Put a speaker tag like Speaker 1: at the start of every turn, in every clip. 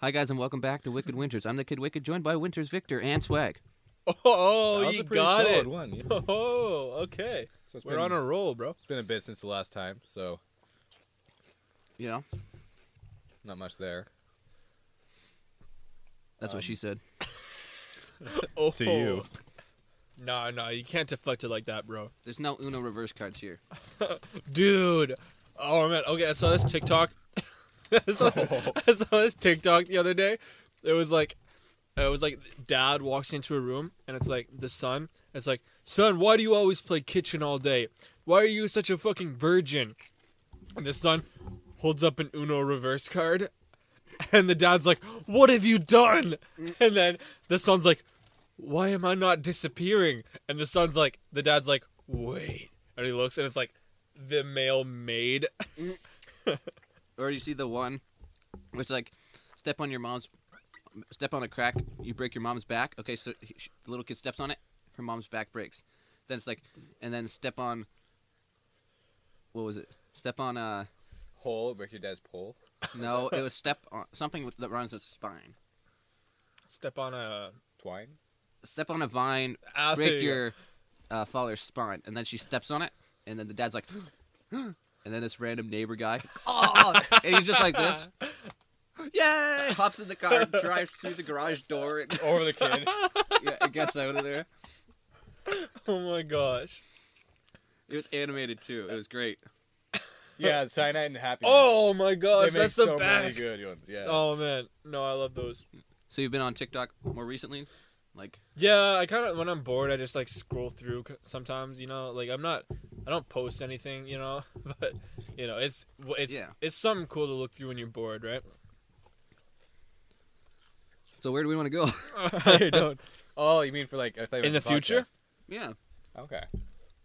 Speaker 1: Hi, guys, and welcome back to Wicked Winters. I'm the Kid Wicked, joined by Winters Victor and Swag.
Speaker 2: Oh,
Speaker 3: That was
Speaker 2: you
Speaker 3: a pretty
Speaker 2: got
Speaker 3: solid
Speaker 2: it.
Speaker 3: one, yeah.
Speaker 2: Oh, okay.
Speaker 3: So it's
Speaker 2: We're
Speaker 3: been-
Speaker 2: on a roll, bro.
Speaker 3: It's been a bit since the last time, so
Speaker 1: You know,
Speaker 3: not much there.
Speaker 1: that's
Speaker 3: Um,
Speaker 1: what she said.
Speaker 2: Oh.
Speaker 3: To you.
Speaker 2: Nah, nah, you can't deflect it like that, bro.
Speaker 1: There's no Uno reverse cards here.
Speaker 2: Dude. Oh man. Okay, I saw this TikTok. I, saw, I saw this TikTok the other day. It was like, it was like dad walks into a room and it's like the son. It's like son, why do you always play kitchen all day? Why are you such a fucking virgin? And the son holds up an Uno reverse card, and the dad's like, "What have you done?" And then the son's like, "Why am I not disappearing?" And the son's like, the dad's like, "Wait," and he looks and it's like the male maid.
Speaker 1: Or you see the one where it's like, step on your mom's, step on a crack, you break your mom's back. Okay, so he, sh the little kid steps on it, her mom's back breaks. Then it's like, and then step on, what was it? Step on, uh,
Speaker 3: Pole, break your dad's pole.
Speaker 1: no, it was step on, something with- that runs with spine.
Speaker 2: Step on a
Speaker 3: Twine.
Speaker 1: Step on a vine,
Speaker 2: Ah, there
Speaker 1: break
Speaker 2: you go.
Speaker 1: your uh, father's spine, and then she steps on it, and then the dad's like, and then this random neighbor guy, oh, and he's just like this, yay! Hops in the car, drives through the garage door, and,
Speaker 3: Over the kid.
Speaker 1: yeah, and gets out of there.
Speaker 2: Oh my gosh.
Speaker 1: It was animated tyanimate too. It was great.
Speaker 3: yeah, cyanide and happiness.
Speaker 2: Oh my
Speaker 3: They
Speaker 2: gosh,
Speaker 3: make
Speaker 2: that's the
Speaker 3: so
Speaker 2: best.
Speaker 3: many good ones. Yeah.
Speaker 2: Oh man, no, I love those.
Speaker 1: So you've been on TikTok more recently, like
Speaker 2: Yeah, I kind of when I'm bored, I just like scroll through c- sometimes. You know, like I'm not, I don't post anything. You know, but you know, it's w- it's
Speaker 1: Yeah.
Speaker 2: it's something cool to look through when you're bored, right?
Speaker 1: so where do we want to go?
Speaker 2: I don't.
Speaker 3: Oh, you mean for like I thought you
Speaker 2: In
Speaker 3: meant
Speaker 2: the future?
Speaker 3: podcast.
Speaker 1: yeah,
Speaker 3: Okay.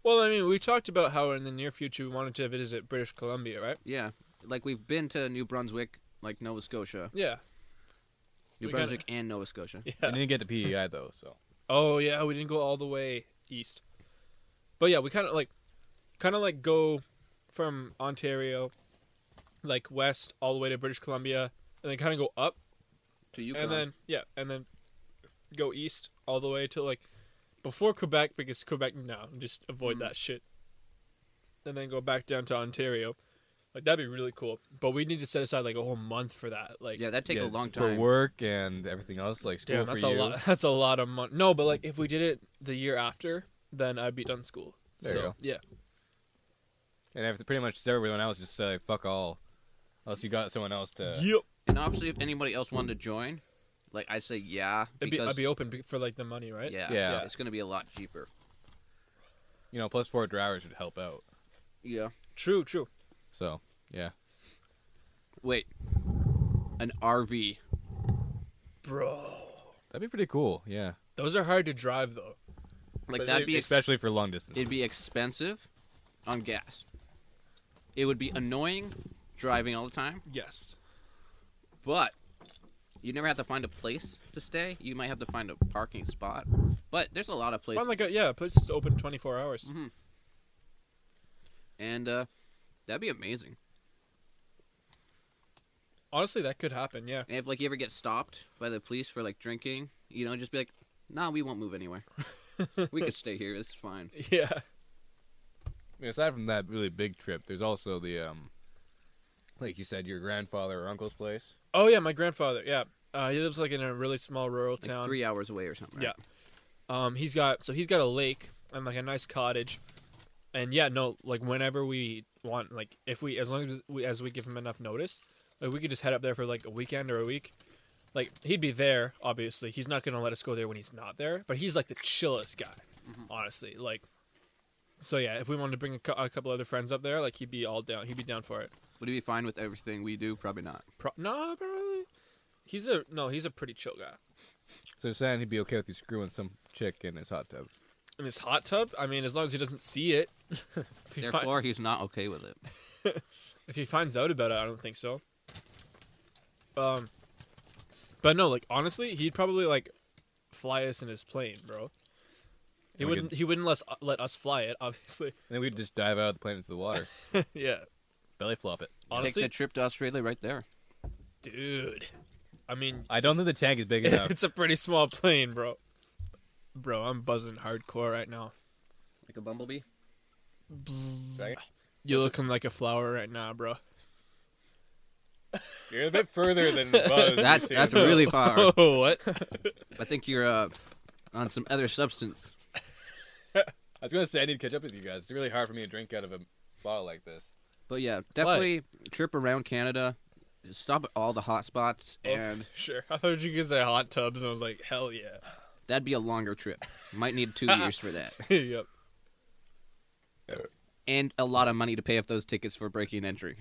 Speaker 2: Well, I mean, we talked about how in the near future we wanted to visit British Columbia, right?
Speaker 1: yeah. Like we've been to New Brunswick, like Nova Scotia,
Speaker 2: Yeah.
Speaker 1: New
Speaker 2: We gotta-
Speaker 1: Brunswick and Nova Scotia.
Speaker 3: I
Speaker 2: Yeah.
Speaker 3: didn't get to PEI though, so
Speaker 2: Oh yeah, we didn't go all the way east, but yeah, we kind of like, kind of like go from Ontario, like west all the way to British Columbia, and then kind of go up,
Speaker 1: To Yukon.
Speaker 2: and then yeah, and then go east all the way to like before Quebec because Quebec no, just avoid
Speaker 1: Mm.
Speaker 2: that shit, and then go back down to Ontario. Like that'd be really cool, but we need to set aside like a whole month for that. Like
Speaker 1: yeah, that'd take
Speaker 3: Yeah,
Speaker 1: a long
Speaker 3: it's for
Speaker 1: time.
Speaker 3: work and everything else, like school
Speaker 2: Damn,
Speaker 3: for
Speaker 2: that's
Speaker 3: you.
Speaker 2: a lot. That's a lot of money. No, but like if we did it the year after, then I'd be done school.
Speaker 3: There
Speaker 2: so,
Speaker 3: you go.
Speaker 2: Yeah,
Speaker 3: And after pretty much everyone else just say fuck all, unless you got someone else to.
Speaker 2: yep.
Speaker 1: And obviously, if anybody else wanted to join, like I say, yeah,
Speaker 2: It'd be,
Speaker 1: because
Speaker 2: I'd be open be- for like the money, right?
Speaker 1: yeah,
Speaker 3: Yeah.
Speaker 1: it's gonna be a lot cheaper.
Speaker 3: You know, plus four drivers would help out.
Speaker 1: Yeah.
Speaker 2: True. True.
Speaker 3: So yeah.
Speaker 1: Wait, an RV.
Speaker 2: Bro,
Speaker 3: That'd be pretty cool, yeah.
Speaker 2: those are hard to drive though.
Speaker 1: Like
Speaker 2: But
Speaker 1: that'd
Speaker 2: it-
Speaker 1: be ex-
Speaker 3: Especially for long distance.
Speaker 1: it'd be expensive on gas. It would be annoying driving all the time,
Speaker 2: Yes.
Speaker 1: but you never have to find a place to stay. You might have to find a parking spot, but there's a lot of places,
Speaker 2: Well, like a, yeah, place is open twenty four hours.
Speaker 1: Mhm. and uh, that'd be amazing.
Speaker 2: Honestly, that could happen. Yeah.
Speaker 1: And if like you ever get stopped by the police for like drinking, you know, just be like, "Nah, we won't move anywhere. we could stay here. It's fine."
Speaker 2: Yeah.
Speaker 3: I mean, aside from that really big trip, there's also the um, like you said, your grandfather or uncle's place.
Speaker 2: Oh yeah, my grandfather. Yeah. Uh, he lives like in a really small rural
Speaker 1: Like
Speaker 2: town.
Speaker 1: three hours away or something.
Speaker 2: Yeah.
Speaker 1: right?
Speaker 2: Um, he's got so he's got a lake and like a nice cottage, and yeah, no, like whenever we want, like if we as long as we as we give him enough notice, like we could just head up there for like a weekend or a week. Like he'd be there, obviously. He's not gonna let us go there when he's not there, but he's like the chillest guy, honestly. Like, so yeah, if we wanted to bring a, cou- a couple other friends up there, like he'd be all down. He'd be down for it.
Speaker 1: Would he be fine with everything we do? Probably not.
Speaker 2: Pro- no, probably. He's a no. He's a pretty chill guy.
Speaker 3: So you're saying he'd be okay with you screwing some chick in his hot tub.
Speaker 2: In his hot tub, I mean, as long as he doesn't see it. If he fi-
Speaker 1: Therefore, he's not okay with it.
Speaker 2: If he finds out about it, I don't think so. Um, but no, like honestly, he'd probably like fly us in his plane, bro. He
Speaker 3: And we
Speaker 2: wouldn't. He wouldn't let us, let us fly it, obviously.
Speaker 3: And then we'd just dive out of the plane into the water,
Speaker 2: yeah,
Speaker 3: belly flop it.
Speaker 2: honestly,
Speaker 1: Take the trip to Australia right there.
Speaker 2: dude, I mean,
Speaker 3: I don't think the tank is big enough.
Speaker 2: it's a pretty small plane, bro. Bro, I'm buzzing hardcore right now.
Speaker 1: Like a bumblebee.
Speaker 3: Right?
Speaker 2: You're looking like a flower right now, bro.
Speaker 3: You're a bit further than Buzz.
Speaker 1: That's that's really far.
Speaker 2: Oh, what?
Speaker 1: I think you're uh, on some other substance.
Speaker 3: I was gonna say I need to catch up with you guys. It's really hard for me to drink out of a bottle like this.
Speaker 1: But yeah, definitely trip around Canada. Stop at all the hot spots,
Speaker 2: Oh.
Speaker 1: and
Speaker 2: sure. I thought you could say hot tubs, and I was like, hell yeah.
Speaker 1: that'd be a longer trip. Might need two years for that,
Speaker 2: yep.
Speaker 1: and a lot of money to pay off those tickets for breaking entry.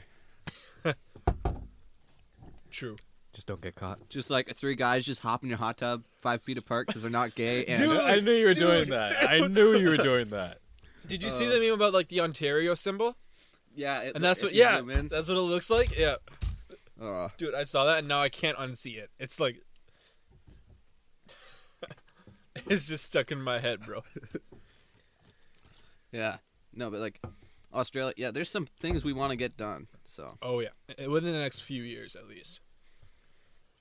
Speaker 2: True.
Speaker 3: Just don't get caught.
Speaker 1: Just like three guys just hop in your hot tub five feet apart because they're not gay. And
Speaker 2: Dude,
Speaker 3: I knew you were
Speaker 2: dude,
Speaker 3: doing that.
Speaker 2: dude.
Speaker 3: I knew you were doing that.
Speaker 2: Did you
Speaker 1: Uh,
Speaker 2: see the meme about like the Ontario symbol?
Speaker 1: yeah, it-
Speaker 2: And that's
Speaker 1: if
Speaker 2: what,
Speaker 1: you
Speaker 2: yeah,
Speaker 1: zoom in.
Speaker 2: that's what it looks like. Yeah,
Speaker 1: Oh,
Speaker 2: dude, I saw that, and now I can't unsee it. It's like, it's just stuck in my head, bro.
Speaker 1: yeah. No, but like Australia, yeah. There's some things we want to get done. So
Speaker 2: Oh yeah, Uh, within the next few years, at least.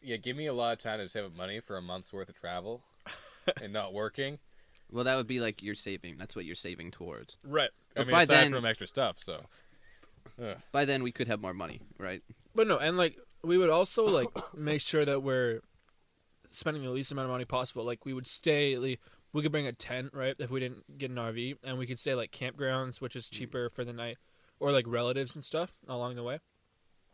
Speaker 3: Yeah, give me a lot of time to save up money for a month's worth of travel and not working.
Speaker 1: well, that would be like you're saving. That's what you're saving towards.
Speaker 2: Right.
Speaker 3: I
Speaker 1: But
Speaker 3: mean,
Speaker 1: by
Speaker 3: aside
Speaker 1: then-
Speaker 3: from extra stuff, so. Ugh.
Speaker 1: By then we could have more money, right?
Speaker 2: But no, and like we would also like make sure that we're spending the least amount of money possible. Like we would stay. Like, we could bring a tent, right? If we didn't get an RV, and we could stay like campgrounds, which
Speaker 1: Mm.
Speaker 2: is cheaper for the night, or like relatives and stuff along the way,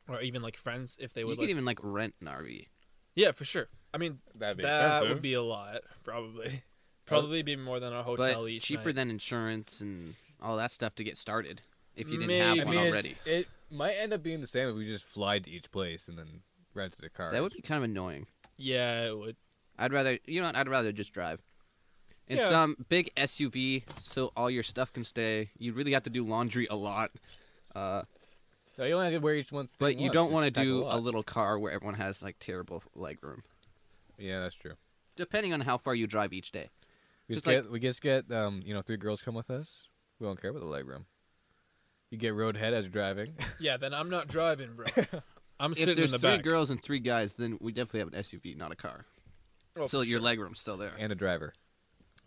Speaker 2: or even like friends if they
Speaker 1: You
Speaker 2: would.
Speaker 1: could
Speaker 2: like,
Speaker 1: even like rent an RV.
Speaker 2: yeah, for sure. I mean,
Speaker 3: That'd be
Speaker 2: that
Speaker 3: expensive.
Speaker 2: would be a lot, probably. Probably be more than a hotel
Speaker 1: but
Speaker 2: each
Speaker 1: cheaper
Speaker 2: night.
Speaker 1: than insurance and all that stuff to get started if you didn't have
Speaker 2: Maybe.
Speaker 3: I
Speaker 1: one
Speaker 3: mean, it's-
Speaker 1: already.
Speaker 3: it might end up being the same if we just fly to each place and then rented a car.
Speaker 1: That would be kind of annoying.
Speaker 2: yeah, it would.
Speaker 1: I'd rather you know what, I'd rather just drive. In
Speaker 2: Yeah.
Speaker 1: some big SUV, so all your stuff can stay. You really have to do laundry a lot, uh,
Speaker 3: No, you only have to wear each one. Thing
Speaker 1: but you don't want to
Speaker 3: to
Speaker 1: do a
Speaker 3: a
Speaker 1: little car where everyone has like terrible leg room.
Speaker 3: Yeah, that's true.
Speaker 1: Depending on how far you drive each day.
Speaker 3: We just
Speaker 1: Just like-
Speaker 3: get we just get um you know three girls come with us. We don't care about the leg room. You get road head as you're driving.
Speaker 2: Yeah, then I'm not driving, bro. I'm
Speaker 1: if
Speaker 2: sitting in
Speaker 1: there's
Speaker 2: the
Speaker 1: three
Speaker 2: back.
Speaker 1: girls and three guys, then we definitely have an SUV, not a car.
Speaker 2: Oh,
Speaker 1: so your leg room's still there.
Speaker 3: and a driver.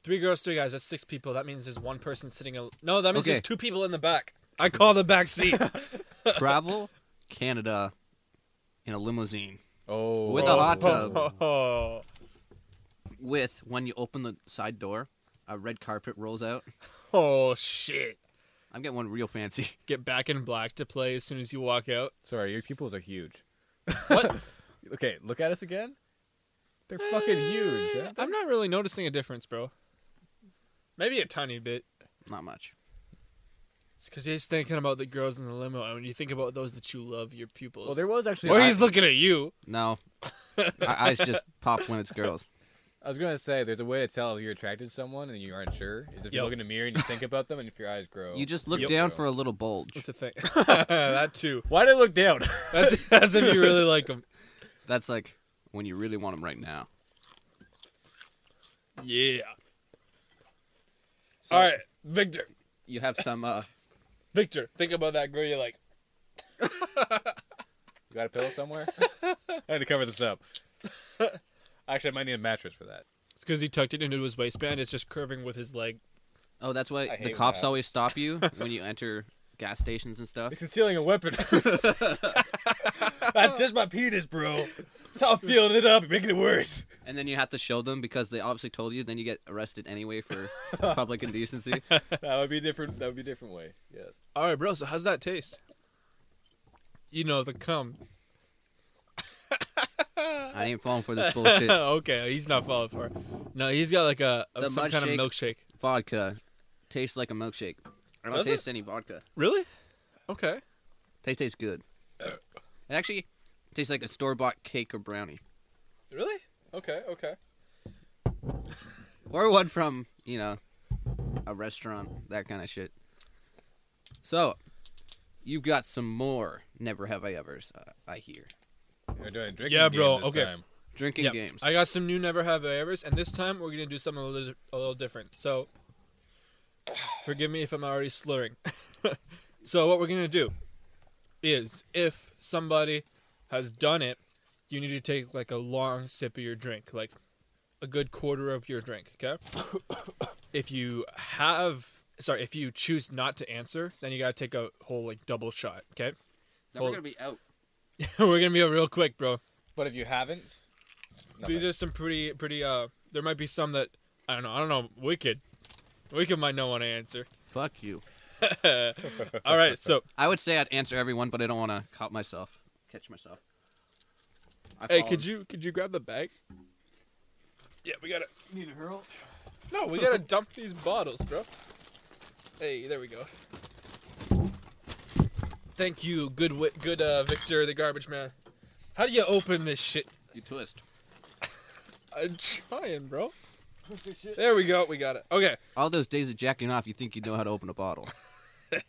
Speaker 2: Three girls, three guys. That's six people. That means there's one person sitting. Al- no, that means
Speaker 1: Okay.
Speaker 2: there's two people in the back. I call the back seat.
Speaker 1: Travel Canada in a limousine.
Speaker 3: Oh,
Speaker 1: With a hot tub.
Speaker 2: Oh,
Speaker 1: with when you open the side door, a red carpet rolls out.
Speaker 2: Oh, shit!
Speaker 1: I'm getting one real fancy.
Speaker 2: Get back in black to play as soon as you walk out.
Speaker 3: Sorry, your pupils are huge.
Speaker 2: What?
Speaker 3: Okay, look at us again. They're fucking huge.
Speaker 2: Eh,
Speaker 3: aren't they?
Speaker 2: I'm not really noticing a difference, bro. Maybe a tiny bit.
Speaker 1: Not much.
Speaker 2: It's because he's thinking about the girls in the limo, and when you think about those that you love, your pupils.
Speaker 3: Well, there was actually.
Speaker 2: or
Speaker 3: I,
Speaker 2: he's looking at you.
Speaker 1: No, my eyes just pop when it's girls.
Speaker 3: I was gonna say there's a way to tell if you're attracted to someone and you aren't sure. Is if you
Speaker 2: Yep.
Speaker 3: look in the mirror and you think about them and if your eyes grow.
Speaker 1: You just look
Speaker 2: Yep.
Speaker 1: down for a little bulge.
Speaker 2: That's a thing. that too.
Speaker 3: Why did I look down?
Speaker 2: That's as if you really like him.
Speaker 1: That's like when you really want them right now.
Speaker 2: Yeah.
Speaker 1: So
Speaker 2: All right, Victor.
Speaker 1: You have some. uh
Speaker 2: Victor, think about that girl. You're like,
Speaker 3: You got a pillow somewhere? I need to cover this up. Actually, I might need a mattress for that.
Speaker 2: It's because he tucked it into his waistband. It's just curving with his leg.
Speaker 1: Oh, that's why
Speaker 3: I
Speaker 1: the
Speaker 3: hate
Speaker 1: cops
Speaker 3: that.
Speaker 1: always stop you when you enter gas stations and stuff.
Speaker 3: He's concealing a weapon. That's just my penis, bro. That's how I'm feeling it up, making it worse.
Speaker 1: And then you have to show them because they obviously told you. Then you get arrested anyway for public indecency.
Speaker 3: That would be different. That would be a different way. Yes.
Speaker 2: All right, bro. So how's that taste? You know the cum.
Speaker 1: I ain't falling for this bullshit.
Speaker 2: okay, he's not falling for it. No, he's got like a, a-
Speaker 1: The
Speaker 2: some
Speaker 1: mud
Speaker 2: kind
Speaker 1: shake.
Speaker 2: of milkshake.
Speaker 1: Vodka tastes like a milkshake. I don't
Speaker 2: Does it?
Speaker 1: taste any vodka.
Speaker 2: Really? Okay.
Speaker 1: Taste tastes good. It actually tastes like a store bought cake or brownie.
Speaker 2: Really? Okay. Okay.
Speaker 1: Or one from, you know, a restaurant, that kind of shit. So, you've got some more Never Have I Evers, uh, I hear.
Speaker 3: We're doing drinking
Speaker 2: Yeah, bro,
Speaker 3: games this
Speaker 2: okay.
Speaker 3: time.
Speaker 1: Drinking
Speaker 2: Yeah.
Speaker 1: games.
Speaker 2: I got some new never have I ever's, and this time we're gonna do something a little, a little different. So, forgive me if I'm already slurring. so what we're gonna do is, if somebody has done it, you need to take like a long sip of your drink, like a good quarter of your drink, okay? if you have sorry, if you choose not to answer, then you got to take a whole like double shot, okay?
Speaker 1: Now
Speaker 2: Well-
Speaker 1: we're gonna be out.
Speaker 2: We're going to be real quick, bro.
Speaker 3: But if you haven't,
Speaker 2: These are some pretty pretty uh there might be some that I don't know, I don't know, Wicked. Wicked might not want to answer.
Speaker 1: Fuck you.
Speaker 2: All right, so
Speaker 1: I would say I'd answer everyone, but I don't want to caught myself. Catch myself. I
Speaker 2: hey,
Speaker 1: follow
Speaker 2: could
Speaker 1: him.
Speaker 2: you could you grab the bag? Yeah, we got to
Speaker 1: need a hurl?
Speaker 2: No, we gotta dump these bottles, bro. Hey, there we go. Thank you, good, wi- good, uh, Victor, the garbage man. How do you open this shit?
Speaker 1: You twist.
Speaker 2: I'm trying, bro. There we go. We got it. Okay.
Speaker 1: All those days of jacking off, you think you know how to open a bottle.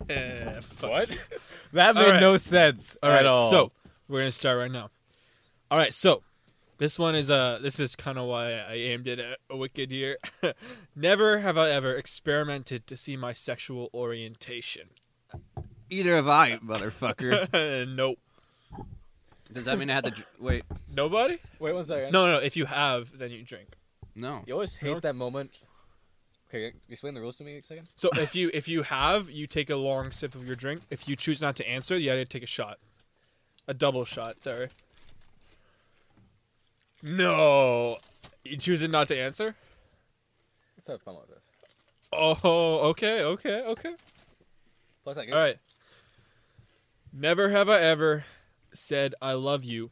Speaker 2: Eh, fuck.
Speaker 3: what? that made
Speaker 2: All right.
Speaker 3: no sense
Speaker 2: All right.
Speaker 3: at all.
Speaker 2: So we're gonna start right now. All right. So this one is uh this is kind of why I aimed it at a wicked here. Never have I ever experimented to see my sexual orientation.
Speaker 1: Either have I, motherfucker.
Speaker 2: nope.
Speaker 1: Does that mean I had to. Dr- wait,
Speaker 2: Nobody.
Speaker 3: wait one second.
Speaker 2: No, no. If you have, then you drink.
Speaker 1: no.
Speaker 3: you always hate
Speaker 2: No.
Speaker 3: that moment. Okay, explain the rules to me a second.
Speaker 2: So if you if you have, you take a long sip of your drink. If you choose not to answer, you gotta take a shot, a double shot. Sorry. No, you choosing not to answer?
Speaker 3: Let's have fun with this.
Speaker 2: Oh, okay, okay, okay.
Speaker 3: Plus, I get
Speaker 2: All right. Never have I ever said I love you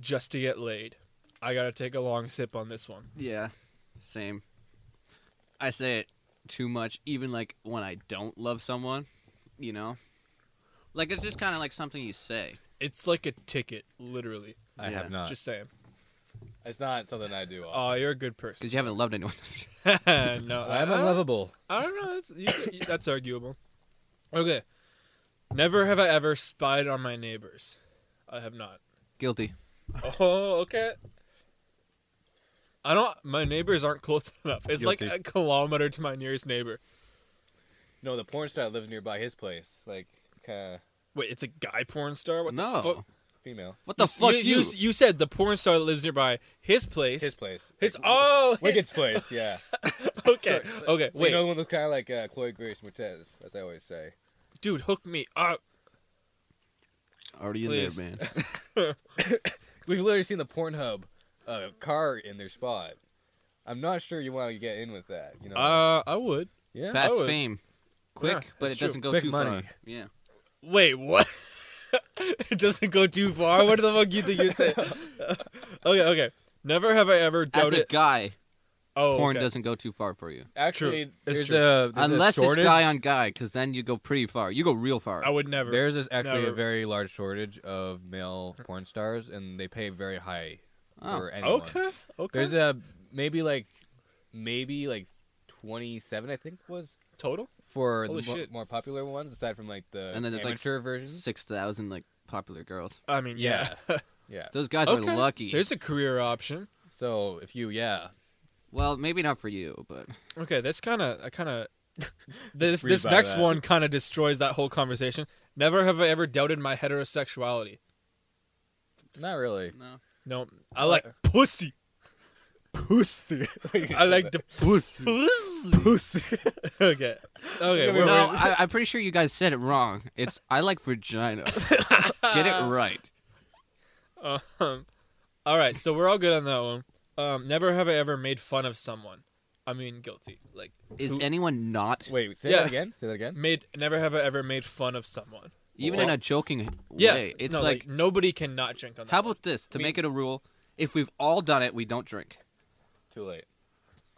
Speaker 2: just to get laid. I gotta take a long sip on this one.
Speaker 1: Yeah, same. I say it too much, even like when I don't love someone, you know? Like, it's just kind of like something you say.
Speaker 2: It's like a ticket, literally.
Speaker 3: I
Speaker 1: Yeah.
Speaker 3: have not.
Speaker 2: Just saying.
Speaker 3: it's not something I do. often.
Speaker 2: Oh, you're a good person.
Speaker 1: Because you haven't loved anyone.
Speaker 2: no,
Speaker 3: I am
Speaker 2: I-
Speaker 3: unlovable.
Speaker 2: I don't know. That's you, could- that's arguable. Okay. Never have I ever spied on my neighbors. I have not.
Speaker 1: Guilty.
Speaker 2: Oh, okay. I don't. My neighbors aren't close enough. It's like
Speaker 3: Guilty.
Speaker 2: a kilometer to my nearest neighbor.
Speaker 3: No, the porn star lives nearby his place. Like, kind of
Speaker 2: Wait, it's a guy porn star. What
Speaker 1: no.
Speaker 2: The fuck?
Speaker 3: female.
Speaker 1: What the fuck,
Speaker 2: you, you, s- you said the porn star that lives nearby his place.
Speaker 3: His place.
Speaker 2: His
Speaker 3: Like,
Speaker 2: oh, his,
Speaker 3: Wicked's place, yeah.
Speaker 2: okay, okay.
Speaker 3: Wait.
Speaker 2: Wait,
Speaker 3: You know, the one that's kind of like uh, Chloe Grace Moretz, as I always say.
Speaker 2: dude, hook me up.
Speaker 1: Already in
Speaker 2: Please.
Speaker 1: there, man.
Speaker 3: We've literally seen the Pornhub uh, car in their spot. I'm not sure you want to get in with that, you know?
Speaker 2: Uh, I would.
Speaker 3: yeah.
Speaker 1: Fast
Speaker 2: would.
Speaker 1: fame. Quick,
Speaker 2: Yeah,
Speaker 1: but
Speaker 2: that's
Speaker 1: it doesn't go
Speaker 2: true.
Speaker 3: Quick
Speaker 1: too
Speaker 3: money.
Speaker 1: far. Yeah.
Speaker 2: Wait, what? it doesn't go too far. What the fuck you think you're saying? okay, okay. Never have I ever
Speaker 1: As a
Speaker 2: doubted.
Speaker 1: guy,
Speaker 2: oh,
Speaker 1: porn
Speaker 2: okay.
Speaker 1: doesn't go too far for you.
Speaker 3: Actually,
Speaker 2: True. It's
Speaker 3: there's
Speaker 2: true.
Speaker 3: a there's
Speaker 1: Unless
Speaker 3: a
Speaker 1: it's
Speaker 3: shortage.
Speaker 1: guy on guy, because then you go pretty far. You go real far.
Speaker 2: I would never.
Speaker 3: There's this actually
Speaker 2: Never.
Speaker 3: a very large shortage of male porn stars, and they pay very high
Speaker 1: Oh.
Speaker 3: for anyone.
Speaker 2: okay, okay.
Speaker 3: There's a maybe like maybe like 27, I think was
Speaker 2: total.
Speaker 3: for
Speaker 2: Holy
Speaker 3: the mo-
Speaker 2: shit.
Speaker 3: more popular ones, aside from like the
Speaker 1: And then it's, like,
Speaker 3: amateur versions.
Speaker 1: Six thousand like popular girls.
Speaker 2: I mean, yeah.
Speaker 3: Yeah. Yeah.
Speaker 1: Those guys
Speaker 2: okay.
Speaker 1: are lucky.
Speaker 2: There's a career option.
Speaker 3: So if you, yeah,
Speaker 1: Well, maybe not for you, but
Speaker 2: Okay, that's kind of. I kind of. This
Speaker 3: read
Speaker 2: this
Speaker 3: by
Speaker 2: next
Speaker 3: that.
Speaker 2: one kind of destroys that whole conversation. Never have I ever doubted my heterosexuality.
Speaker 3: not really.
Speaker 1: no.
Speaker 2: No, I like pussy.
Speaker 3: Pussy.
Speaker 2: I like the pussy.
Speaker 3: pussy.
Speaker 2: okay, okay.
Speaker 3: Look at
Speaker 2: we're-
Speaker 3: me.
Speaker 1: No,
Speaker 3: wait.
Speaker 1: I, I'm pretty sure you guys said it wrong. It's I like vagina. Get
Speaker 2: Uh,
Speaker 1: it right.
Speaker 2: Um, all right, so we're all good on that one. Um, never have I ever made fun of someone. I mean, guilty. Like
Speaker 1: Is
Speaker 2: who-
Speaker 1: anyone not
Speaker 3: Wait, say
Speaker 2: Yeah.
Speaker 3: that again. Say that again.
Speaker 2: made. Never have I ever made fun of someone.
Speaker 1: even in
Speaker 3: Well-
Speaker 1: a joking
Speaker 2: Yeah,
Speaker 1: way? It's
Speaker 2: no,
Speaker 1: like,
Speaker 2: nobody can not drink on that.
Speaker 1: how
Speaker 2: one.
Speaker 1: about this? To
Speaker 3: mean-
Speaker 1: make it a rule, if we've all done it, we don't drink.
Speaker 3: Too late.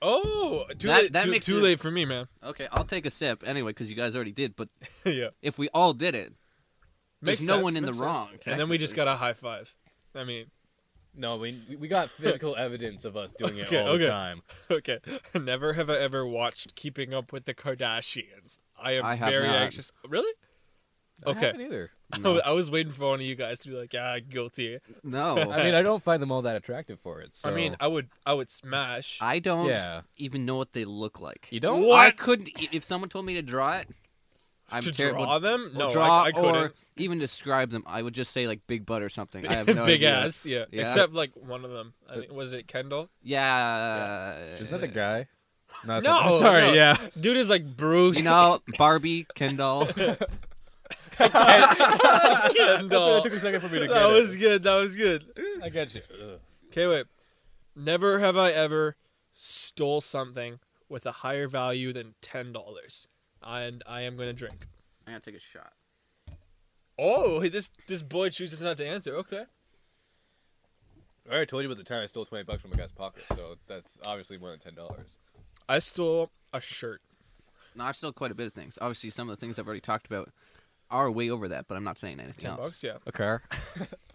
Speaker 2: Oh, too
Speaker 1: That-
Speaker 2: late.
Speaker 1: that
Speaker 2: too,
Speaker 1: makes
Speaker 2: too
Speaker 1: it-
Speaker 2: late for me, man.
Speaker 1: Okay, I'll take a sip anyway because you guys already did. But
Speaker 2: yeah,
Speaker 1: if we all did it,
Speaker 2: Makes
Speaker 1: no
Speaker 2: sense,
Speaker 1: one in the
Speaker 2: makes sense.
Speaker 1: wrong,
Speaker 2: And then we just
Speaker 1: technically.
Speaker 2: got a high five. I mean,
Speaker 3: No, we we got physical evidence of us doing it
Speaker 2: Okay,
Speaker 3: all
Speaker 2: okay.
Speaker 3: the time.
Speaker 2: okay. Never have I ever watched Keeping Up with the Kardashians. I am
Speaker 1: I have
Speaker 2: very
Speaker 1: not.
Speaker 2: anxious. Really? Okay.
Speaker 3: I haven't either.
Speaker 2: I,
Speaker 1: no.
Speaker 2: was, I was waiting for one of you guys to be like, "Yeah, guilty."
Speaker 1: no.
Speaker 3: I mean, I don't find them all that attractive for it. So.
Speaker 2: I mean, I would, I would smash.
Speaker 1: I don't
Speaker 3: Yeah.
Speaker 1: even know what they look like.
Speaker 3: you don't.
Speaker 2: What?
Speaker 1: I couldn't. If someone told me to draw it, I'm
Speaker 2: to
Speaker 1: terrible.
Speaker 2: draw them?
Speaker 1: Well,
Speaker 2: No,
Speaker 1: draw
Speaker 2: I, I couldn't.
Speaker 1: or even describe them. I would just say like big butt or something. I have no
Speaker 2: Big
Speaker 1: idea.
Speaker 2: ass, yeah.
Speaker 1: Yeah.
Speaker 2: Except like one of them. I think, was it Kendall?
Speaker 1: Yeah.
Speaker 3: Is that a guy? No, it's
Speaker 2: No,
Speaker 3: not- sorry,
Speaker 2: no.
Speaker 3: yeah.
Speaker 2: Dude is like Bruce.
Speaker 1: You know, Barbie, Kendall.
Speaker 2: Kendall.
Speaker 3: That took a second for me to get
Speaker 2: that
Speaker 3: it.
Speaker 2: was good. That was good.
Speaker 3: I get you.
Speaker 2: Okay, wait. Never have I ever stole something with a higher value than ten dollars, and I am going to drink.
Speaker 1: I'm gonna take a shot.
Speaker 2: Oh, hey, this this boy chooses not to answer. Okay,
Speaker 3: I already told you about the time I stole twenty bucks from a guy's pocket, so that's obviously more than ten dollars.
Speaker 2: I stole a shirt.
Speaker 1: No, I've still quite a bit of things. Obviously, some of the things I've already talked about are way over that, but I'm not saying anything
Speaker 2: Ten
Speaker 1: else.
Speaker 2: bucks, yeah.
Speaker 3: A car.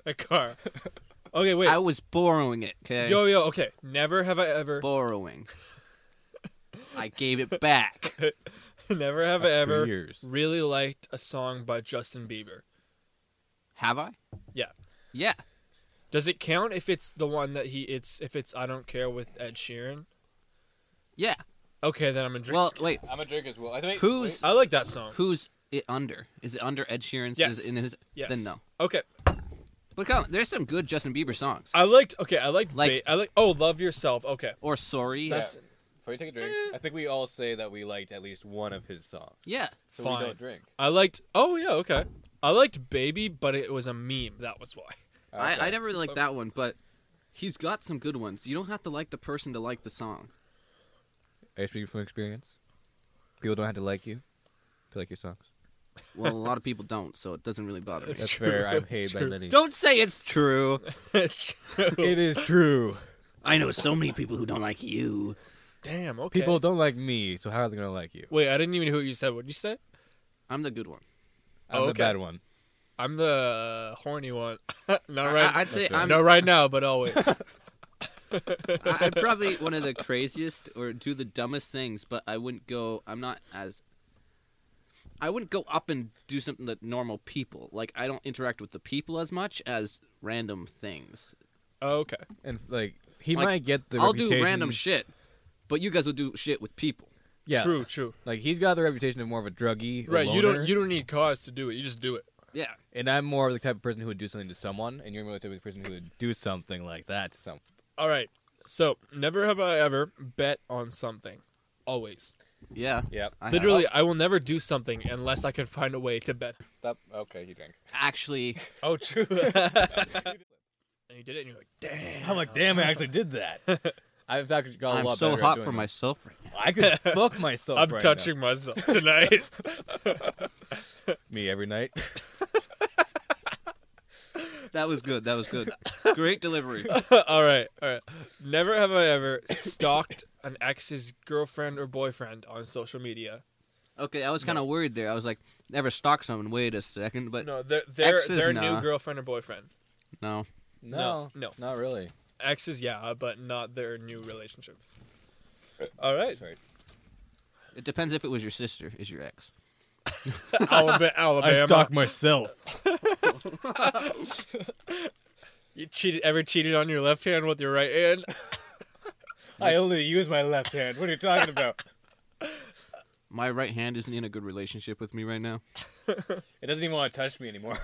Speaker 2: A car. Okay, wait.
Speaker 1: I was borrowing it. Okay.
Speaker 2: Yo, yo. Okay. Never have I ever.
Speaker 1: borrowing. I gave it back.
Speaker 2: never have I ever
Speaker 3: years.
Speaker 2: really liked a song by Justin Bieber.
Speaker 1: Have I?
Speaker 2: Yeah.
Speaker 1: Yeah.
Speaker 2: Does it count if it's the one that he? It's if it's I don't care with Ed Sheeran.
Speaker 1: Yeah.
Speaker 2: Okay, then I'm gonna drink.
Speaker 1: Well, wait.
Speaker 3: I'm a drink as well. I think
Speaker 1: Who's
Speaker 2: I like that song.
Speaker 1: who's it under? Is it under Ed Sheeran's?
Speaker 2: Yes.
Speaker 1: Is it in his,
Speaker 2: Yes.
Speaker 1: Then no.
Speaker 2: Okay,
Speaker 1: But come, on, there's some good Justin Bieber songs.
Speaker 2: I liked. Okay, I liked.
Speaker 1: Like-
Speaker 2: ba- I like. Oh, love yourself. Okay,
Speaker 1: or sorry.
Speaker 2: that's
Speaker 3: Before you take a drink, I think we all say that we liked at least one of his songs.
Speaker 1: Yeah.
Speaker 3: So we
Speaker 2: fine.
Speaker 3: don't drink.
Speaker 2: I liked. Oh yeah, okay. I liked baby, but it was a meme. That was why.
Speaker 1: I, I never really
Speaker 2: So-
Speaker 1: liked that one, but he's got some good ones. You don't have to like the person to like the song.
Speaker 3: I speak from experience. People don't have to like you to like your songs.
Speaker 1: Well, a lot of people don't, so it doesn't really bother me.
Speaker 2: That's true, that's true.
Speaker 1: Don't say it's true.
Speaker 2: it's true.
Speaker 3: It is true.
Speaker 1: I know so many people who don't like you.
Speaker 2: Damn. Okay.
Speaker 3: People don't like me, so how are they gonna like you?
Speaker 2: Wait, I didn't even hear what you said. What did you say?
Speaker 1: I'm the good one.
Speaker 3: I'm
Speaker 2: Oh,
Speaker 3: the
Speaker 2: okay.
Speaker 3: bad one.
Speaker 2: I'm the horny one. Not
Speaker 1: I-
Speaker 2: right.
Speaker 1: I, would say
Speaker 3: That's right.
Speaker 1: I'm.
Speaker 2: no, right now, but always.
Speaker 1: I, I'm probably one of the craziest or do the dumbest things, but I wouldn't go. I'm not as. I wouldn't go up and do something that normal people like. I don't interact with the people as much as random things.
Speaker 2: Oh, okay.
Speaker 3: And like he
Speaker 1: Like,
Speaker 3: might get the
Speaker 1: I'll
Speaker 3: reputation.
Speaker 1: do random shit, but you guys will do shit with people.
Speaker 3: Yeah.
Speaker 2: True. True.
Speaker 3: Like he's got the reputation of more of a druggie. a
Speaker 2: Right. You
Speaker 3: loner,
Speaker 2: don't. You don't need cause to do it. You just do it.
Speaker 1: Yeah,
Speaker 3: and I'm more of the type of person who would do something to someone, and you're more the type of person who would do something like that to someone.
Speaker 2: All right. So never have I ever bet on something. Always.
Speaker 1: yeah.
Speaker 3: Yep.
Speaker 1: I have-
Speaker 2: Literally, I will never do something unless I can find a way to bet.
Speaker 3: Stop. Okay, you drank.
Speaker 1: actually,
Speaker 2: Oh, true. and you did it, and you're like, damn.
Speaker 3: I'm like, damn, I actually did that. I've actually got a
Speaker 1: I'm
Speaker 3: lot
Speaker 1: so
Speaker 3: better at
Speaker 1: hot
Speaker 3: doing
Speaker 1: for
Speaker 3: that.
Speaker 1: myself right now.
Speaker 3: I could fuck myself.
Speaker 2: I'm
Speaker 3: right now.
Speaker 2: touching myself tonight.
Speaker 3: me every night.
Speaker 1: That was good. That was good. Great delivery.
Speaker 2: all right, all right. Never have I ever stalked an ex's girlfriend or boyfriend on social media.
Speaker 1: Okay, I was kind of worried there. I was like, never stalk someone. Wait a second, but no,
Speaker 2: No, their their
Speaker 1: Exes,
Speaker 2: their
Speaker 1: nah.
Speaker 2: new girlfriend or boyfriend. No, no.
Speaker 3: not really.
Speaker 2: Exes, yeah, but not their new relationship. All right,
Speaker 3: That's right.
Speaker 1: it depends if it was your sister is your ex.
Speaker 2: Alabama, Alabama.
Speaker 3: myself.
Speaker 2: you cheated, ever cheated on your left hand with your right hand?
Speaker 3: I only use my left hand. What are you talking about?
Speaker 1: My right hand isn't in a good relationship with me right now.
Speaker 3: It doesn't even want to touch me anymore.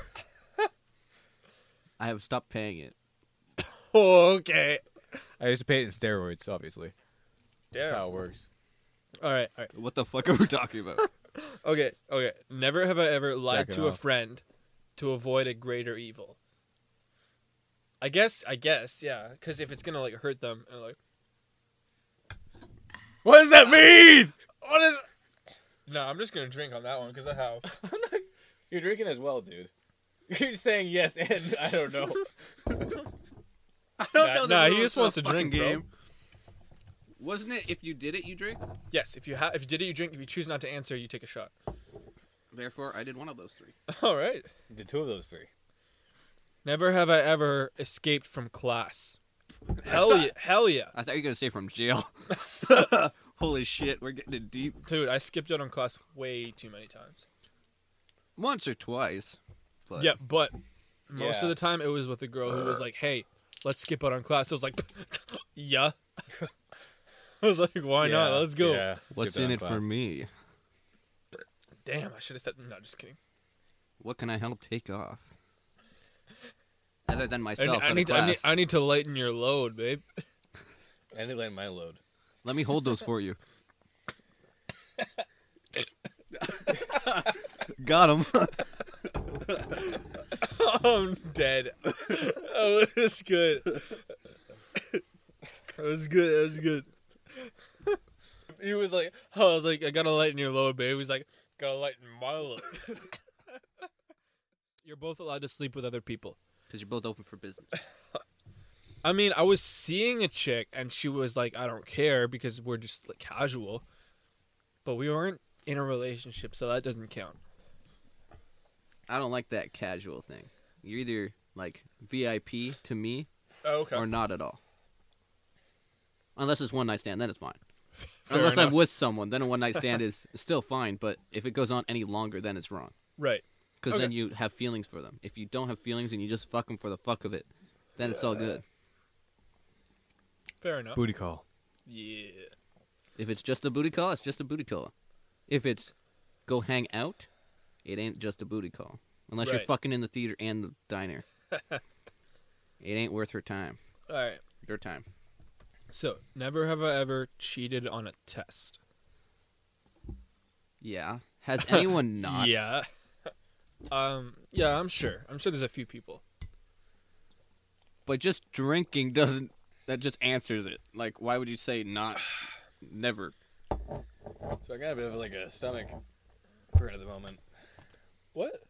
Speaker 1: I have stopped paying it.
Speaker 2: okay.
Speaker 3: I used to pay it in steroids, obviously. That's
Speaker 2: Damn.
Speaker 3: how it works.
Speaker 2: All right, all right.
Speaker 1: What the fuck are we talking about?
Speaker 2: Okay, okay. Never have I ever lied
Speaker 3: Jacking
Speaker 2: to a
Speaker 3: off.
Speaker 2: friend to avoid a greater evil. I guess, I guess, yeah. Because if it's gonna like hurt them, and like,
Speaker 3: What does that mean?
Speaker 2: what is? No, I'm just gonna drink on that one because of how.
Speaker 3: You're drinking as well, dude. You're saying yes and I don't know.
Speaker 1: I don't
Speaker 2: Nah,
Speaker 1: know. the
Speaker 2: nah, he
Speaker 1: rules
Speaker 2: just
Speaker 1: to the
Speaker 2: wants to
Speaker 1: fucking
Speaker 2: drink, bro.
Speaker 1: Wasn't it if you did it, you drink?
Speaker 2: Yes, if you have, if you did it, you drink. If you choose not to answer, you take a shot.
Speaker 1: Therefore, I did one of those three.
Speaker 2: All right.
Speaker 3: the two of those three.
Speaker 2: Never have I ever escaped from class. Hell yeah, hell yeah,
Speaker 1: I thought you were gonna say from jail. Holy shit, we're getting it deep.
Speaker 2: dude! I skipped out on class way too many times.
Speaker 1: Once or twice. But
Speaker 2: yeah, but most
Speaker 3: Yeah.
Speaker 2: of the time it was with a girl who was like, "Hey, let's skip out on class." I was like, "Yeah." I was like, "Why not? Let's go."
Speaker 1: What's in it for me?
Speaker 2: Damn, I should have said. No, just kidding.
Speaker 1: What can I help take off? Other than
Speaker 2: I,
Speaker 1: myself,
Speaker 2: I
Speaker 1: out of
Speaker 2: need to, I, need,
Speaker 1: class.
Speaker 2: I need to lighten your load, babe.
Speaker 3: I didn't let my load.
Speaker 1: let me hold those for you. Got him.
Speaker 2: I'm dead. oh, it was good. That was good. That was good. He was like, oh, I was like, I gotta lighten your load, babe. He's like, gotta lighten my load. You're both allowed to sleep with other people.
Speaker 1: Because you're both open for business.
Speaker 2: I mean, I was seeing a chick and she was like, I don't care because we're just like casual. But we weren't in a relationship, so that doesn't count.
Speaker 1: I don't like that casual thing. You're either like VIP to me
Speaker 2: Oh, okay.
Speaker 1: or not at all. Unless it's one night stand, then it's fine.
Speaker 2: Fair
Speaker 1: Unless I'm
Speaker 2: enough.
Speaker 1: with someone, then a one night stand is still fine. But if it goes on any longer, then it's wrong.
Speaker 2: Right.
Speaker 1: Because
Speaker 2: Okay.
Speaker 1: then you have feelings for them. If you don't have feelings and you just fuck them for the fuck of it, then it's all good.
Speaker 2: Fair enough.
Speaker 3: Booty call.
Speaker 2: Yeah.
Speaker 1: If it's just a booty call, it's just a booty call. If it's go hang out, it ain't just a booty call. Unless you're
Speaker 2: Right.
Speaker 1: fucking in the theater and the diner. it ain't worth her time.
Speaker 2: All right.
Speaker 1: Your time.
Speaker 2: So, never have I ever cheated on a test.
Speaker 1: Yeah. Has anyone not?
Speaker 2: Yeah. Um. Yeah, I'm sure. I'm sure there's a few people.
Speaker 1: But just drinking doesn't. That just answers it. Like, why would you say not? Never.
Speaker 3: So I got a bit of like a stomach hurt at the moment.
Speaker 2: What?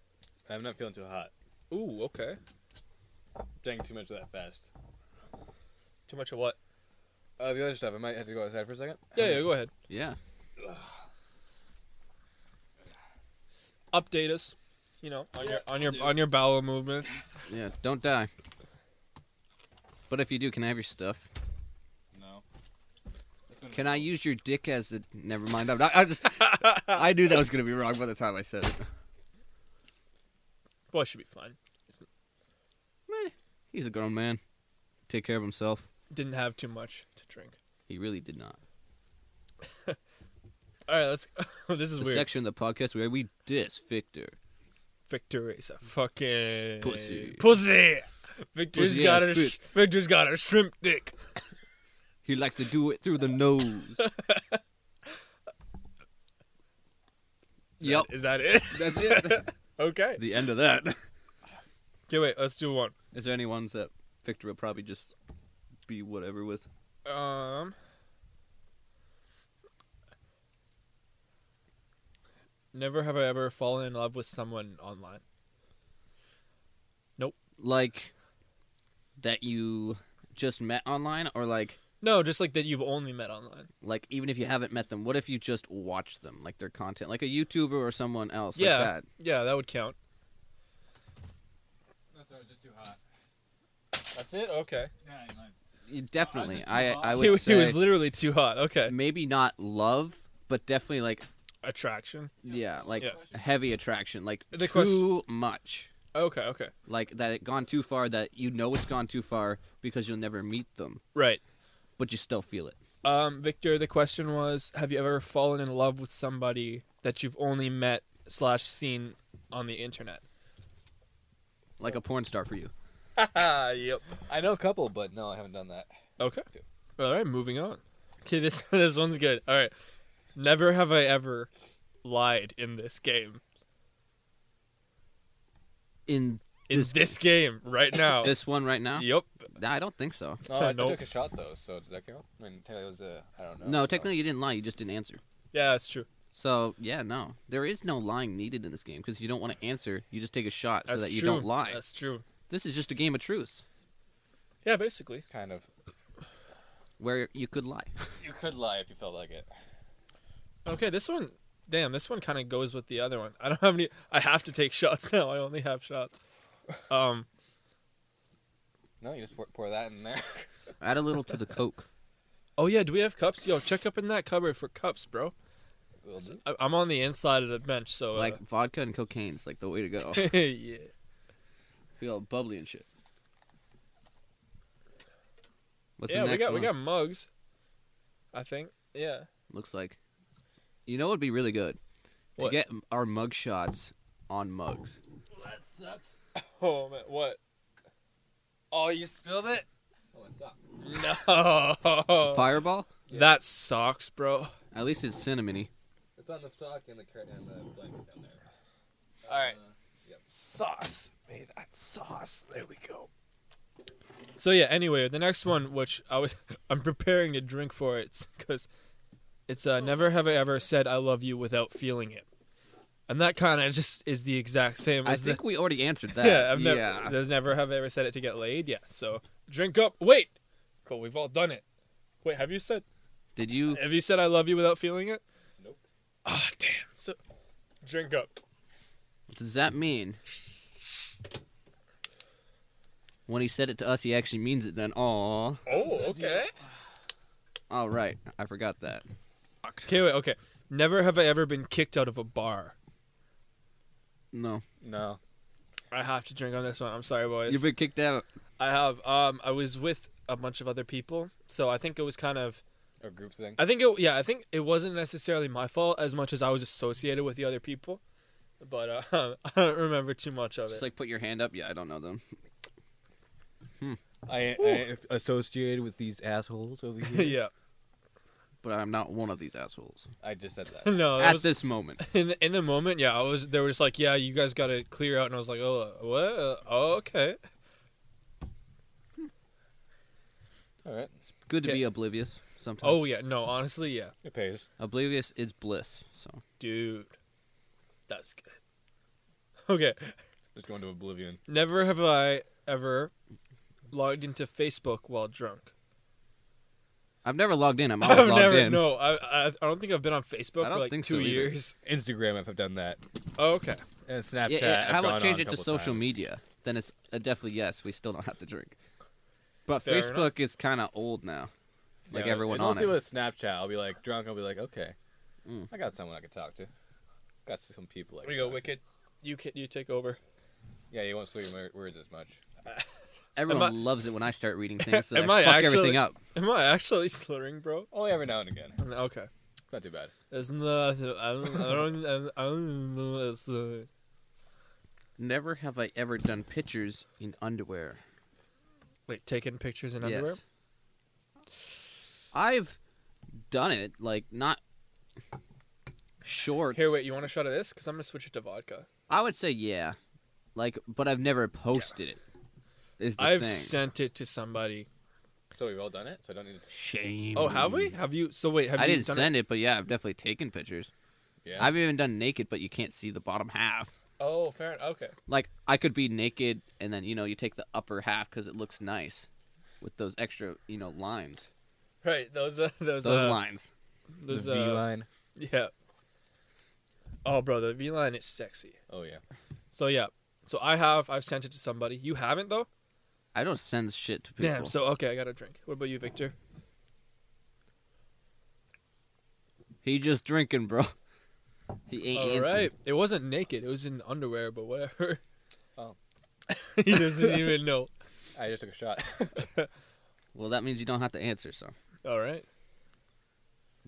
Speaker 3: I'm not feeling too hot.
Speaker 2: Ooh. Okay.
Speaker 3: Drank too much of that fast.
Speaker 2: Too much of what?
Speaker 3: Uh, the other stuff. I might have to go outside for a second.
Speaker 2: Yeah. Yeah. Go ahead.
Speaker 1: Yeah.
Speaker 2: Update us. You know, on your on your on your bowel movements.
Speaker 1: Yeah. Don't die. But if you do, can I have your stuff?
Speaker 3: No.
Speaker 1: Can I use your dick as a? Never mind. I'm not, I just. I knew that was gonna be wrong by the time I said it.
Speaker 2: Boy, should be fine.
Speaker 1: Meh, He's a grown man. Take care of himself.
Speaker 2: Didn't have too much to drink.
Speaker 1: He really did not.
Speaker 2: All right. Let's. this is
Speaker 1: The
Speaker 2: weird.
Speaker 1: section of the podcast where we diss Victor.
Speaker 2: Victor is a fucking
Speaker 1: Pussy.
Speaker 2: Pussy. Victor's
Speaker 1: Pussy
Speaker 2: got
Speaker 1: ass
Speaker 2: a sh- Victor's got a shrimp dick.
Speaker 1: He likes to do it through the nose.
Speaker 2: Is
Speaker 1: yep.
Speaker 2: that- Is that it?
Speaker 1: That's it.
Speaker 2: okay.
Speaker 1: the end of that.
Speaker 2: Okay. Wait. Let's do one.
Speaker 1: Is there any ones that Victor would probably just be whatever with?
Speaker 2: Um. Never have I ever fallen in love with someone online.
Speaker 1: Like that you just met online or like
Speaker 2: No, just like that you've only met online.
Speaker 1: like even if you haven't met them, what if you just watch them, like their content, like a YouTuber or someone else
Speaker 2: yeah,
Speaker 1: like that?
Speaker 2: yeah, that would count.
Speaker 3: That's just too hot.
Speaker 2: That's it. Okay.
Speaker 1: You definitely.
Speaker 3: just
Speaker 1: I
Speaker 3: too
Speaker 1: I would
Speaker 2: He,
Speaker 1: say
Speaker 2: he was literally too hot. Okay.
Speaker 1: maybe not love, but definitely like
Speaker 2: Attraction.
Speaker 1: yeah, like
Speaker 2: Yeah.
Speaker 1: heavy attraction, like
Speaker 2: The
Speaker 1: too
Speaker 2: question-
Speaker 1: much.
Speaker 2: Okay. Okay.
Speaker 1: Like that it gone too far that you know it's gone too far because you'll never meet them,
Speaker 2: Right.
Speaker 1: but you still feel it.
Speaker 2: Um, Victor, the question was: Have you ever fallen in love with somebody that you've only met slash seen on the internet?
Speaker 1: Like a porn star for you.
Speaker 2: yep.
Speaker 3: I know a couple, but no, I haven't done that.
Speaker 2: Okay. All right, moving on. Okay, this this one's good. All right. Never have I ever lied in this game.
Speaker 1: In
Speaker 2: In this, game right now.
Speaker 1: this one right now?
Speaker 2: Yep.
Speaker 1: Nah, I don't think so.
Speaker 3: No, Oh, I, I
Speaker 2: Nope.
Speaker 3: took a shot though, so does that count? I mean, technically it was a, I don't know.
Speaker 1: No,
Speaker 3: so-
Speaker 1: technically you didn't lie, you just didn't answer.
Speaker 2: Yeah, that's true.
Speaker 1: So yeah, no, there is no lying needed in this game because you don't want to answer. You just take a shot
Speaker 2: That's
Speaker 1: so that
Speaker 2: true.
Speaker 1: you don't lie.
Speaker 2: That's true.
Speaker 1: This is just a game of truce
Speaker 2: Yeah, basically.
Speaker 3: Kind of.
Speaker 1: where you could lie.
Speaker 3: You could lie if you felt like it.
Speaker 2: Okay, this one damn, this one kinda goes with the other one. I don't have any I have to take shots now. I only have shots. Um
Speaker 3: No, you just pour, pour that in there.
Speaker 1: Add a little to the coke.
Speaker 2: Oh yeah, do we have cups? Yo, check up in that cupboard for cups, bro.
Speaker 3: Will do.
Speaker 2: I- I'm on the inside of the bench, so uh,
Speaker 1: Like vodka and cocaine's like the way to go.
Speaker 2: yeah.
Speaker 1: Feel bubbly and shit. What's
Speaker 2: yeah,
Speaker 1: the next
Speaker 2: we got
Speaker 1: one?
Speaker 2: we got mugs. I think. Yeah.
Speaker 1: Looks like. You know what would be really good to
Speaker 2: What?
Speaker 1: get our mug shots on mugs.
Speaker 2: That sucks. Oh man, what? Oh, you spilled it?
Speaker 3: Oh,
Speaker 2: No.
Speaker 1: Fireball?
Speaker 3: Yeah.
Speaker 2: That sucks, bro.
Speaker 1: At least it's cinnamony.
Speaker 3: It's on the sock and the curtain and the blanket down there.
Speaker 2: All right.
Speaker 3: yep.
Speaker 2: Uh, Sauce. May that sauce. There we go. So yeah. Anyway, the next one, which I was, I'm preparing to drink for it, because it's uh, never have I ever said I love you without feeling it, and that kind of just is the exact same.
Speaker 1: I
Speaker 2: as the-
Speaker 1: think we already answered that.
Speaker 2: yeah, I've never,
Speaker 1: yeah.
Speaker 2: there's never have I ever said it to get laid. Yeah. So drink up. Wait, but we've all done it. Wait, have you said?
Speaker 1: Did you?
Speaker 2: Have you said I love you without feeling it?
Speaker 3: Nope.
Speaker 2: Ah, damn. So drink up.
Speaker 1: Does that mean when he said it to us, he actually means it? Then, oh,
Speaker 2: Oh,
Speaker 3: Said you-
Speaker 2: okay.
Speaker 1: all right, I forgot that.
Speaker 2: Okay, wait, okay. Never have I ever been kicked out of a bar.
Speaker 1: No,
Speaker 3: No.
Speaker 2: I have to drink on this one. I'm sorry, boys.
Speaker 1: you've been kicked out.
Speaker 2: I have. Um, I was with a bunch of other people, so I think it was kind of.
Speaker 3: Or group thing.
Speaker 2: I think it. Yeah, I think it wasn't necessarily my fault as much as I was associated with the other people, but uh, I don't remember too much of it.
Speaker 1: Just like put your hand up. Yeah, I don't know them.
Speaker 3: I, I associated with these assholes over here.
Speaker 2: yeah.
Speaker 1: but I'm not one of these assholes
Speaker 3: I just said that.
Speaker 2: No, Oh, that
Speaker 1: at
Speaker 2: was
Speaker 1: this moment.
Speaker 2: in the, in the moment. Yeah, I was. They were just like, "Yeah, you guys got to clear out," and I was like, "Oh, uh, what? Uh, oh, okay."
Speaker 3: All right.
Speaker 1: It's good to
Speaker 2: Okay.
Speaker 1: be oblivious sometimes.
Speaker 2: Oh yeah. No, honestly, yeah,
Speaker 3: It pays.
Speaker 2: Oh.
Speaker 1: oblivious is bliss. So
Speaker 2: dude, that's good. Okay.
Speaker 3: Just going to oblivion.
Speaker 2: Never have I ever logged into Facebook while drunk.
Speaker 1: I've never logged in. I'm always
Speaker 2: I've
Speaker 1: logged
Speaker 2: never.
Speaker 1: in.
Speaker 2: No, I, I I don't think I've been on Facebook
Speaker 1: I
Speaker 2: for
Speaker 1: don't
Speaker 2: like
Speaker 1: think
Speaker 2: two
Speaker 1: so either.
Speaker 2: years.
Speaker 3: Instagram, I've done that.
Speaker 2: Oh, okay.
Speaker 3: And Snapchat.
Speaker 1: Yeah, yeah,
Speaker 3: I've
Speaker 1: how
Speaker 3: gone
Speaker 1: about change
Speaker 3: on a
Speaker 1: it to
Speaker 3: couple
Speaker 1: social
Speaker 3: times.
Speaker 1: media? Then it's uh, definitely yes. We still don't have to drink. But
Speaker 2: Fair
Speaker 1: Facebook
Speaker 2: enough.
Speaker 1: is kind of old now. Like
Speaker 3: Yeah,
Speaker 1: everyone
Speaker 3: and
Speaker 1: on
Speaker 3: mostly
Speaker 1: it.
Speaker 3: with Snapchat, I'll be like drunk. I'll be like, okay,
Speaker 1: Mm.
Speaker 3: I got someone I could talk to. Got some people. I
Speaker 2: There you
Speaker 3: could
Speaker 2: go,
Speaker 3: talk to.
Speaker 2: Wicked. You can, you take over.
Speaker 3: Yeah, you won't swing your words as much.
Speaker 1: Everyone
Speaker 2: I-
Speaker 1: loves it when I start reading things. So
Speaker 2: Am
Speaker 1: I,
Speaker 2: I
Speaker 1: fuck
Speaker 2: actually-
Speaker 1: everything up.
Speaker 2: Am I actually slurring, bro?
Speaker 3: Only every now and again.
Speaker 2: I'm- Okay.
Speaker 3: It's not too bad.
Speaker 2: Isn't the I don't I don't I don't know. It's the
Speaker 1: Never have I ever done pictures in underwear.
Speaker 2: wait taking pictures in underwear.
Speaker 1: Yes. I've done it, like not shorts.
Speaker 2: Here, wait. You want a shot of this? Because I'm gonna switch it to vodka.
Speaker 1: I would say yeah, like, but I've never posted it. Is the
Speaker 2: I've
Speaker 1: thing.
Speaker 2: sent it to somebody.
Speaker 3: So we've all done it. So I don't need to.
Speaker 1: Shame.
Speaker 2: Oh, have we? Have you? So wait, have
Speaker 1: I
Speaker 2: you
Speaker 1: didn't
Speaker 2: done
Speaker 1: send it? but yeah, I've definitely taken pictures.
Speaker 3: Yeah.
Speaker 1: I've even done naked, but you can't see the bottom half.
Speaker 2: Oh, fair. en- Okay.
Speaker 1: Like I could be naked, and then you know you take the upper half because it looks nice with those extra you know lines.
Speaker 2: Right. Those uh, those
Speaker 1: Those
Speaker 2: uh,
Speaker 1: lines.
Speaker 2: Those
Speaker 3: the V
Speaker 2: uh,
Speaker 3: line.
Speaker 2: Yeah. Oh, bro, the V line is sexy.
Speaker 3: Oh yeah.
Speaker 2: So yeah. So I have I've sent it to somebody. You haven't though.
Speaker 1: I don't send shit to people.
Speaker 2: Damn. So okay, I got a drink. What about you, Victor?
Speaker 1: he just drinking, bro. He ain't
Speaker 2: All
Speaker 1: answering.
Speaker 2: right. It wasn't naked. It was in underwear, but whatever.
Speaker 3: Oh.
Speaker 2: he doesn't even know.
Speaker 3: I just took a shot.
Speaker 1: Well, that means you don't have to answer. So
Speaker 2: All right.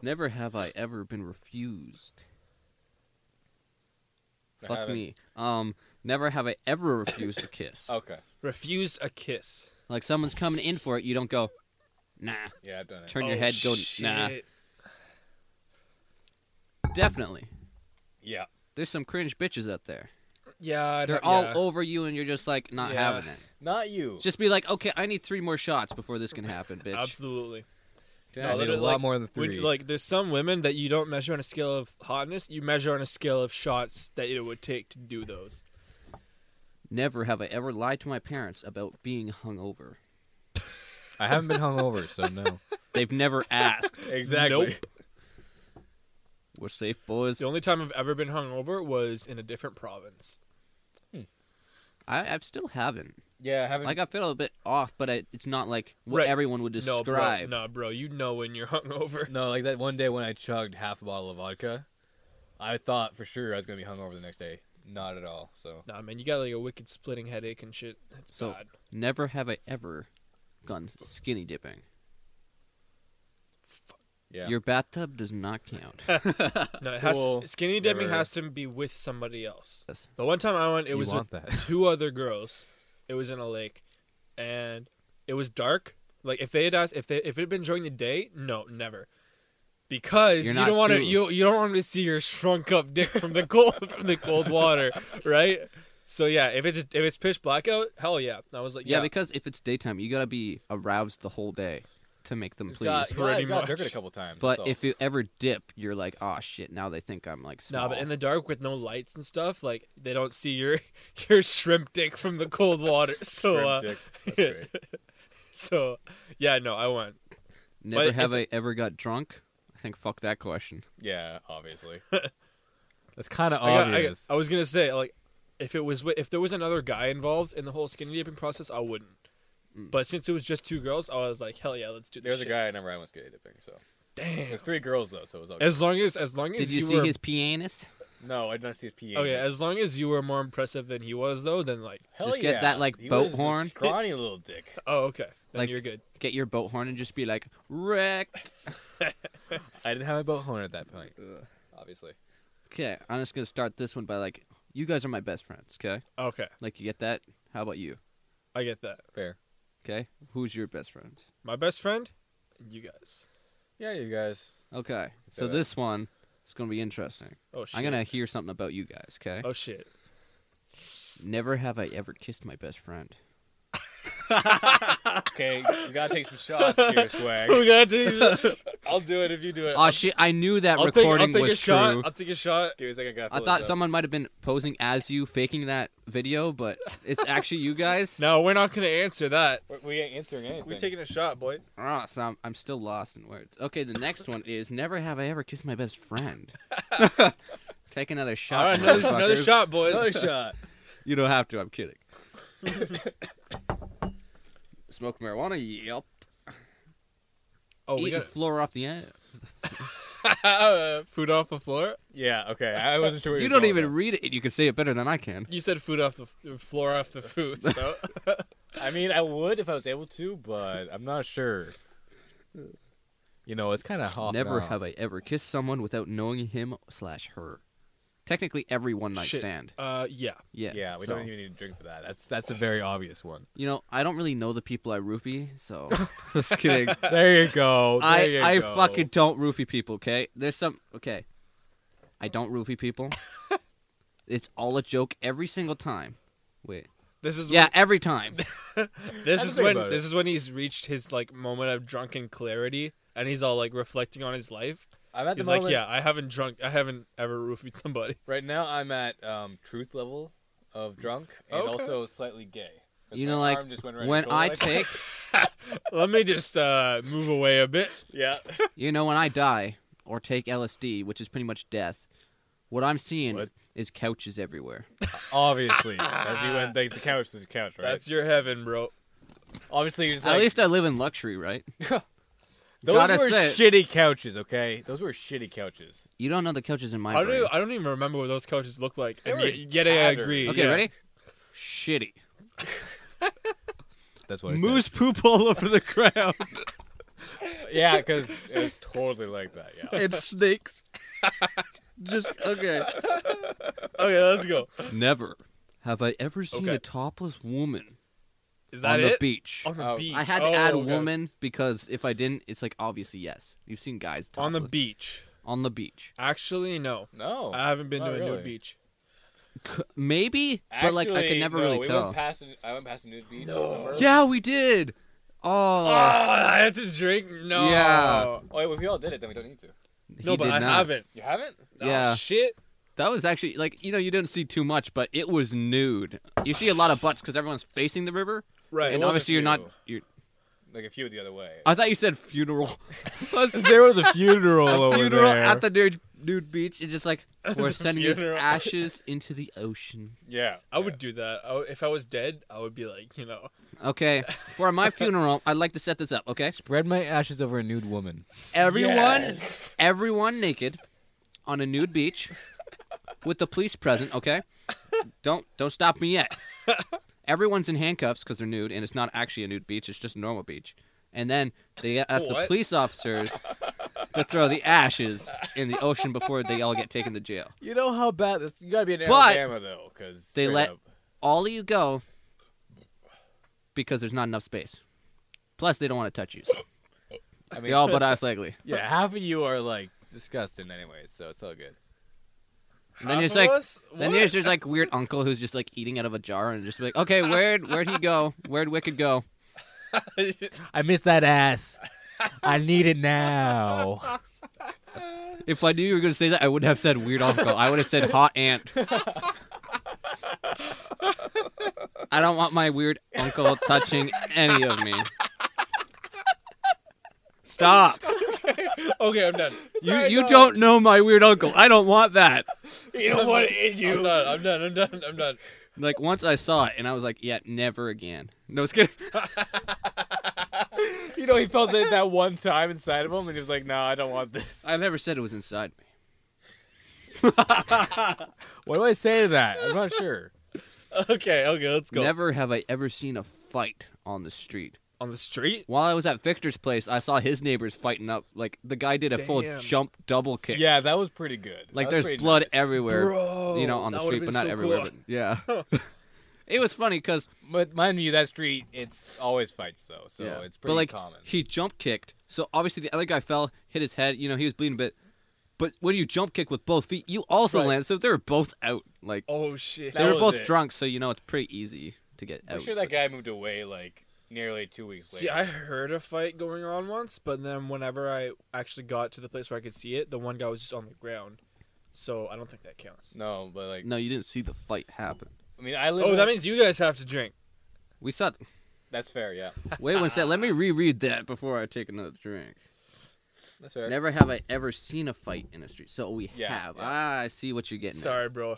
Speaker 1: never have I ever been refused.
Speaker 3: I
Speaker 1: Fuck
Speaker 3: haven't.
Speaker 1: me. Um, never have I ever refused a kiss.
Speaker 2: Oh.
Speaker 3: Okay.
Speaker 2: Refuse a kiss.
Speaker 1: Like someone's coming in for it, you don't go, nah.
Speaker 3: Yeah, I've done it.
Speaker 1: Turn your
Speaker 2: Oh,
Speaker 1: head, go, nah.
Speaker 2: shit.
Speaker 1: Definitely.
Speaker 3: Yeah.
Speaker 1: There's some cringe bitches out there.
Speaker 2: Yeah. I
Speaker 1: They're
Speaker 2: don't-
Speaker 1: all
Speaker 2: yeah.
Speaker 1: over you, and you're just like not
Speaker 2: Yeah.
Speaker 1: having it.
Speaker 3: Not you.
Speaker 1: Just be like, okay, I need three more shots before this can happen, bitch.
Speaker 2: Absolutely.
Speaker 3: I
Speaker 2: No,
Speaker 3: did a
Speaker 2: literally,
Speaker 3: lot
Speaker 2: like,
Speaker 3: more than
Speaker 2: When-
Speaker 3: three.
Speaker 2: like, there's some women that you don't measure on a scale of hotness. You measure on a scale of shots that it would take to do those.
Speaker 1: Never have I ever lied to my parents about being hungover.
Speaker 3: I haven't been hungover, so no.
Speaker 1: They've never asked.
Speaker 3: exactly.
Speaker 2: Nope.
Speaker 1: We're safe, boys.
Speaker 2: The only time I've ever been hungover was in a different province.
Speaker 1: I, I still haven't.
Speaker 3: Yeah, I haven't.
Speaker 1: Like I feel a bit off, but I, it's not like what
Speaker 2: Right.
Speaker 1: everyone would
Speaker 2: No, bro,
Speaker 1: describe.
Speaker 2: no, bro, you know when you're hungover.
Speaker 3: No, like that one day when I chugged half a bottle of vodka, I thought for sure I was gonna be hungover the next day. Not at all. So
Speaker 2: Nah, man, you got like a wicked splitting headache and shit. That's
Speaker 1: So-
Speaker 2: bad.
Speaker 1: Never have I ever gone skinny dipping.
Speaker 3: Yeah.
Speaker 1: Your bathtub does not count.
Speaker 2: No, it has
Speaker 3: Well,
Speaker 2: skinny dipping
Speaker 3: never-
Speaker 2: has to be with somebody else.
Speaker 1: Yes.
Speaker 2: The one time I went, it
Speaker 3: You
Speaker 2: was
Speaker 3: want
Speaker 2: with
Speaker 3: that.
Speaker 2: two other girls. It was in a lake, and it was dark. Like if they had asked, if they if it had been during the day, no, never, because
Speaker 1: You're
Speaker 2: you
Speaker 1: not
Speaker 2: don't want to
Speaker 1: suited.
Speaker 2: you you don't want 'em to see your shrunk up dick from the cold from the cold water, right? So yeah, if it's if it's pitch black out, hell yeah. I was like,
Speaker 1: yeah,
Speaker 2: yeah,
Speaker 1: because if it's daytime, you gotta be aroused the whole day to make them please.
Speaker 3: got,
Speaker 2: pretty
Speaker 3: got,
Speaker 2: much.
Speaker 3: Got dirked a couple times.
Speaker 1: but
Speaker 3: that's all.
Speaker 1: if you ever dip, you're like, oh shit, now they think I'm like small.
Speaker 2: Nah, but in the dark with no lights and stuff, like they don't see your your shrimp dick from the cold water. So
Speaker 3: Shrimp
Speaker 2: uh,
Speaker 3: dick, that's
Speaker 2: yeah.
Speaker 3: great.
Speaker 2: so yeah, no, I went.
Speaker 1: Never
Speaker 2: but
Speaker 1: have I ever got drunk. I think fuck that question.
Speaker 3: Yeah, obviously. That's kind of
Speaker 2: I, got- I got-
Speaker 3: obvious.
Speaker 2: I was gonna say like, if it was wi- if there was another guy involved in the whole skinny dipping process, I wouldn't.
Speaker 1: Mm.
Speaker 2: But since it was just two girls, I was like, hell yeah, let's do
Speaker 3: There's
Speaker 2: this.
Speaker 3: a
Speaker 2: shit.
Speaker 3: guy I never I went skinny dipping. So
Speaker 2: Damn.
Speaker 3: there's three girls though, so it was okay.
Speaker 2: As long as as long as
Speaker 1: Did you, see
Speaker 2: were,
Speaker 1: his pianist?
Speaker 3: no, I did not see his PA.
Speaker 2: oh yeah, as long as you were more impressive than he was though, then like
Speaker 3: Hell
Speaker 1: Just
Speaker 3: yeah.
Speaker 1: get that, like,
Speaker 3: he
Speaker 1: boat
Speaker 3: was a
Speaker 1: horn.
Speaker 3: scrawny little dick.
Speaker 2: oh okay, then
Speaker 1: Like-
Speaker 2: you're good.
Speaker 1: Get your boat horn and just be like, wrecked.
Speaker 3: I didn't have a boat horn at that point. Obviously.
Speaker 1: Okay, I'm just gonna start this one by like, you guys are my best friends. Okay,
Speaker 2: Okay,
Speaker 1: like you get that. How about you?
Speaker 2: I get that.
Speaker 3: Fair.
Speaker 1: Okay, who's your best friend?
Speaker 2: My best friend, you guys.
Speaker 3: Yeah, you guys.
Speaker 1: Okay, so
Speaker 3: that.
Speaker 1: this one is gonna be interesting.
Speaker 2: Oh shit.
Speaker 1: I'm gonna hear something about you guys. Okay,
Speaker 2: Oh shit.
Speaker 1: never have I ever kissed my best friend.
Speaker 3: Okay, you gotta take some shots here, swag.
Speaker 2: We gotta take this-
Speaker 3: I'll do it if you do it.
Speaker 1: Oh shit! I knew that
Speaker 2: I'll take, I'll
Speaker 1: recording
Speaker 2: take a
Speaker 1: was true.
Speaker 2: shot. I'll take a shot.
Speaker 3: Give me a second, gotta
Speaker 1: I
Speaker 3: fill
Speaker 1: thought
Speaker 3: this up.
Speaker 1: someone might have been posing as you, faking that video, but it's actually you guys.
Speaker 2: No, we're not gonna answer that.
Speaker 3: We- We ain't answering anything.
Speaker 2: We taking a shot, boy.
Speaker 1: Ah, so I'm, I'm still lost in words. Okay, the next one is never have I ever kissed my best friend. Take another shot.
Speaker 2: All right, another, another
Speaker 1: motherfuckers.
Speaker 2: shot, boys.
Speaker 3: another shot.
Speaker 1: You don't have to. I'm kidding. Smoke marijuana. Yep.
Speaker 2: Oh, we
Speaker 1: Eat the
Speaker 2: got
Speaker 1: floor off the end.
Speaker 2: uh, food off the floor.
Speaker 3: Yeah, okay. I wasn't sure. where
Speaker 1: You
Speaker 3: was
Speaker 1: don't
Speaker 3: going
Speaker 1: even
Speaker 3: with
Speaker 1: read it. You can say it better than I can.
Speaker 2: You said food off the f- floor off the food. So
Speaker 3: that. I mean, I would if I was able to, but I'm not sure. You know, it's kind of hot.
Speaker 1: Never have I ever kissed someone without knowing him slash her. Technically, every one night
Speaker 2: Shit.
Speaker 1: stand.
Speaker 2: uh, yeah.
Speaker 1: Yeah.
Speaker 3: Yeah, we
Speaker 1: so-
Speaker 3: don't even need to drink for that. That's that's a very obvious one.
Speaker 1: You know, I don't really know the people I roofie, so just kidding.
Speaker 3: There you go. There
Speaker 1: I
Speaker 3: you
Speaker 1: I
Speaker 3: go.
Speaker 1: fucking don't roofie people. Okay, there's some. Okay, I don't roofie people. it's all a joke every single time. Wait.
Speaker 2: This is
Speaker 1: Yeah, every time.
Speaker 2: When, this
Speaker 3: I
Speaker 2: is
Speaker 3: think
Speaker 2: when
Speaker 3: about it.
Speaker 2: this is when he's reached his like moment of drunken clarity, and he's all like reflecting on his life.
Speaker 3: I'm at the
Speaker 2: He's
Speaker 3: moment,
Speaker 2: like, yeah, I haven't drunk, I haven't ever roofied somebody.
Speaker 3: Right now, I'm at um, truth level of drunk and
Speaker 2: Okay.
Speaker 3: also slightly gay. 'Cause
Speaker 1: You
Speaker 3: my
Speaker 1: know, like
Speaker 3: arm just went right
Speaker 1: when
Speaker 3: in the shoulder
Speaker 1: I
Speaker 3: like-
Speaker 1: take,
Speaker 2: Let me just uh, move away a bit.
Speaker 3: yeah.
Speaker 1: you know, when I die or take LSD, which is pretty much death. What I'm seeing is
Speaker 3: What?
Speaker 1: couches everywhere.
Speaker 3: Obviously, as you went, like, the couch is the couch, right?
Speaker 2: That's your heaven, bro.
Speaker 3: Obviously, you're just
Speaker 1: At
Speaker 3: like,
Speaker 1: least I live in luxury, right?
Speaker 3: those
Speaker 1: gotta
Speaker 3: were
Speaker 1: say
Speaker 3: shitty couches, okay? Those were shitty couches.
Speaker 1: You don't know the couches in my
Speaker 2: I don't,
Speaker 1: brain.
Speaker 2: even, I don't even remember what those couches look like.
Speaker 3: They
Speaker 2: and
Speaker 3: were
Speaker 2: yet, yet I
Speaker 3: tattered.
Speaker 2: agree.
Speaker 1: Okay,
Speaker 2: yeah.
Speaker 1: ready? Shitty.
Speaker 3: That's what I said.
Speaker 1: Moose poop all over the ground.
Speaker 3: Yeah, because it's totally like that. Yeah.
Speaker 1: it's snakes. Just okay.
Speaker 2: Okay, let's go.
Speaker 1: Never have I ever seen
Speaker 2: Okay.
Speaker 1: a topless woman
Speaker 2: Is
Speaker 1: on
Speaker 2: that
Speaker 1: the
Speaker 2: it?
Speaker 1: beach.
Speaker 2: On the
Speaker 3: Oh.
Speaker 2: beach.
Speaker 1: I had to
Speaker 2: Oh,
Speaker 1: add
Speaker 2: okay.
Speaker 1: woman because if I didn't, it's like obviously yes. You've seen guys topless.
Speaker 2: On the beach.
Speaker 1: On the beach.
Speaker 2: Actually, no.
Speaker 3: No.
Speaker 1: Oh.
Speaker 2: I haven't been
Speaker 3: not
Speaker 2: to a
Speaker 3: Oh, really.
Speaker 2: nude beach.
Speaker 1: C- Maybe, but like I could
Speaker 3: Actually,
Speaker 1: never
Speaker 3: no,
Speaker 1: really
Speaker 3: we
Speaker 1: tell.
Speaker 3: Went past, a- I went past a nude beach. No.
Speaker 1: yeah, we did. Oh,
Speaker 2: Oh, I have to drink? No.
Speaker 1: Yeah.
Speaker 3: Oh, wait, if we all did it, then we don't need to.
Speaker 1: he
Speaker 2: No, but
Speaker 1: did
Speaker 2: I
Speaker 1: not.
Speaker 2: haven't.
Speaker 3: You haven't?
Speaker 1: Yeah.
Speaker 2: Oh, shit.
Speaker 1: That was actually like you know you didn't see too much, but it was nude. You see a lot of butts because everyone's facing the river,
Speaker 2: Right.
Speaker 1: and
Speaker 3: was a
Speaker 1: obviously you're not.
Speaker 3: few.
Speaker 1: You're,
Speaker 3: Like a few the other way.
Speaker 1: I thought you said funeral.
Speaker 3: there was a funeral
Speaker 1: a funeral at the nude, nude beach and just like we're sending his
Speaker 2: funeral.
Speaker 1: ashes into the ocean.
Speaker 3: Yeah.
Speaker 2: I would do that. I would- if I was dead, I would be like, you know.
Speaker 1: Okay, for my funeral, I'd like to set this up. Okay,
Speaker 3: spread my ashes over a nude woman.
Speaker 1: everyone,
Speaker 2: Yes.
Speaker 1: everyone naked on a nude beach with the police present. Okay, don't don't stop me yet. Everyone's in handcuffs because they're nude, and it's not actually a nude beach; it's just a normal beach. And then they ask the
Speaker 2: What?
Speaker 1: police officers to throw the ashes in the ocean before they all get taken to jail.
Speaker 3: You know how bad this. You gotta be in
Speaker 1: But-
Speaker 3: Alabama though, because
Speaker 1: They let- All of you go because there's not enough space. Plus, they don't want to touch you. So
Speaker 3: I mean,
Speaker 1: they all but us likely.
Speaker 3: yeah, half of you are like disgusting anyway, so it's all good.
Speaker 1: And then
Speaker 2: Half
Speaker 1: it's
Speaker 2: of
Speaker 1: like,
Speaker 2: us?
Speaker 1: then
Speaker 2: What?
Speaker 1: there's just like weird uncle who's just like eating out of a jar and just like, okay, where'd where'd he go? Where'd Wicked go?
Speaker 3: I miss that ass. I need it now.
Speaker 1: If I knew you were going to say that, I wouldn't have said weird uncle. I would have said hot aunt. I don't want my weird uncle touching any of me. Stop.
Speaker 2: okay, I'm done.
Speaker 1: You, you don't know my weird uncle. I don't want that.
Speaker 3: you don't want it in
Speaker 2: I'm done. I'm done. I'm done. I'm done.
Speaker 1: Like once I saw it and I was like, yeah, never again. No, it's kidding.
Speaker 3: You know, he felt that that one time inside of him, and he was like, "No, I don't want this."
Speaker 1: I never said it was inside me.
Speaker 3: What do I say to that? I'm not sure.
Speaker 2: Okay, okay, let's go.
Speaker 1: Never have I ever seen a fight on the street.
Speaker 2: On the street?
Speaker 1: While I was at Victor's place, I saw his neighbors fighting up. Like the guy did a full
Speaker 2: Damn.
Speaker 1: jump double kick.
Speaker 3: Yeah, that was pretty good.
Speaker 1: Like
Speaker 3: That was
Speaker 1: there's
Speaker 3: pretty
Speaker 1: blood
Speaker 3: nice.
Speaker 1: everywhere,
Speaker 2: Bro,
Speaker 1: you know, on the
Speaker 2: that
Speaker 1: street,
Speaker 2: would've
Speaker 1: but not
Speaker 2: been so
Speaker 1: everywhere.
Speaker 2: cool.
Speaker 1: But yeah, it was funny because
Speaker 3: But mind you, that street it's always fights though, so it's pretty
Speaker 1: but like
Speaker 3: common.
Speaker 1: he jump kicked, so obviously the other guy fell, hit his head. You know, he was bleeding a bit. But when you jump kick with both feet, you also
Speaker 2: Right.
Speaker 1: land. So they were both out. Like
Speaker 2: Oh shit.
Speaker 1: they
Speaker 3: that
Speaker 1: were
Speaker 3: was
Speaker 1: both
Speaker 3: it.
Speaker 1: drunk, so you know it's pretty easy to get
Speaker 3: I'm
Speaker 1: out.
Speaker 3: sure that guy moved away like nearly two weeks later.
Speaker 2: See, I heard a fight going on once, but then whenever I actually got to the place where I could see it, the one guy was just on the ground. So I don't think that counts.
Speaker 3: No, but like,
Speaker 1: no, you didn't see the fight happen.
Speaker 3: I mean, I live.
Speaker 2: Oh,
Speaker 3: in-
Speaker 2: that means you guys have to drink.
Speaker 1: We saw.
Speaker 3: that's fair. Yeah,
Speaker 1: Wait one sec. Let me reread that before I take another drink.
Speaker 3: that's fair.
Speaker 1: Never have I ever seen a fight in a street. So we
Speaker 3: Yeah,
Speaker 1: have.
Speaker 3: yeah.
Speaker 1: Ah, I see what you're getting. at.
Speaker 2: Sorry, bro.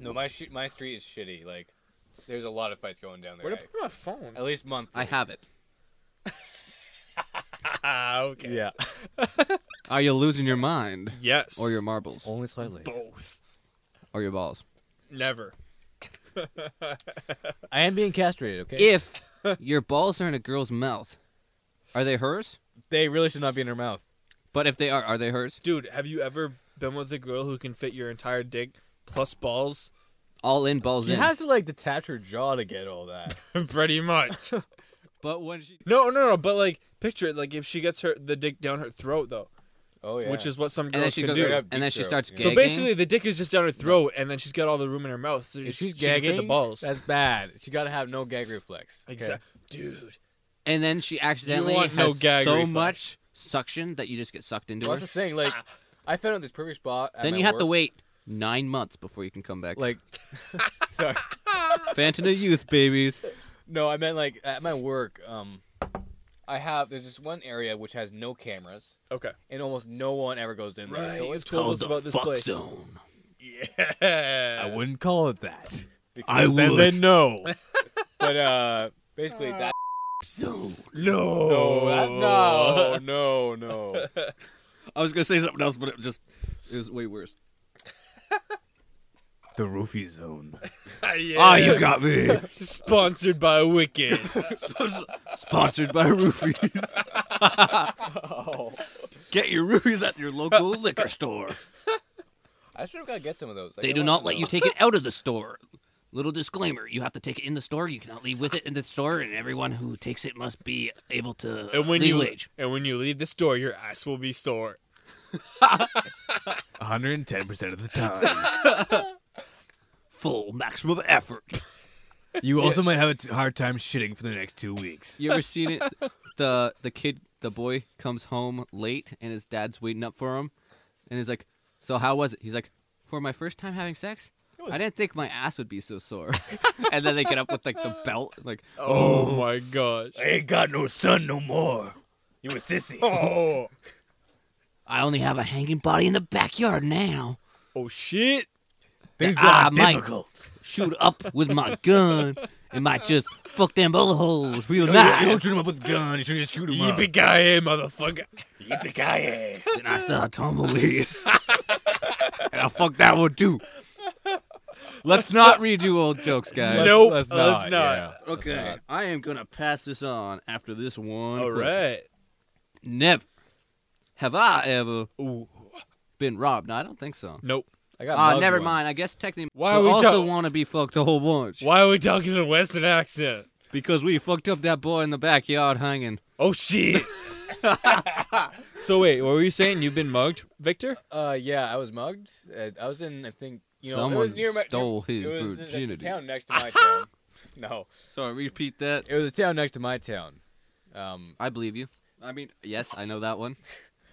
Speaker 3: No, my sh- my street is shitty. Like, there's a lot of fights going down there.
Speaker 2: Where'd I
Speaker 3: I-
Speaker 2: put my phone?
Speaker 3: At
Speaker 1: Oh.
Speaker 3: least monthly.
Speaker 1: I have it.
Speaker 2: Ah, okay.
Speaker 3: Yeah.
Speaker 1: Are you losing your mind,
Speaker 2: Yes.
Speaker 1: or your marbles,
Speaker 3: Only slightly.
Speaker 2: both.
Speaker 1: or your balls?
Speaker 2: Never.
Speaker 3: I am being castrated. Okay.
Speaker 1: if your balls are in a girl's mouth, are they hers?
Speaker 3: they really should not be in her mouth.
Speaker 1: But if they are, are they hers?
Speaker 2: Dude, have you ever been with a girl who can fit your entire dick plus balls?
Speaker 1: All in, balls
Speaker 3: She
Speaker 1: in.
Speaker 3: has to like detach her jaw to get all that.
Speaker 2: Pretty much.
Speaker 1: but when she
Speaker 2: no, no, no. But like, picture it. Like, if she gets her the dick down her throat, though,
Speaker 3: Oh yeah.
Speaker 2: which is what some
Speaker 1: and then
Speaker 2: girls
Speaker 1: she
Speaker 2: can
Speaker 1: goes,
Speaker 2: do.
Speaker 3: Straight up
Speaker 1: and then she
Speaker 3: deep
Speaker 1: starts
Speaker 3: throat,
Speaker 1: gagging.
Speaker 2: So basically, the dick is just down her throat, and then she's got all the room in her mouth. So
Speaker 3: if
Speaker 2: she
Speaker 3: she's
Speaker 2: can fit
Speaker 3: gagging
Speaker 2: the balls.
Speaker 3: That's bad. She gotta have no gag reflex.
Speaker 2: exactly, dude.
Speaker 1: and then she accidentally
Speaker 2: You
Speaker 1: has
Speaker 2: want no gag
Speaker 1: so
Speaker 2: reflex.
Speaker 1: much suction that you just get sucked into
Speaker 3: Well,
Speaker 1: her.
Speaker 3: that's the thing. Like, I found out this perfect spot. At
Speaker 1: Then
Speaker 3: my
Speaker 1: you have to
Speaker 3: work.
Speaker 1: wait nine months before you can come back.
Speaker 3: Like, sorry.
Speaker 1: Phantom of Youth, babies.
Speaker 3: No, I meant like at my work. Um, I have there's this one area which has no cameras,
Speaker 2: Okay.
Speaker 3: and almost no one ever goes in there. So it's
Speaker 2: told us about this place.
Speaker 1: zone.
Speaker 2: Yeah.
Speaker 3: wouldn't call it that.
Speaker 1: I would.
Speaker 3: no. but uh, basically that.
Speaker 1: Zone.
Speaker 2: No.
Speaker 3: No, that, no, no, no.
Speaker 1: I was gonna say something else, but it just it was way worse.
Speaker 3: The roofie zone.
Speaker 2: yeah.
Speaker 1: Ah, got me.
Speaker 2: sponsored by Wicked.
Speaker 1: Sponsored by Roofies.
Speaker 3: Oh,
Speaker 1: Get your Roofies at your local liquor store.
Speaker 3: I should have got to get some of those. Like,
Speaker 1: They
Speaker 3: I
Speaker 1: do
Speaker 3: want
Speaker 1: not
Speaker 3: some
Speaker 1: let
Speaker 3: of
Speaker 1: you
Speaker 3: those.
Speaker 1: take it out of the store. Little disclaimer: you have to take it in the store. You cannot leave with it in the store, and everyone who takes it must be able to
Speaker 2: and when
Speaker 1: legal
Speaker 2: you
Speaker 1: age.
Speaker 2: and when you leave the store, your ass will be sore.
Speaker 4: 110% of the time.
Speaker 1: Full maximum effort.
Speaker 4: You also might have a t- hard time shitting for the next two weeks.
Speaker 1: You ever seen it? The the kid, the boy comes home late, and his dad's waiting up for him, and he's like, "So how was it?" He's like, "For my first time having sex." I didn't think my ass would be so sore, and then they get up with like the belt, like
Speaker 2: Oh, my gosh.
Speaker 4: I ain't got no son no more. You a sissy.
Speaker 2: Oh.
Speaker 1: I only have a hanging body in the backyard now.
Speaker 2: Oh shit.
Speaker 4: Things
Speaker 1: Ah,
Speaker 4: got
Speaker 1: Mike.
Speaker 4: difficult.
Speaker 1: shoot up with my gun and might just fuck them bullet holes real
Speaker 4: You don't- You don't
Speaker 1: nice.
Speaker 4: shoot him up with a gun. You should just shoot him up.
Speaker 2: Yippee-ki-yay, motherfucker.
Speaker 4: Yippee-ki-yay.
Speaker 1: Then I saw a tumbleweed. and I fucked that one too. Let's not redo old jokes, guys.
Speaker 2: Let's- Nope, let's not.
Speaker 1: Okay, I am gonna pass this on after this one.
Speaker 2: All
Speaker 1: question.
Speaker 2: right.
Speaker 1: Never Have I ever
Speaker 2: Ooh.
Speaker 1: been robbed? No, I don't think so.
Speaker 2: Nope.
Speaker 3: I got.
Speaker 1: Ah,
Speaker 3: mugged
Speaker 1: never
Speaker 3: once.
Speaker 1: mind. I guess technically,
Speaker 2: Why
Speaker 1: but
Speaker 2: are we
Speaker 1: also
Speaker 2: ta-
Speaker 1: want to be fucked a whole bunch
Speaker 2: Why are we talking in a Western accent?
Speaker 1: because we fucked up that boy in the backyard hanging.
Speaker 2: Oh shit. so wait, what were you saying? You've been mugged, Victor?
Speaker 3: Uh, yeah, I was mugged. Uh, I was in, I think, you know, it
Speaker 1: Someone
Speaker 3: was near my,
Speaker 1: stole his
Speaker 3: it was in the-
Speaker 1: virginity.
Speaker 3: The town next to my town. No,
Speaker 1: Sorry, repeat that.
Speaker 3: it was a town next to my town. Um,
Speaker 1: I believe you. I mean, yes, I know that one.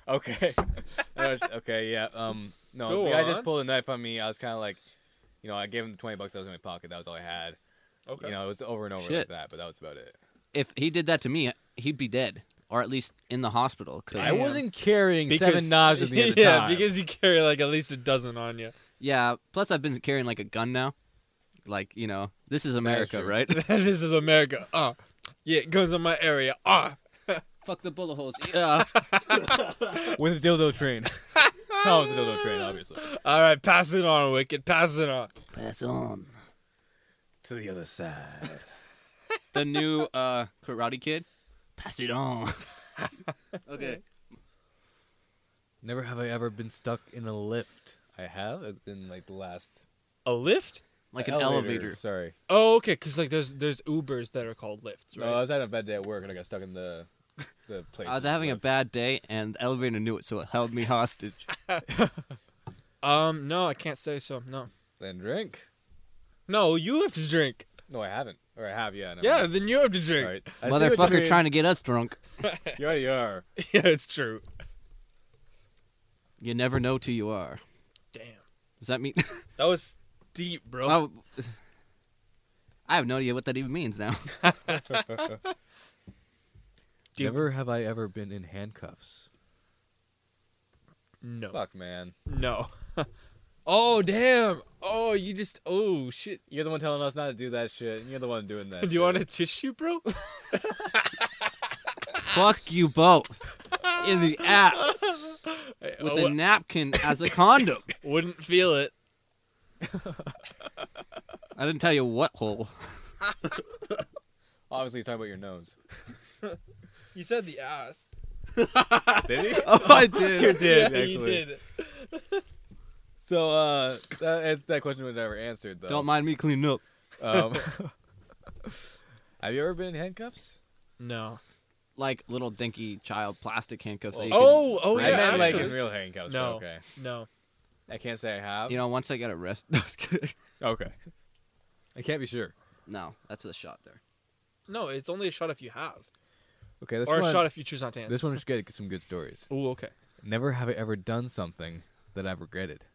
Speaker 3: okay, I was- okay, yeah. Um, no,
Speaker 2: Go
Speaker 3: the guy
Speaker 2: on.
Speaker 3: just pulled a knife on me. I was kind of like, you know, I gave him the twenty bucks that was in my pocket. That was all I had. You know, it was over and over
Speaker 1: Shit.
Speaker 3: like that, but that was about it.
Speaker 1: If he did that to me, he'd be dead, or at least in the hospital. 'cause-
Speaker 3: I wasn't carrying
Speaker 2: Because-
Speaker 3: seven knives with me at the
Speaker 2: yeah,
Speaker 3: time.
Speaker 2: because you carry like at least a dozen on you.
Speaker 1: Yeah. Plus, I've been carrying like a gun now. Like you know, this is America,
Speaker 3: true.
Speaker 1: right?
Speaker 2: this is America. Ah. yeah, it goes in my area. Ah.
Speaker 1: Fuck the bullet holes. Yeah.
Speaker 3: with a dildo train. no, it was a dildo train, obviously.
Speaker 2: All right, pass it on, Wicked. Pass it on.
Speaker 1: Pass on.
Speaker 3: To the other side.
Speaker 1: The new uh, Karate Kid. Pass it on. okay.
Speaker 3: Never have I ever been stuck in a lift. I have uh, in like the last
Speaker 2: A lift?
Speaker 1: Like an elevator.
Speaker 3: Sorry.
Speaker 2: Oh, okay. Because like there's there's Ubers that are called lifts, right?
Speaker 3: No, Oh, I was having a bad day at work and I got stuck in the the place.
Speaker 1: I was having a bad day, and the elevator knew it, so it held me hostage.
Speaker 2: um, no, I can't say so. No,
Speaker 3: Then drink.
Speaker 2: no, you have to drink.
Speaker 3: No, I haven't. Or I have, yeah. never
Speaker 2: Yeah,
Speaker 3: mind.
Speaker 2: then you have to drink.
Speaker 3: Sorry. I see what you
Speaker 1: Motherfucker
Speaker 3: mean.
Speaker 1: trying to get us drunk.
Speaker 3: You already are.
Speaker 2: yeah, it's true.
Speaker 1: You never know till you are.
Speaker 2: Damn,
Speaker 1: Does that mean?
Speaker 2: that was deep, bro.
Speaker 1: oh, I have no idea what that even means now.
Speaker 2: Dude.
Speaker 3: Never have I ever been in handcuffs.
Speaker 2: no,
Speaker 3: Fuck, man.
Speaker 2: no. oh, damn. Oh, you just. Oh shit.
Speaker 3: You're the one telling us not to do that shit, and you're the one doing that.
Speaker 2: Do you want a tissue, bro?
Speaker 1: Fuck you both in the ass with a napkin as a condom.
Speaker 2: wouldn't feel it.
Speaker 1: I didn't tell you what hole.
Speaker 3: Obviously, he's talking about your nose.
Speaker 2: You said the ass.
Speaker 3: Did he?
Speaker 1: Oh, I did.
Speaker 3: you did,
Speaker 2: yeah,
Speaker 3: actually.
Speaker 2: you did.
Speaker 3: So, uh, that, that question was never answered, though.
Speaker 1: Don't mind me cleaning up.
Speaker 3: Um, have you ever been in handcuffs?
Speaker 2: No.
Speaker 1: Like little dinky child plastic handcuffs. that you
Speaker 2: Oh, oh
Speaker 1: I
Speaker 2: yeah.
Speaker 3: I meant like
Speaker 2: actually.
Speaker 3: in real handcuffs.
Speaker 2: No.
Speaker 3: No. Okay.
Speaker 2: No.
Speaker 3: I can't say I have.
Speaker 1: can, you know, once I got arrested. No, I was kidding.
Speaker 3: Okay. I can't be sure.
Speaker 1: no, that's a shot there.
Speaker 2: No, it's only a shot if you have,
Speaker 3: Okay, this
Speaker 2: or a
Speaker 3: one.
Speaker 2: shot if you choose not to answer.
Speaker 3: this one just get some good stories.
Speaker 2: Oh, okay.
Speaker 3: Never have I ever done something that I've regretted.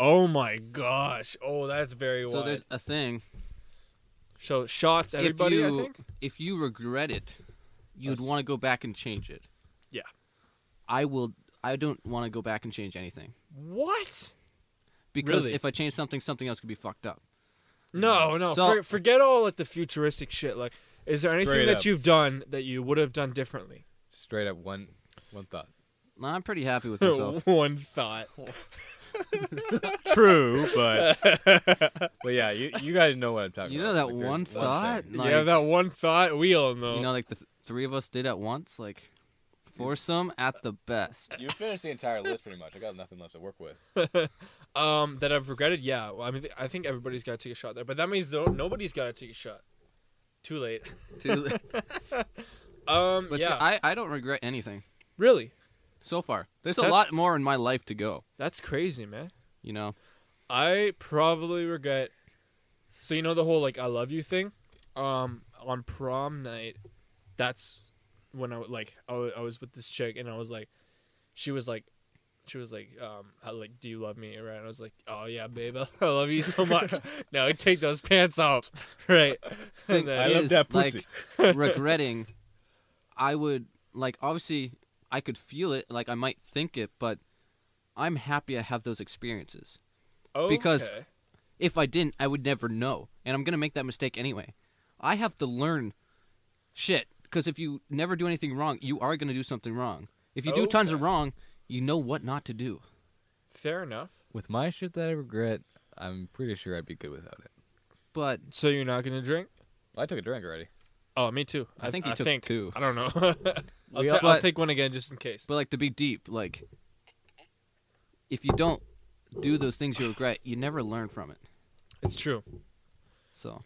Speaker 2: Oh my gosh. Oh, that's very
Speaker 1: So
Speaker 2: wide.
Speaker 1: there's a thing.
Speaker 2: So shots, everybody.
Speaker 1: if you
Speaker 2: I think.
Speaker 1: if you regret it, you'd
Speaker 3: Us.
Speaker 1: want to go back and change it.
Speaker 2: Yeah.
Speaker 1: I will. I don't want to go back and change anything Mm.
Speaker 2: What?
Speaker 1: because
Speaker 2: Really?
Speaker 1: if I change something, something else could be fucked up.
Speaker 2: No, no.
Speaker 1: So-
Speaker 2: for, forget all like the futuristic shit. Like, is there anything
Speaker 3: Straight
Speaker 2: that
Speaker 3: up.
Speaker 2: you've done that you would have done differently?
Speaker 3: Straight up one, one thought.
Speaker 1: No, I'm pretty happy
Speaker 2: Oh,
Speaker 1: with myself.
Speaker 2: One thought.
Speaker 3: True, but but yeah, you, you guys know what I'm talking
Speaker 1: you know
Speaker 3: about.
Speaker 1: that
Speaker 3: Like, there's
Speaker 1: one
Speaker 3: thing.
Speaker 1: thought? Like,
Speaker 2: yeah, that one thought. We all know.
Speaker 1: you know, like the th- three of us did at once, like foursome at the best.
Speaker 3: You finished the entire list pretty much. I got nothing left to work with.
Speaker 2: um, that I've regretted. Yeah. Well, I mean, I think everybody's got to take a shot there, but that means no- nobody's got to take a shot. Too late.
Speaker 1: Too-
Speaker 2: Um.
Speaker 1: but see,
Speaker 2: yeah.
Speaker 1: I I don't regret anything
Speaker 2: really.
Speaker 1: so far. There's a
Speaker 2: That's-
Speaker 1: lot more in my life to go.
Speaker 2: That's crazy, man.
Speaker 1: You know,
Speaker 2: I probably regret. So you know the whole like I love you thing. Um, on prom night, that's when I w- like I wa- I was with this chick and I was like, she was like, she was like, um, I like, do you love me? Right? And I was like, oh yeah, babe, I love you so much. now take those pants off, right?
Speaker 1: Thing
Speaker 2: And then,
Speaker 1: is,
Speaker 3: love that pussy.
Speaker 1: Like, regretting, I would like obviously I could feel it, like I might think it, but I'm happy I have those experiences. because-
Speaker 2: okay.
Speaker 1: If I didn't, I would never know, and I'm gonna make that mistake anyway. I have to learn shit because if you never do anything wrong, you are gonna do something wrong. If you do tons of
Speaker 2: Okay.
Speaker 1: wrong, you know what not to do.
Speaker 2: fair enough.
Speaker 3: With my shit that I regret, I'm pretty sure I'd be good without it.
Speaker 1: But
Speaker 2: So you're not gonna drink?
Speaker 3: I took a drink already.
Speaker 2: Oh, me too.
Speaker 1: I think you
Speaker 2: I
Speaker 1: took
Speaker 2: think.
Speaker 1: two.
Speaker 2: I don't know. I'll,
Speaker 1: We
Speaker 2: ta-
Speaker 1: all-
Speaker 2: I'll
Speaker 1: but-
Speaker 2: take one again just in case.
Speaker 1: But like to be deep, like if you don't do those things you regret, you never learn from it.
Speaker 2: It's true.
Speaker 1: So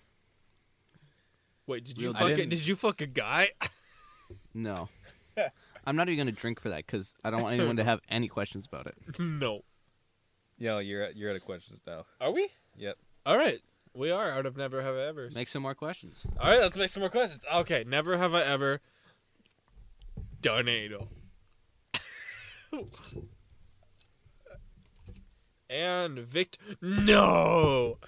Speaker 2: Wait, did you
Speaker 1: Real- I
Speaker 2: fuck a,
Speaker 3: didn't-
Speaker 2: did you fuck a guy?
Speaker 1: no, I'm not even gonna drink for that because I don't want anyone to have any questions about it.
Speaker 2: no.
Speaker 3: No, you're at, you're out of questions now.
Speaker 2: Are we?
Speaker 3: Yep.
Speaker 2: All right. We are out of never have I ever.
Speaker 1: Make some more questions.
Speaker 2: All right, let's make some more questions. Okay, never have I ever done anal. and Vict, no.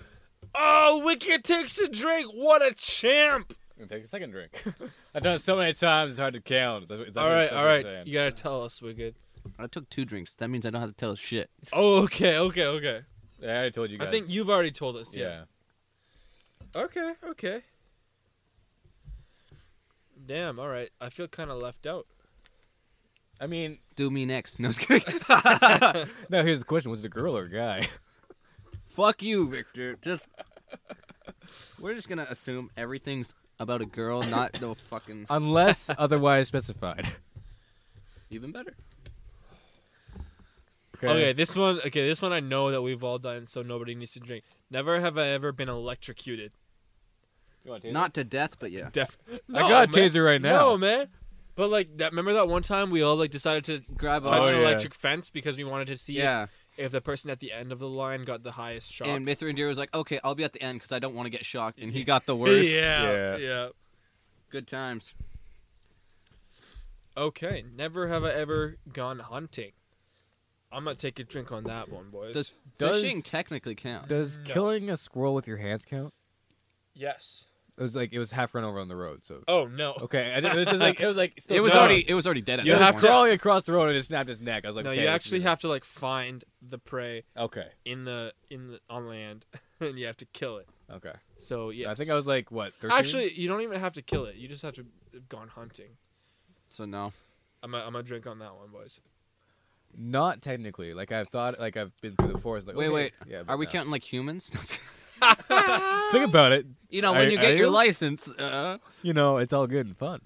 Speaker 2: Oh, Wicker takes a drink. What a champ!
Speaker 3: I'm gonna take a second drink. I've done it so many times; it's hard to count. That's what- that's
Speaker 2: all
Speaker 3: what-
Speaker 2: right,
Speaker 3: that's
Speaker 2: all
Speaker 3: what I'm
Speaker 2: right.
Speaker 3: saying.
Speaker 2: You gotta tell us, Wicked.
Speaker 1: I took two drinks. That means I don't have to tell shit.
Speaker 2: Oh, okay, okay, okay.
Speaker 3: I already told you
Speaker 2: I
Speaker 3: guys.
Speaker 2: think you've already told us.
Speaker 3: Yeah.
Speaker 2: Okay, okay. Damn. All right. I feel kind of left out.
Speaker 3: I mean,
Speaker 1: Do me next. No, I was kidding.
Speaker 3: now here's the question: Was it a girl or a guy?
Speaker 1: Fuck you, Victor. Just we're just gonna assume everything's about a girl, not the fucking.
Speaker 3: Unless otherwise specified.
Speaker 1: Even better. Uh,
Speaker 2: Okay, this one. Okay, this one I know that we've all done, so nobody needs to drink. Never have I ever been electrocuted.
Speaker 1: Not to death, but yeah.
Speaker 2: Def-
Speaker 3: I got a taser right now.
Speaker 2: No, man. But like that, remember that one time we all like decided to
Speaker 1: Grab
Speaker 2: touch
Speaker 1: on.
Speaker 2: an
Speaker 3: Oh, yeah.
Speaker 2: electric fence because we wanted to see if-
Speaker 1: Yeah.
Speaker 2: if, the person at the end of the line got the highest shot.
Speaker 1: And Mithrandir was like, "Okay, I'll be at the end because I don't want to get shocked," and he got the worst.
Speaker 2: yeah,
Speaker 3: Yeah.
Speaker 2: yeah.
Speaker 1: Good times.
Speaker 2: Okay, never have I ever gone hunting. I'm gonna take a drink on that one, boys.
Speaker 1: Does,
Speaker 3: Does-
Speaker 1: fishing technically count?
Speaker 3: Does
Speaker 2: No.
Speaker 3: killing a squirrel with your hands count?
Speaker 2: yes.
Speaker 3: It was like it was half run over on the road. So
Speaker 2: Oh no.
Speaker 3: okay, I, didn't- this is like it was like still
Speaker 1: it was
Speaker 3: no.
Speaker 1: already it was already dead. At
Speaker 3: You
Speaker 1: that
Speaker 3: have
Speaker 1: point.
Speaker 3: crawling across the road and it snapped his neck. I was like,
Speaker 2: no,
Speaker 3: okay,
Speaker 2: you
Speaker 3: this
Speaker 2: actually
Speaker 3: is-
Speaker 2: have to like find the prey
Speaker 3: Okay,
Speaker 2: in the in the, on land, and you have to kill it.
Speaker 3: okay.
Speaker 2: So yeah,
Speaker 3: I think I was like what? 13?
Speaker 2: Actually, you don't even have to kill it. You just have to have gone hunting.
Speaker 1: So no.
Speaker 2: I'm a, I'm a drink on that one, boys.
Speaker 3: not technically. Like I've thought, like I've been through the forest. Like,
Speaker 1: Wait,
Speaker 3: okay,
Speaker 1: wait.
Speaker 3: Yeah, but
Speaker 1: Are we
Speaker 3: no.
Speaker 1: counting like humans?
Speaker 3: Think about it.
Speaker 1: you know, when
Speaker 3: Are-
Speaker 1: you
Speaker 3: are
Speaker 1: get your
Speaker 3: you? Uh-huh.
Speaker 1: license. Uh,
Speaker 3: You know, it's all good and fun.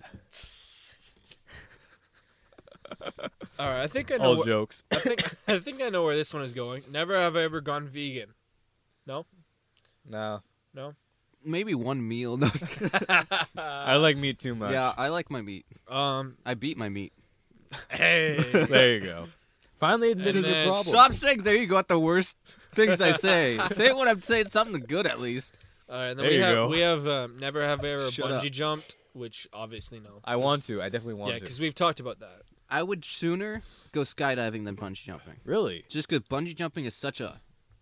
Speaker 2: All right, I think I know.
Speaker 3: All
Speaker 2: where-
Speaker 3: jokes.
Speaker 2: I think I think I know where this one is going. Never have I ever gone vegan.
Speaker 3: No,
Speaker 2: No.
Speaker 1: maybe one meal. No.
Speaker 3: I like meat too much.
Speaker 1: yeah, I like my meat.
Speaker 2: Um.
Speaker 1: I beat my meat.
Speaker 2: Hey.
Speaker 3: there you go. Finally admitted
Speaker 2: then-
Speaker 3: your problem.
Speaker 1: Stop saying there you got the worst things I say. say when I'm saying something good at least.
Speaker 2: All right. Then
Speaker 3: There
Speaker 2: we
Speaker 3: you
Speaker 2: have
Speaker 3: go.
Speaker 2: we have um, never have I ever
Speaker 1: Shut
Speaker 2: bungee
Speaker 1: up.
Speaker 2: jumped, which obviously no.
Speaker 3: I want to. I definitely want
Speaker 2: Yeah,
Speaker 3: to.
Speaker 2: because we've talked about that.
Speaker 1: I would sooner go skydiving than bungee jumping.
Speaker 3: Really?
Speaker 1: Just because bungee jumping is such a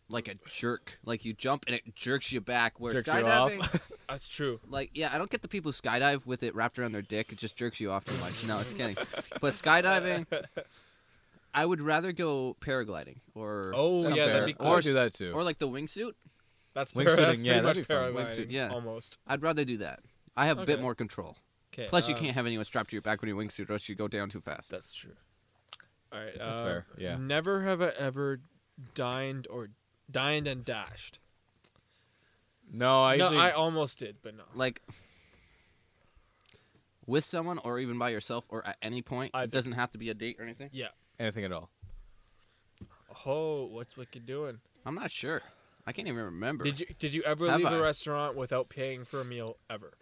Speaker 1: like a jerk. Like you jump and it jerks you back. Where
Speaker 3: Jerks you off.
Speaker 1: skydiving,
Speaker 2: That's true.
Speaker 1: like yeah, I don't get the people who skydive with it wrapped around their dick. It just jerks you off too much. No, it's kidding. But skydiving, I would rather go paragliding or
Speaker 2: Oh,
Speaker 1: something.
Speaker 2: yeah, that'd
Speaker 3: fair.
Speaker 2: be cool.
Speaker 3: I would do that too.
Speaker 1: or like the wingsuit.
Speaker 2: That's,
Speaker 3: Wingsuiting,
Speaker 2: par- that's
Speaker 3: yeah,
Speaker 2: pretty much
Speaker 3: that'd be fun.
Speaker 1: Wingsuit,
Speaker 2: paragliding,
Speaker 1: yeah.
Speaker 2: almost.
Speaker 1: I'd rather do that. I have a bit
Speaker 2: Okay.
Speaker 1: more control.
Speaker 2: Okay. uh,
Speaker 1: Plus, you can't have anyone strapped to your back when you wingsuit, or else you go down too fast.
Speaker 2: That's true. All right.
Speaker 3: That's
Speaker 2: um,
Speaker 3: fair, yeah.
Speaker 2: Never have I ever dined or dined and dashed.
Speaker 3: no, I
Speaker 2: no,
Speaker 3: usually
Speaker 2: I almost did, but no.
Speaker 1: Like with someone, or even by yourself, or at any point.
Speaker 2: I-
Speaker 1: it doesn't have to be a date or anything.
Speaker 2: Yeah.
Speaker 3: anything at all.
Speaker 2: Oh, what's Wicked doing?
Speaker 1: I'm not sure. I can't even remember.
Speaker 2: Did you did you ever
Speaker 1: Have
Speaker 2: leave
Speaker 1: I?
Speaker 2: a restaurant without paying for a meal ever?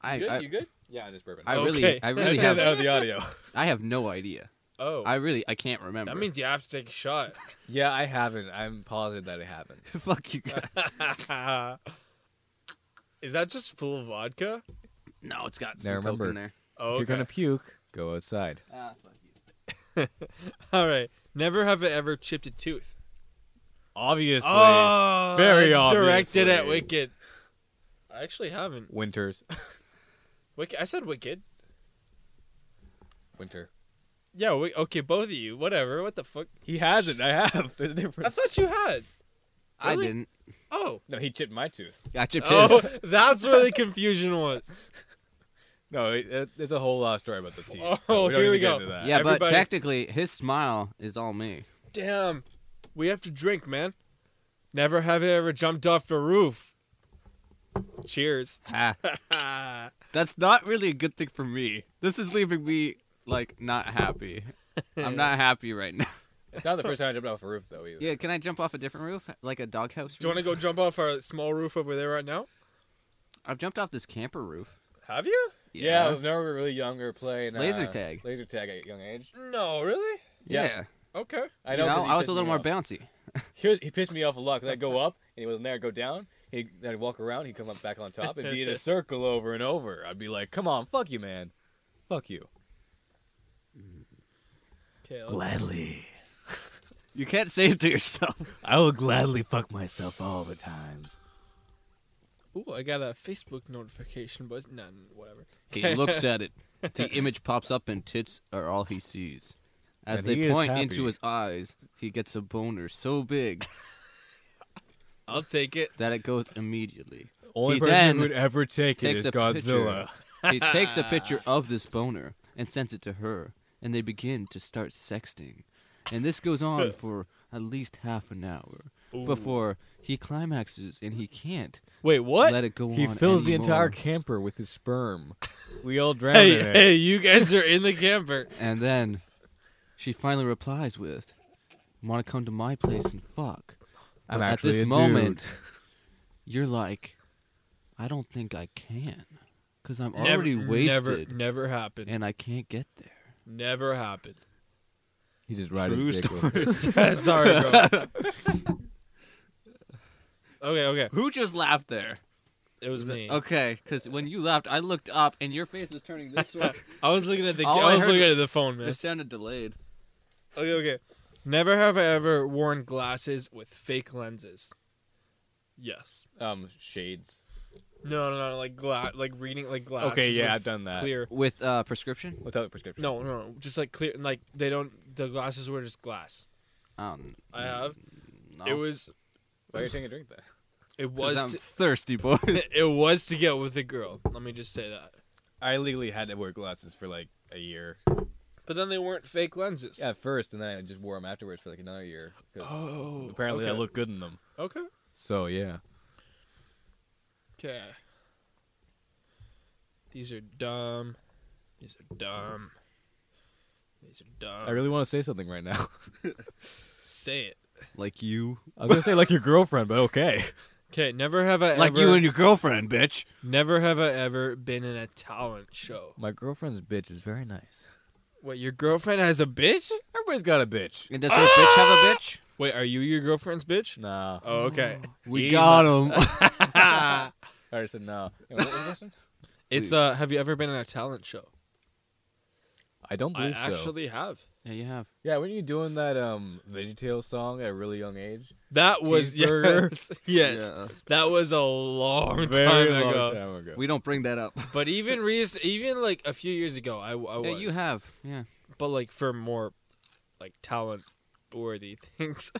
Speaker 1: I, I,
Speaker 2: good?
Speaker 3: Yeah, just bourbon. Oh.
Speaker 1: I
Speaker 2: Okay.
Speaker 1: really, I
Speaker 3: I
Speaker 1: really
Speaker 3: just got it out
Speaker 1: have,
Speaker 3: of the audio.
Speaker 1: I have no idea.
Speaker 2: Oh,
Speaker 1: I really, I can't remember.
Speaker 2: that means you have to take a shot.
Speaker 3: yeah, I haven't. I'm positive that it happened.
Speaker 1: fuck you guys.
Speaker 2: Is that just full of vodka?
Speaker 1: No, it's got some
Speaker 3: Now
Speaker 1: coke
Speaker 3: remember-
Speaker 1: in there.
Speaker 2: Oh,
Speaker 3: If
Speaker 2: okay.
Speaker 3: you're gonna puke, go outside.
Speaker 1: Ah, fuck you.
Speaker 2: All right. Never have I ever chipped a tooth.
Speaker 3: Obviously,
Speaker 2: Oh,
Speaker 3: Very
Speaker 2: that's directed
Speaker 3: obviously.
Speaker 2: at Wicked. I actually haven't.
Speaker 3: winters,
Speaker 2: Wicked. I said Wicked.
Speaker 3: winter.
Speaker 2: Yeah. Wi- okay. Both of you. Whatever. What the fuck?
Speaker 3: He hasn't. I have. There's a difference.
Speaker 2: I thought you had.
Speaker 1: I
Speaker 2: Really?
Speaker 1: didn't.
Speaker 2: Oh.
Speaker 3: no, he chipped my tooth.
Speaker 1: I chipped
Speaker 2: Oh,
Speaker 1: his.
Speaker 2: that's where the confusion was.
Speaker 3: No, it, it- there's a whole uh, story about the teeth.
Speaker 2: Oh,
Speaker 3: so we don't
Speaker 2: here we
Speaker 3: need to
Speaker 2: go.
Speaker 3: Get into that.
Speaker 1: Yeah, but
Speaker 2: Everybody-
Speaker 1: technically, his smile is all me.
Speaker 2: Damn. We have to drink, man. Never have I ever jumped off the roof. Cheers.
Speaker 3: Ha.
Speaker 1: That's not really a good thing for me. This is leaving me like not happy. I'm not happy right now.
Speaker 3: It's not the first time I jumped off a roof though either.
Speaker 1: Yeah, can I jump off a different roof, like a doghouse?
Speaker 2: Do you want to go jump off our small roof over there right now?
Speaker 1: I've jumped off this camper roof.
Speaker 2: Have you?
Speaker 3: Yeah, I remember really younger playing uh,
Speaker 1: Laser tag.
Speaker 3: Laser tag at a young age.
Speaker 2: No, really?
Speaker 1: yeah.
Speaker 3: Yeah.
Speaker 2: Okay.
Speaker 3: I
Speaker 1: You
Speaker 3: know.
Speaker 1: know,
Speaker 3: 'cause he
Speaker 1: I was
Speaker 3: pissed
Speaker 1: a little
Speaker 3: me
Speaker 1: more
Speaker 3: off.
Speaker 1: bouncy.
Speaker 3: He, was, he pissed me off a lot because I'd go up and he wasn't there. I'd go down. He'd, I'd walk around. He'd come up back on top and be in a circle over and over. I'd be like, "Come on, fuck you, man, fuck you."
Speaker 2: Okay. let's-
Speaker 4: Gladly.
Speaker 1: You can't say it to yourself.
Speaker 4: I will gladly fuck myself all the times.
Speaker 2: Ooh, I got a Facebook notification, but it's none. Whatever.
Speaker 1: He looks at it. The image pops up, and tits are all he sees. As
Speaker 3: And he
Speaker 1: they
Speaker 3: is
Speaker 1: point
Speaker 3: happy.
Speaker 1: into his eyes, he gets a boner so big
Speaker 2: I'll take it.
Speaker 1: that it goes immediately.
Speaker 3: Only
Speaker 1: He
Speaker 3: person
Speaker 1: then
Speaker 3: who would ever take it
Speaker 1: takes
Speaker 3: is
Speaker 1: a
Speaker 3: Godzilla.
Speaker 1: He takes a picture of this boner and sends it to her, and they begin to start sexting. And this goes on for at least half an hour before he climaxes and he can't
Speaker 2: Wait, what?
Speaker 1: let it go
Speaker 3: He
Speaker 1: on.
Speaker 3: fills the entire
Speaker 1: anymore.
Speaker 3: camper with his sperm. We all drown
Speaker 2: hey,
Speaker 3: in it.
Speaker 2: hey, you guys are in the camper.
Speaker 1: And then she finally replies with, "Want to come to my place and fuck?"
Speaker 3: I'm
Speaker 1: But
Speaker 3: actually
Speaker 1: at
Speaker 3: a
Speaker 1: this
Speaker 3: dude.
Speaker 1: moment, you're like, "I don't think I can, because I'm already
Speaker 2: never,
Speaker 1: wasted
Speaker 2: Never, never happened.
Speaker 1: and I can't get there."
Speaker 2: never happened.
Speaker 3: He just rides
Speaker 1: True
Speaker 3: his dick with it.
Speaker 2: Sorry, bro. okay, okay.
Speaker 1: Who just laughed there?
Speaker 2: It was me.
Speaker 1: Okay, because when you laughed, I looked up and your face was turning this way.
Speaker 2: I was looking at the.
Speaker 1: All
Speaker 2: I
Speaker 1: I
Speaker 2: was
Speaker 1: heard
Speaker 2: looking at the phone, man.
Speaker 1: it sounded delayed.
Speaker 2: Okay, okay. Never have I ever worn glasses with fake lenses. Yes.
Speaker 3: Um, shades.
Speaker 2: No, no, no. Like gla- like reading like glasses.
Speaker 3: Okay, yeah,
Speaker 2: with
Speaker 3: I've done that.
Speaker 2: Clear.
Speaker 1: With uh, prescription?
Speaker 3: Without prescription.
Speaker 2: No, no, no, just like clear. Like they don't. The glasses were just glass.
Speaker 1: Um,
Speaker 2: I have.
Speaker 1: no.
Speaker 2: It was.
Speaker 3: Why are you taking a drink then?
Speaker 2: It
Speaker 1: 'Cause
Speaker 2: was.
Speaker 1: I'm thirsty, boys.
Speaker 2: To, it was to get with a girl. Let me just say that.
Speaker 3: I legally had to wear glasses for like a year.
Speaker 2: But then they weren't fake lenses.
Speaker 3: At first, and then I just wore them afterwards for like another year. 'cause
Speaker 2: Oh.
Speaker 3: apparently,
Speaker 2: okay.
Speaker 3: I look good in them.
Speaker 2: Okay.
Speaker 3: So yeah.
Speaker 2: Okay. These are dumb. These are dumb. These are dumb.
Speaker 3: I really want to say something right now.
Speaker 2: say it.
Speaker 1: like you,
Speaker 3: I was gonna say like your girlfriend, but okay.
Speaker 2: Okay, never have I
Speaker 1: like
Speaker 2: ever
Speaker 1: you and your girlfriend, bitch.
Speaker 2: never have I ever been in a talent show.
Speaker 3: My girlfriend's bitch is very nice.
Speaker 2: Wait, your girlfriend has a bitch?
Speaker 3: Everybody's got a bitch.
Speaker 1: And does her bitch have
Speaker 2: Ah!
Speaker 1: a bitch?
Speaker 2: Wait, are you your girlfriend's bitch?
Speaker 3: Nah.
Speaker 2: Oh, okay.
Speaker 1: We
Speaker 3: Eva.
Speaker 1: got him.
Speaker 3: I already said no. Yeah, what was the question?
Speaker 2: It's uh have you ever been in a talent show?
Speaker 3: I don't
Speaker 2: I
Speaker 3: believe so.
Speaker 2: actually have.
Speaker 1: yeah, you have.
Speaker 3: Yeah, weren't you doing that um VeggieTales song at a really young age?
Speaker 2: That was yes.
Speaker 3: Cheeseburger.
Speaker 2: yes.
Speaker 1: Yeah.
Speaker 2: That was a long
Speaker 3: Very
Speaker 2: time
Speaker 3: long
Speaker 2: ago.
Speaker 3: time ago.
Speaker 1: We don't bring that up.
Speaker 2: But even recent, even like a few years ago, I, I was.
Speaker 1: Yeah, you have. Yeah.
Speaker 2: but like for more like talent worthy things.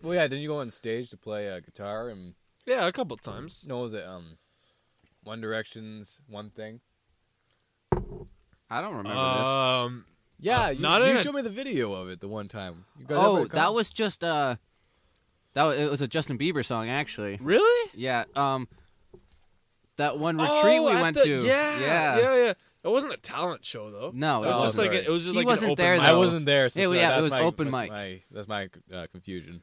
Speaker 3: well, yeah. Didn't you go on stage to play uh, guitar and
Speaker 2: yeah, a couple times.
Speaker 3: no, what was it um One Direction's one thing?
Speaker 1: I don't remember this.
Speaker 2: Um,
Speaker 3: Yeah,
Speaker 2: Uh,
Speaker 3: you,
Speaker 2: not
Speaker 3: you
Speaker 2: in a-
Speaker 3: showed me the video of it the one time. You guys ever
Speaker 1: Oh,
Speaker 3: come-
Speaker 1: that was just uh, that was, it was a Justin Bieber song actually.
Speaker 2: really?
Speaker 1: Yeah. Um, that one retreat
Speaker 2: Oh,
Speaker 1: we
Speaker 2: at
Speaker 1: went
Speaker 2: the-
Speaker 1: to.
Speaker 2: Yeah,
Speaker 1: yeah.
Speaker 2: yeah, yeah. It wasn't a talent show though.
Speaker 1: No,
Speaker 2: it was
Speaker 3: Oh,
Speaker 2: just like
Speaker 3: sorry.
Speaker 2: a, it was just
Speaker 1: He
Speaker 2: like
Speaker 1: wasn't
Speaker 2: an open
Speaker 1: there,
Speaker 2: mic.
Speaker 1: though.
Speaker 3: I wasn't there. So
Speaker 1: Yeah,
Speaker 3: so
Speaker 1: yeah, it
Speaker 3: that's
Speaker 1: was
Speaker 3: my,
Speaker 1: open
Speaker 3: that's
Speaker 1: mic.
Speaker 3: My, that's my uh, confusion.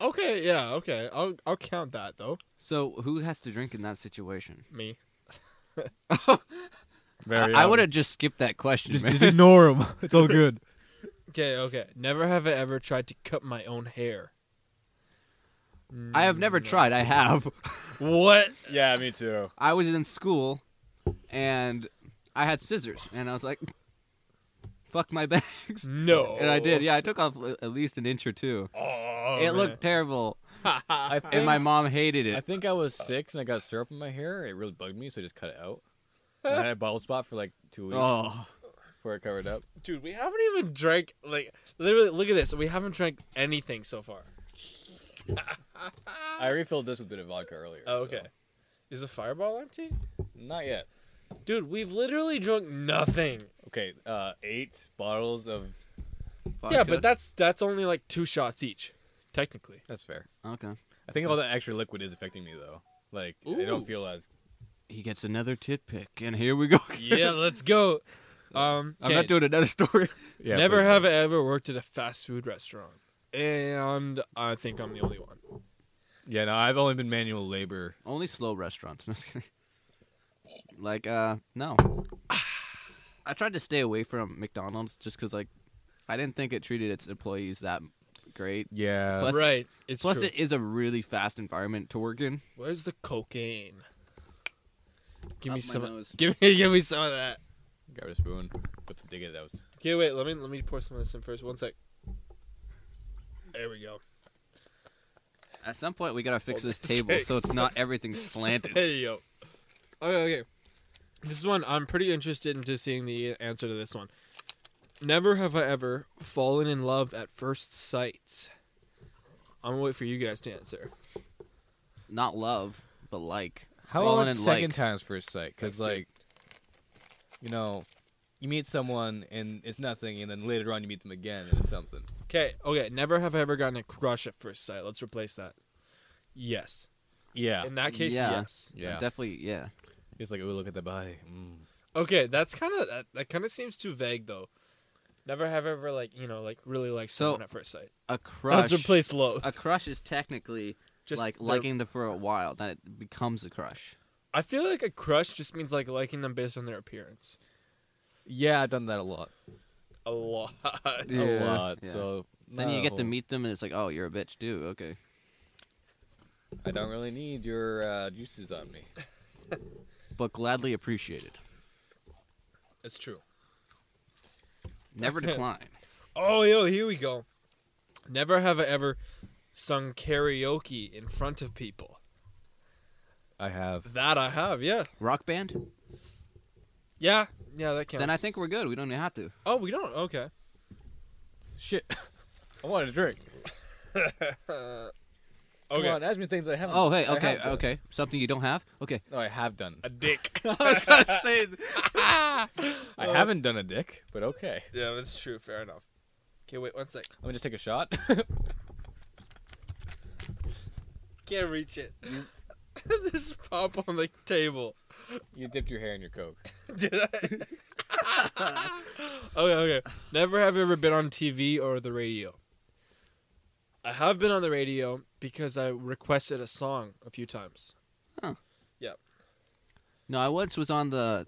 Speaker 2: Okay, yeah, okay. I'll I'll count that though.
Speaker 1: So who has to drink in that situation?
Speaker 2: Me.
Speaker 3: Very.
Speaker 1: I
Speaker 3: um,
Speaker 1: would have just skipped that question.
Speaker 4: Just,
Speaker 1: man.
Speaker 4: just ignore him. It's all good.
Speaker 2: Okay, okay. Never have I ever tried to cut my own hair.
Speaker 1: I have never tried. I have.
Speaker 2: What?
Speaker 3: Yeah, me too.
Speaker 1: I was in school, and I had scissors, and I was like, "Fuck my bags,"
Speaker 2: No.
Speaker 1: and I did. Yeah, I took off l- at least an inch or two.
Speaker 2: Oh,
Speaker 1: it
Speaker 2: man.
Speaker 1: looked terrible,
Speaker 3: I think,
Speaker 1: and my mom hated
Speaker 3: I
Speaker 1: it.
Speaker 3: think I was six and I got syrup in my hair. It really bugged me, so I just cut it out. And I had a bald spot for like two weeks
Speaker 1: Oh,
Speaker 3: before it covered up.
Speaker 2: Dude, we haven't even drank like literally. Look at this. We haven't drank anything so far.
Speaker 3: I refilled this with a bit of vodka earlier.
Speaker 2: Oh,
Speaker 3: so-
Speaker 2: okay. Is the fireball empty?
Speaker 3: Not yet.
Speaker 2: Dude, we've literally drunk nothing.
Speaker 3: Okay, uh, eight bottles of.
Speaker 2: Yeah,
Speaker 1: vodka.
Speaker 2: but that's that's only like two shots each, technically.
Speaker 3: That's fair.
Speaker 1: okay.
Speaker 3: I think all that extra liquid is affecting me though.
Speaker 4: Like I don't
Speaker 2: Ooh.
Speaker 4: feel as
Speaker 1: He gets another tit pick, and here we go.
Speaker 2: yeah, let's go. Um,
Speaker 1: I'm not doing another story.
Speaker 4: yeah,
Speaker 2: never
Speaker 4: please,
Speaker 2: have I ever worked at a fast food restaurant, and I think I'm the only one.
Speaker 4: Yeah, no, I've only been manual labor.
Speaker 1: Only slow restaurants. No, just kidding. like, uh, no. I tried to stay away from McDonald's just because, like, I didn't think it treated its employees that great.
Speaker 4: Yeah.
Speaker 1: Plus-
Speaker 2: right. It's
Speaker 1: Plus,
Speaker 2: true.
Speaker 1: it is a really fast environment to work in.
Speaker 2: Where's the cocaine? Give me
Speaker 1: Up my
Speaker 2: some.
Speaker 1: nose.
Speaker 2: Give me, give me some of that.
Speaker 4: Grab a spoon. Put the dig in it out.
Speaker 2: Okay, wait. Let me let me pour some of this in first. One sec. There we go.
Speaker 1: At some point, we gotta fix
Speaker 2: Oh,
Speaker 1: this
Speaker 2: this
Speaker 1: table so
Speaker 2: takes-
Speaker 1: it's not everything slanted.
Speaker 2: There you go. Okay, okay. This one I'm pretty interested into seeing the answer to this one. Never have I ever fallen in love at first sight. I'm gonna wait for you guys to answer.
Speaker 1: not love, but like.
Speaker 4: How
Speaker 1: Fallen
Speaker 4: about
Speaker 1: in
Speaker 4: second
Speaker 1: like.
Speaker 4: times first sight? Because
Speaker 2: That's true.
Speaker 4: like, you know, you meet someone and it's nothing, and then later on you meet them again and it's something.
Speaker 2: Okay, okay. Never have I ever gotten a crush at first sight. Let's replace that. Yes.
Speaker 4: Yeah.
Speaker 2: In that case,
Speaker 1: Yeah.
Speaker 2: yes.
Speaker 4: Yeah.
Speaker 1: Definitely, yeah.
Speaker 4: It's like, oh, look at the body. Mm.
Speaker 2: Okay, that's kind of that, that kind of seems too vague though. Never have I ever like you know like really liked
Speaker 1: So-
Speaker 2: someone at first sight.
Speaker 1: A crush.
Speaker 2: Let's replace love.
Speaker 1: a crush is technically
Speaker 2: Just
Speaker 1: like
Speaker 2: their-
Speaker 1: liking them for a while, then it becomes a crush.
Speaker 2: I feel like a crush just means like liking them based on their appearance.
Speaker 4: Yeah, I've done that a lot.
Speaker 2: A lot.
Speaker 4: A
Speaker 1: Yeah.
Speaker 4: lot.
Speaker 1: Yeah.
Speaker 4: So
Speaker 1: Then you get to
Speaker 4: no.
Speaker 1: meet them, and it's like, oh, you're a bitch too. Okay.
Speaker 4: I don't really need your uh, juices on me.
Speaker 1: but gladly appreciated.
Speaker 2: It's true.
Speaker 1: Never decline.
Speaker 2: Oh, yo, here we go. Never have I ever sung karaoke in front of people.
Speaker 4: I have.
Speaker 2: That I have, yeah.
Speaker 1: Rock band?
Speaker 2: Yeah, yeah, that counts.
Speaker 1: Then I think we're good. We don't even have to.
Speaker 2: Oh, we don't? Okay.
Speaker 4: Shit. I want a drink. Come
Speaker 2: Okay.
Speaker 4: on, ask me things I haven't.
Speaker 1: Oh, hey,
Speaker 4: I
Speaker 1: okay,
Speaker 4: have done.
Speaker 1: okay. Something you don't have? Okay.
Speaker 4: No, I have done.
Speaker 2: A dick.
Speaker 1: I was gonna say.
Speaker 4: I haven't done a dick, but okay.
Speaker 2: yeah, that's true. Fair enough. Okay, wait one sec.
Speaker 4: Let me just take a shot.
Speaker 2: Can't reach it. Just pop on the table.
Speaker 4: you dipped your hair in your coke.
Speaker 2: Did I? okay, okay. Never have I ever been on TV or the radio. I have been on the radio because I requested a song a few times.
Speaker 1: No, I once was on the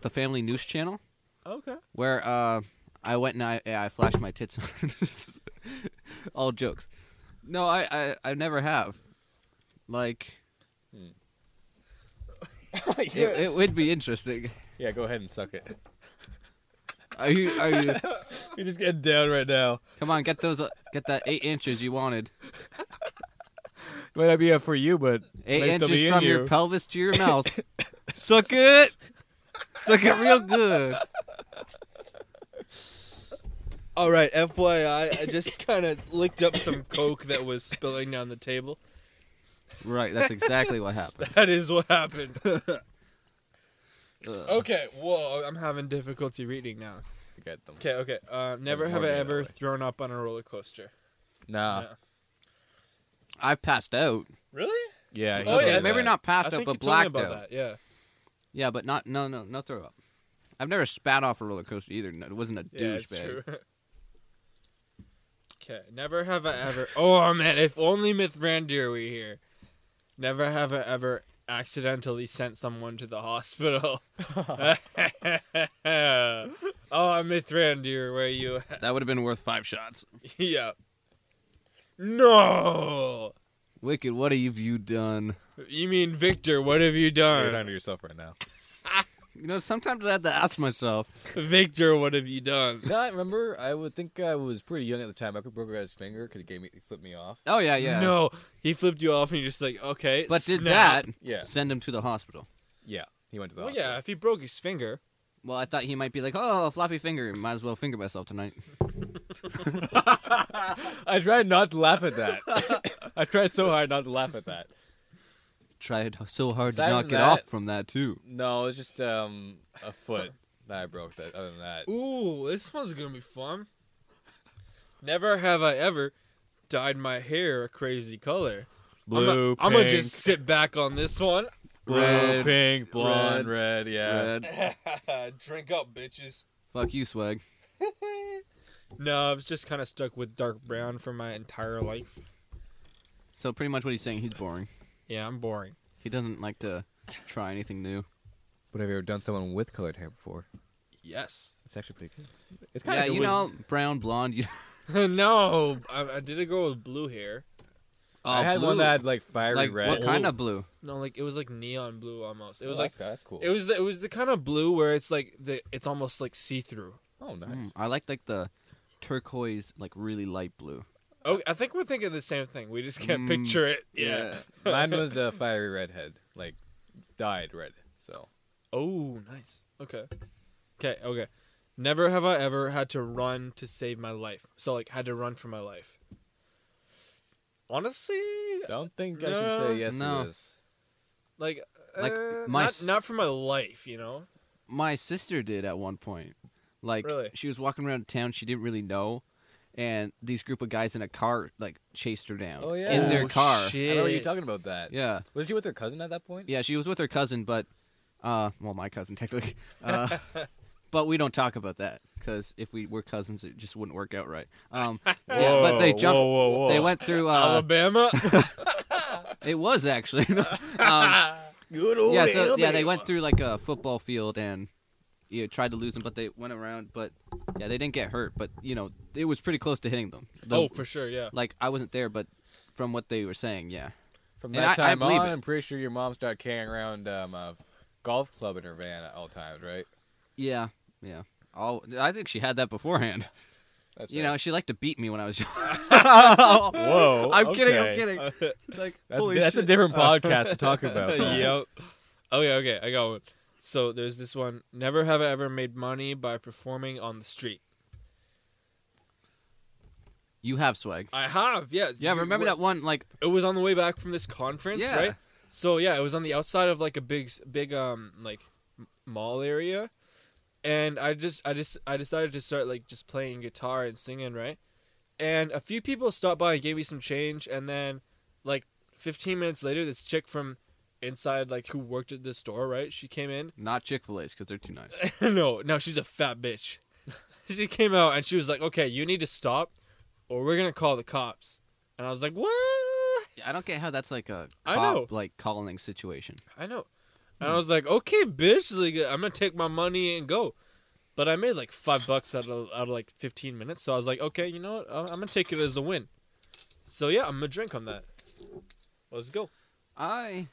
Speaker 1: the family news channel
Speaker 2: Okay.
Speaker 1: where uh, I went and I yeah, I flashed my tits. on All jokes. No, I, I I never have. Like it, it would be interesting.
Speaker 4: yeah, go ahead and suck it.
Speaker 1: Are you are you?
Speaker 4: You're just getting down right now.
Speaker 1: Come on, get those uh, get that eight inches you wanted.
Speaker 4: Might not be up for you, but
Speaker 1: Eight
Speaker 4: Nice to
Speaker 1: inches
Speaker 4: be in
Speaker 1: from your
Speaker 4: you.
Speaker 1: pelvis to your mouth. Suck it. Suck it real good.
Speaker 2: All right, FYI, I just kind of licked up some coke that was spilling down the table.
Speaker 1: Right, that's exactly what happened.
Speaker 2: That is what happened.
Speaker 1: Ugh.
Speaker 2: okay, whoa, I'm having difficulty reading now.
Speaker 4: get them.
Speaker 2: Okay, okay. Uh, never have I
Speaker 4: Morgan that
Speaker 2: ever
Speaker 4: way.
Speaker 2: thrown up on a roller coaster.
Speaker 4: Nah.
Speaker 2: No.
Speaker 1: I passed out.
Speaker 2: Really?
Speaker 4: Yeah.
Speaker 2: Oh,
Speaker 1: okay,
Speaker 2: yeah,
Speaker 1: maybe
Speaker 4: that.
Speaker 1: not
Speaker 2: I
Speaker 1: passed out,
Speaker 2: think you
Speaker 1: but
Speaker 2: told me
Speaker 1: blacked
Speaker 2: about
Speaker 1: out.
Speaker 2: that. Yeah.
Speaker 1: Yeah, but not no no no throw up. I've never spat off a roller coaster either. No, It wasn't a
Speaker 2: Yeah,
Speaker 1: douchebag.
Speaker 2: it's true. okay, never have I ever. Oh man, if only Myth Randir were here. Never have I ever accidentally sent someone to the hospital. oh, Myth Randir, where you? at?
Speaker 1: That would have been worth five shots.
Speaker 2: yeah. No.
Speaker 1: Wicked, what have you done?
Speaker 2: You mean Victor? What have you
Speaker 4: You're
Speaker 2: done,
Speaker 4: talking to yourself right now.
Speaker 1: You know, sometimes I have to ask myself.
Speaker 2: Victor? What have you done?
Speaker 4: No, I remember. I would think I was pretty young at the time. I could broke a guy's finger because he gave me, he flipped me off.
Speaker 1: Oh yeah, yeah.
Speaker 2: No, he flipped you off, and you're just like, okay.
Speaker 1: but did
Speaker 2: snap.
Speaker 1: that
Speaker 4: Yeah.
Speaker 1: send him to the hospital?
Speaker 4: Yeah, he went to the.
Speaker 2: Well,
Speaker 4: hospital.
Speaker 2: yeah. If he broke his finger.
Speaker 1: Well, I thought he might be like, oh, floppy finger. Might as well finger myself tonight.
Speaker 4: I tried not to laugh at that. I tried so hard not to laugh at that.
Speaker 1: Tried so hard
Speaker 4: Aside
Speaker 1: to not
Speaker 4: from
Speaker 1: get
Speaker 4: that-
Speaker 1: off from that too.
Speaker 4: No, it was just um a foot that I broke. That other than that,
Speaker 2: Ooh, this one's gonna be fun. Never have I ever dyed my hair a crazy color. I'm
Speaker 3: Blue,
Speaker 2: gonna- I'm gonna
Speaker 3: pink.
Speaker 2: just sit back on this one.
Speaker 3: Blue,
Speaker 1: Red,
Speaker 3: pink, blonde, red. yeah.
Speaker 1: Red.
Speaker 2: Drink up, bitches.
Speaker 1: Fuck you, swag.
Speaker 2: No, I was just kind of stuck with dark brown for my entire life.
Speaker 1: So pretty much what he's saying, he's boring.
Speaker 2: Yeah, I'm boring.
Speaker 1: He doesn't like to try anything new.
Speaker 3: But have you ever done someone with colored hair before?
Speaker 2: Yes.
Speaker 3: It's actually pretty good. It's kind
Speaker 1: Yeah,
Speaker 3: of
Speaker 1: you know, brown, blonde. You,
Speaker 2: no, I, I did a girl with blue hair. uh,
Speaker 3: I had one that had like fiery
Speaker 1: Oh, like
Speaker 3: red.
Speaker 1: what
Speaker 4: Oh.
Speaker 1: kind of blue?
Speaker 2: No, like it was like neon blue almost. It
Speaker 3: It
Speaker 2: was like
Speaker 3: that's cool.
Speaker 2: it was the, it was the kind of blue where it's like the it's almost like see through.
Speaker 3: oh, nice.
Speaker 1: Mm, I like like the turquoise, like really light blue.
Speaker 2: Oh, I think we're thinking the same thing. We just can't
Speaker 1: Mm,
Speaker 2: picture it. Yeah.
Speaker 3: Mine was a fiery redhead, like dyed red. So
Speaker 2: Oh, nice. Okay. Okay. Okay. Never have I ever had to run to save my life. So like had to run for my life. Honestly,
Speaker 3: don't think I
Speaker 2: No.
Speaker 3: can say yes
Speaker 1: No.
Speaker 3: to this.
Speaker 2: like
Speaker 1: Like,
Speaker 2: uh,
Speaker 1: my
Speaker 2: not
Speaker 1: s-
Speaker 2: not for my life, you know.
Speaker 1: My sister did at one point. Like
Speaker 2: Really?
Speaker 1: she was walking around town, she didn't really know, and these group of guys in a car like chased her down.
Speaker 3: Oh, yeah.
Speaker 1: in
Speaker 2: Oh,
Speaker 1: their car.
Speaker 2: shit.
Speaker 3: I know you talking about that.
Speaker 1: Yeah,
Speaker 3: Wasn't she with her cousin at that point?
Speaker 1: yeah. She was with her cousin, but uh, well, my cousin technically. Uh, but we don't talk about that because if we were cousins, it just wouldn't work out right. Um, yeah, but they jumped. They went through. Uh,
Speaker 2: Alabama.
Speaker 1: It was actually. um, yeah, so yeah, they went through like a football field and you know, tried to lose them, but they went around. But yeah, they didn't get hurt. But you know, it was pretty close to hitting them. The-
Speaker 2: oh, for sure, yeah.
Speaker 1: like I wasn't there, but from what they were saying, yeah.
Speaker 3: From
Speaker 1: And
Speaker 3: that
Speaker 1: I- I
Speaker 3: time
Speaker 1: believe
Speaker 3: on,
Speaker 1: it.
Speaker 3: I'm pretty sure your mom started carrying around um, a golf club in her van at all times, right?
Speaker 1: Yeah, yeah. i I think she had that beforehand.
Speaker 3: That's
Speaker 1: You know, she liked to beat me when I was young.
Speaker 3: know. Whoa.
Speaker 1: I'm kidding.
Speaker 3: okay.
Speaker 1: I'm kidding. It's like
Speaker 3: That's,
Speaker 1: holy
Speaker 3: that's a
Speaker 1: shit.
Speaker 3: different podcast to talk about. that.
Speaker 2: yep. Okay, Oh, okay, I got one. So there's this one. Never have I ever made money by performing on the street.
Speaker 1: you have swag.
Speaker 2: I have, yes.
Speaker 1: Yeah,
Speaker 2: You
Speaker 1: remember
Speaker 2: were-
Speaker 1: that one? Like
Speaker 2: It was on the way back from this conference,
Speaker 1: Yeah.
Speaker 2: right? So yeah, it was on the outside of like a big, big um like m- mall area, and I just I just I decided to start like just playing guitar and singing, right? And a few people stopped by and gave me some change, and then like 15 minutes later, this chick from inside like who worked at this store, right? She came in
Speaker 1: not Chick Fil A's because they're too nice.
Speaker 2: no, no, she's a fat bitch. she came out and she was like, "Okay, you need to stop, or we're gonna call the cops." And I was like, "What?"
Speaker 1: I don't get how that's like a cop,
Speaker 2: I know.
Speaker 1: like calling situation.
Speaker 2: I know. And I was like, "Okay, bitch, like I'm gonna take my money and go." But I made like five bucks out of out of like 15 minutes, so I was like, "Okay, you know what? I'm, I'm gonna take it as a win." So yeah, I'm gonna drink on that. Let's go.
Speaker 1: I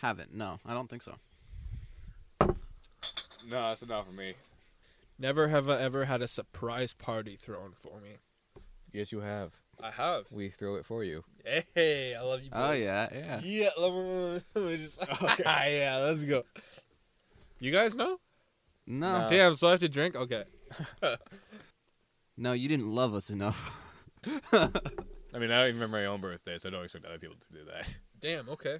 Speaker 1: haven't. No, I don't think so.
Speaker 3: No, that's enough for me.
Speaker 2: Never have I ever had a surprise party thrown for me.
Speaker 3: Yes, you have.
Speaker 2: I have.
Speaker 3: We throw it for you.
Speaker 2: Hey, I love you. Boys.
Speaker 1: Oh yeah, yeah.
Speaker 2: Yeah, let me, let me just. yeah, let's go. You guys know?
Speaker 1: No,
Speaker 3: No.
Speaker 1: no,
Speaker 2: Damn, so I have to drink? Okay.
Speaker 1: you didn't love us enough.
Speaker 3: I mean, I don't even remember my own birthday, so I don't expect other people to do that.
Speaker 2: Damn, okay.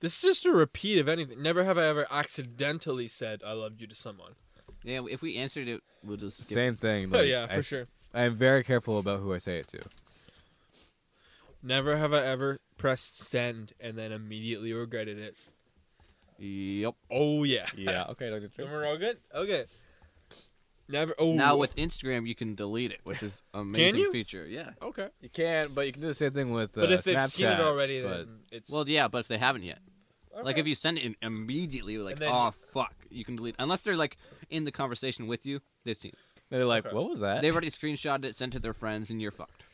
Speaker 2: This is just a repeat of anything. Never have I ever accidentally said I love you to someone.
Speaker 1: yeah, if we answered it, we'll just skip.
Speaker 3: Same thing.
Speaker 2: Oh
Speaker 3: like,
Speaker 2: yeah, for
Speaker 3: I,
Speaker 2: sure.
Speaker 3: I am very careful about who I say it to.
Speaker 2: Never have I ever pressed send and then immediately regretted it.
Speaker 1: Yep.
Speaker 2: Oh yeah.
Speaker 3: Yeah. Okay, Dr.
Speaker 2: Then we're all good? Okay. Never oh
Speaker 1: Now with Instagram, you can delete it, which is amazing
Speaker 2: you?
Speaker 1: feature. Yeah.
Speaker 2: Okay.
Speaker 3: You can, but you can do the same thing with. Uh,
Speaker 2: but if they've
Speaker 3: Snapchat,
Speaker 2: seen it already
Speaker 3: but-
Speaker 2: then it's
Speaker 1: Well, yeah, but if they haven't yet, like
Speaker 2: Okay.
Speaker 1: if you send it in immediately, like
Speaker 2: And then-
Speaker 1: oh fuck, you can delete. Unless they're like in the conversation with you, they've seen. It.
Speaker 3: they're like,
Speaker 2: Okay.
Speaker 3: "What was that?"
Speaker 1: They've already screenshotted it, sent it to their friends, and you're fucked.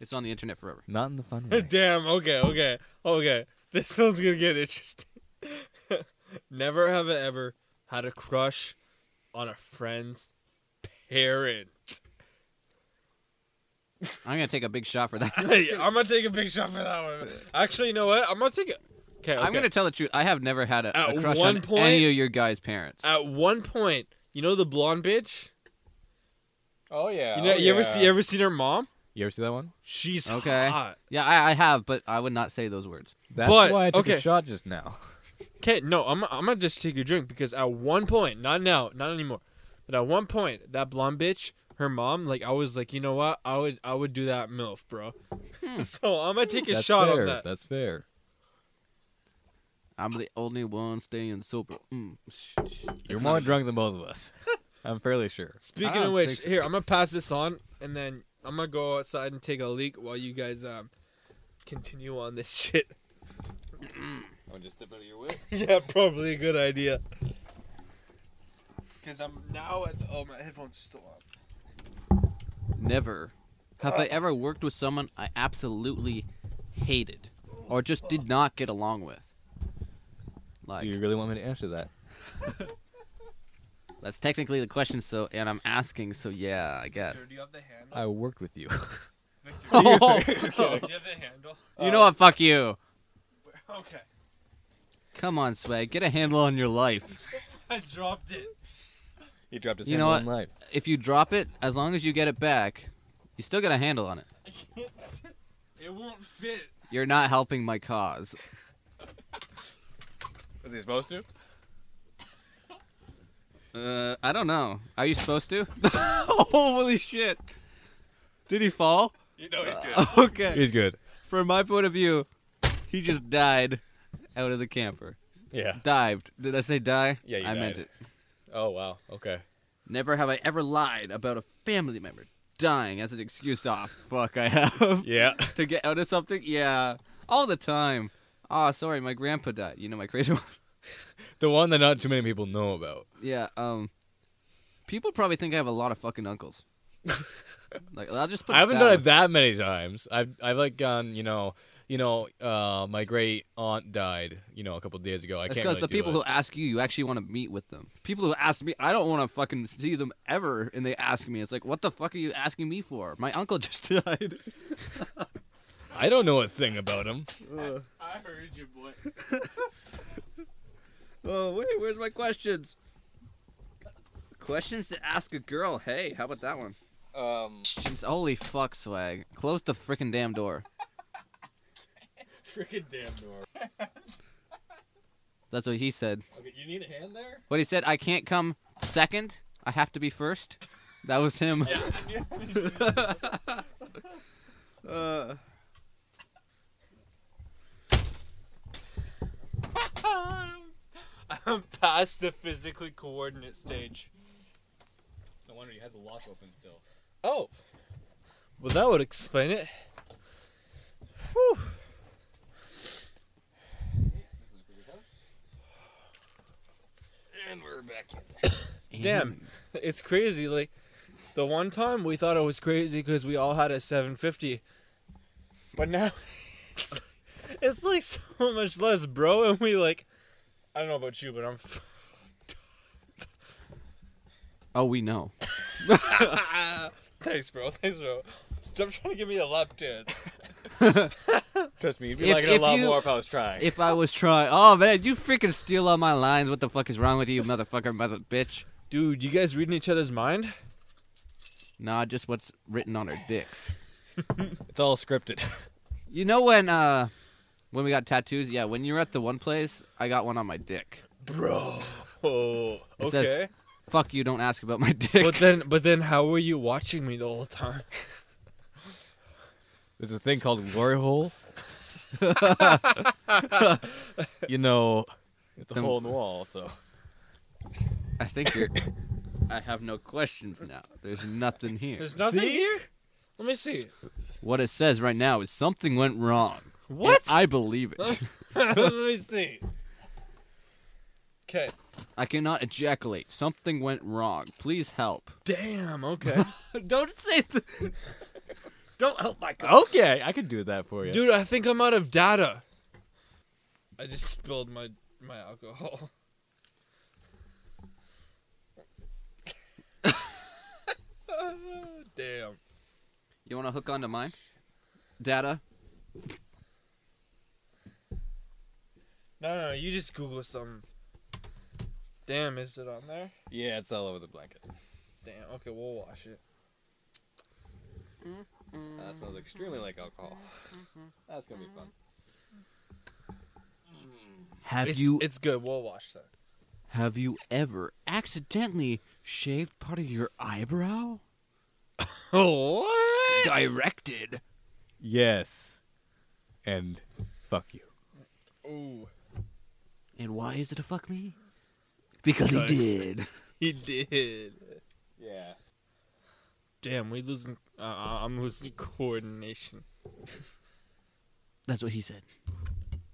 Speaker 1: It's on the internet forever.
Speaker 3: Not in the fun way.
Speaker 2: Damn. Okay. Okay. Okay. This one's gonna get interesting. Never have I ever had a crush on a friend's parent.
Speaker 1: I'm gonna take a big shot for that.
Speaker 2: Yeah, I'm gonna take a big shot for that one. Actually, you know what? I'm gonna take it. Okay.
Speaker 1: I'm gonna tell the truth. I have never had a,
Speaker 2: At
Speaker 1: a crush
Speaker 2: one
Speaker 1: on
Speaker 2: point-
Speaker 1: any of your guys' parents.
Speaker 2: At one point, you know the blonde bitch.
Speaker 3: Oh yeah.
Speaker 2: You know, you ever see? You ever seen her mom?
Speaker 3: You ever see that one?
Speaker 2: She's
Speaker 1: Okay.
Speaker 2: hot.
Speaker 1: Yeah, I, I have, but I would not say those words.
Speaker 3: That's
Speaker 2: But-
Speaker 3: why I took
Speaker 2: okay.
Speaker 3: a shot just now.
Speaker 2: Okay. No, I'm. I'm gonna just take your drink because at one point, not now, not anymore, but at one point, that blonde bitch, her mom, like I was like, you know what? I would. I would do that milf, bro. so I'm gonna take a
Speaker 3: Hmm. That's
Speaker 2: shot
Speaker 3: fair.
Speaker 2: on that.
Speaker 3: That's fair.
Speaker 1: I'm the only one staying sober. Mm.
Speaker 3: You're more drunk than both of us. I'm fairly sure.
Speaker 2: Speaking
Speaker 1: I
Speaker 2: of
Speaker 1: don't
Speaker 2: which,
Speaker 1: think so.
Speaker 2: here I'm gonna pass this on, and then I'm gonna go outside and take a leak while you guys um continue on this shit.
Speaker 3: I'm just step out of your way.
Speaker 2: yeah, probably a good idea.
Speaker 5: Because I'm now at the. Oh, my headphones are still on.
Speaker 1: Never have I ever worked with someone I absolutely hated or just did not get along with. Like
Speaker 3: Do you really want me to answer that?
Speaker 1: that's technically the question. So and I'm asking. So yeah, I guess.
Speaker 2: do you have the handle?
Speaker 3: I worked with you.
Speaker 2: Victor,
Speaker 1: Oh,
Speaker 2: do you have the handle?
Speaker 1: you know what? Fuck you.
Speaker 2: Okay,
Speaker 1: Come on, Swag. Get a handle on your life.
Speaker 2: I dropped it.
Speaker 3: You dropped his
Speaker 1: You
Speaker 3: hand
Speaker 1: know
Speaker 3: on
Speaker 1: what?
Speaker 3: life.
Speaker 1: If you drop it, as long as you get it back, you still got a handle on it.
Speaker 2: It won't fit.
Speaker 1: You're not helping my cause.
Speaker 3: Was he supposed to?
Speaker 1: Uh, I don't know. Are you supposed to? Holy shit. Did he fall?
Speaker 3: You know he's good.
Speaker 1: Okay.
Speaker 3: he's good.
Speaker 1: From my point of view, he just died out of the camper.
Speaker 3: Yeah.
Speaker 1: Dived. Did I say die?
Speaker 3: Yeah, you
Speaker 1: I meant
Speaker 3: died.
Speaker 1: it.
Speaker 3: Oh wow. Okay.
Speaker 1: Never have I ever lied about a family member dying as an excuse to, oh, fuck, I have.
Speaker 3: Yeah.
Speaker 1: to get out of something? Yeah. All the time. Oh, sorry, my grandpa died. You know my crazy one?
Speaker 3: The one that not too many people know about.
Speaker 1: Yeah, um people probably think I have a lot of fucking uncles. like I'll just put
Speaker 3: I
Speaker 1: it
Speaker 3: haven't
Speaker 1: that
Speaker 3: done
Speaker 1: way.
Speaker 3: it that many times. I've I've like gone, you know, you know, uh, my great aunt died, you know, a couple days ago. I
Speaker 1: That's
Speaker 3: can't
Speaker 1: because
Speaker 3: really
Speaker 1: the
Speaker 3: do
Speaker 1: people
Speaker 3: it.
Speaker 1: who ask you, you actually want to meet with them. People who ask me, I don't want to fucking see them ever, and they ask me. It's like, what the fuck are you asking me for? My uncle just died.
Speaker 3: I don't know a thing about them.
Speaker 2: I heard you, boy.
Speaker 1: oh wait, where's my questions? Questions to ask a girl. Hey, how about that one?
Speaker 3: Um,
Speaker 1: Questions. Holy fuck, swag. Close the freaking damn door.
Speaker 3: freaking damn door.
Speaker 1: That's what he said.
Speaker 3: Okay, you need a hand there.
Speaker 1: What he said, I can't come second. I have to be first. That was him.
Speaker 2: Um, I'm past the physically coordinate stage.
Speaker 3: No wonder you had the lock open still.
Speaker 2: Oh. Well, that would explain it. Whew.
Speaker 3: And we're back. in.
Speaker 2: Mm-hmm. Damn. It's crazy. Like, the one time we thought it was crazy because we all had a 750. But now it's, it's like so much less, bro. And we, like, I don't know about you, but I'm. F-
Speaker 1: Oh, we know.
Speaker 2: Thanks, bro. Thanks, bro. Stop trying to give me a lap dance.
Speaker 3: Trust me, you'd be
Speaker 1: If-
Speaker 3: liking it
Speaker 1: if
Speaker 3: a lot
Speaker 1: you-
Speaker 3: more if I was trying.
Speaker 1: If I was trying. Oh, man, you freaking steal all my lines. What the fuck is wrong with you, motherfucker, mother bitch?
Speaker 2: Dude, you guys reading each other's mind?
Speaker 1: Nah, just what's written on her dicks.
Speaker 3: it's all scripted.
Speaker 1: You know when, uh, when we got tattoos? Yeah, when you were at the one place, I got one on my dick.
Speaker 2: Bro. Oh,
Speaker 1: It says-
Speaker 2: okay.
Speaker 1: Fuck you, don't ask about my dick.
Speaker 2: But then, but then, how were you watching me the whole time?
Speaker 3: There's a thing called glory hole. you know, it's a
Speaker 1: Some-
Speaker 3: hole in the wall. So
Speaker 1: I think you're. I have no questions now. There's nothing here.
Speaker 2: There's nothing
Speaker 3: See?
Speaker 2: here. Let me see.
Speaker 1: What it says right now is something went wrong.
Speaker 2: What?
Speaker 1: And I believe it.
Speaker 2: Let me see. Okay.
Speaker 1: I cannot ejaculate. Something went wrong. Please help.
Speaker 2: Damn. Okay.
Speaker 1: Don't say. Th-
Speaker 2: Don't help my
Speaker 3: okay, I could do that for you.
Speaker 2: Dude, I think I'm out of data. I just spilled my my alcohol. Damn.
Speaker 1: you want to hook onto mine? Data.
Speaker 2: No, no, you just Google something. Damn, is it on there?
Speaker 3: yeah, it's all over the blanket.
Speaker 2: Damn. Okay, we'll wash it.
Speaker 3: Uh, That smells extremely like alcohol. That's gonna be fun.
Speaker 1: Have
Speaker 2: It's,
Speaker 1: you
Speaker 2: it's good. We'll wash that.
Speaker 1: have you ever accidentally shaved part of your eyebrow?
Speaker 2: Oh.
Speaker 1: Directed
Speaker 3: Yes. And fuck you.
Speaker 2: Ooh.
Speaker 1: And why is it a fuck me? Because he did.
Speaker 2: He did.
Speaker 3: Yeah.
Speaker 2: Damn, we losing. Uh, I'm losing coordination.
Speaker 1: That's what he said.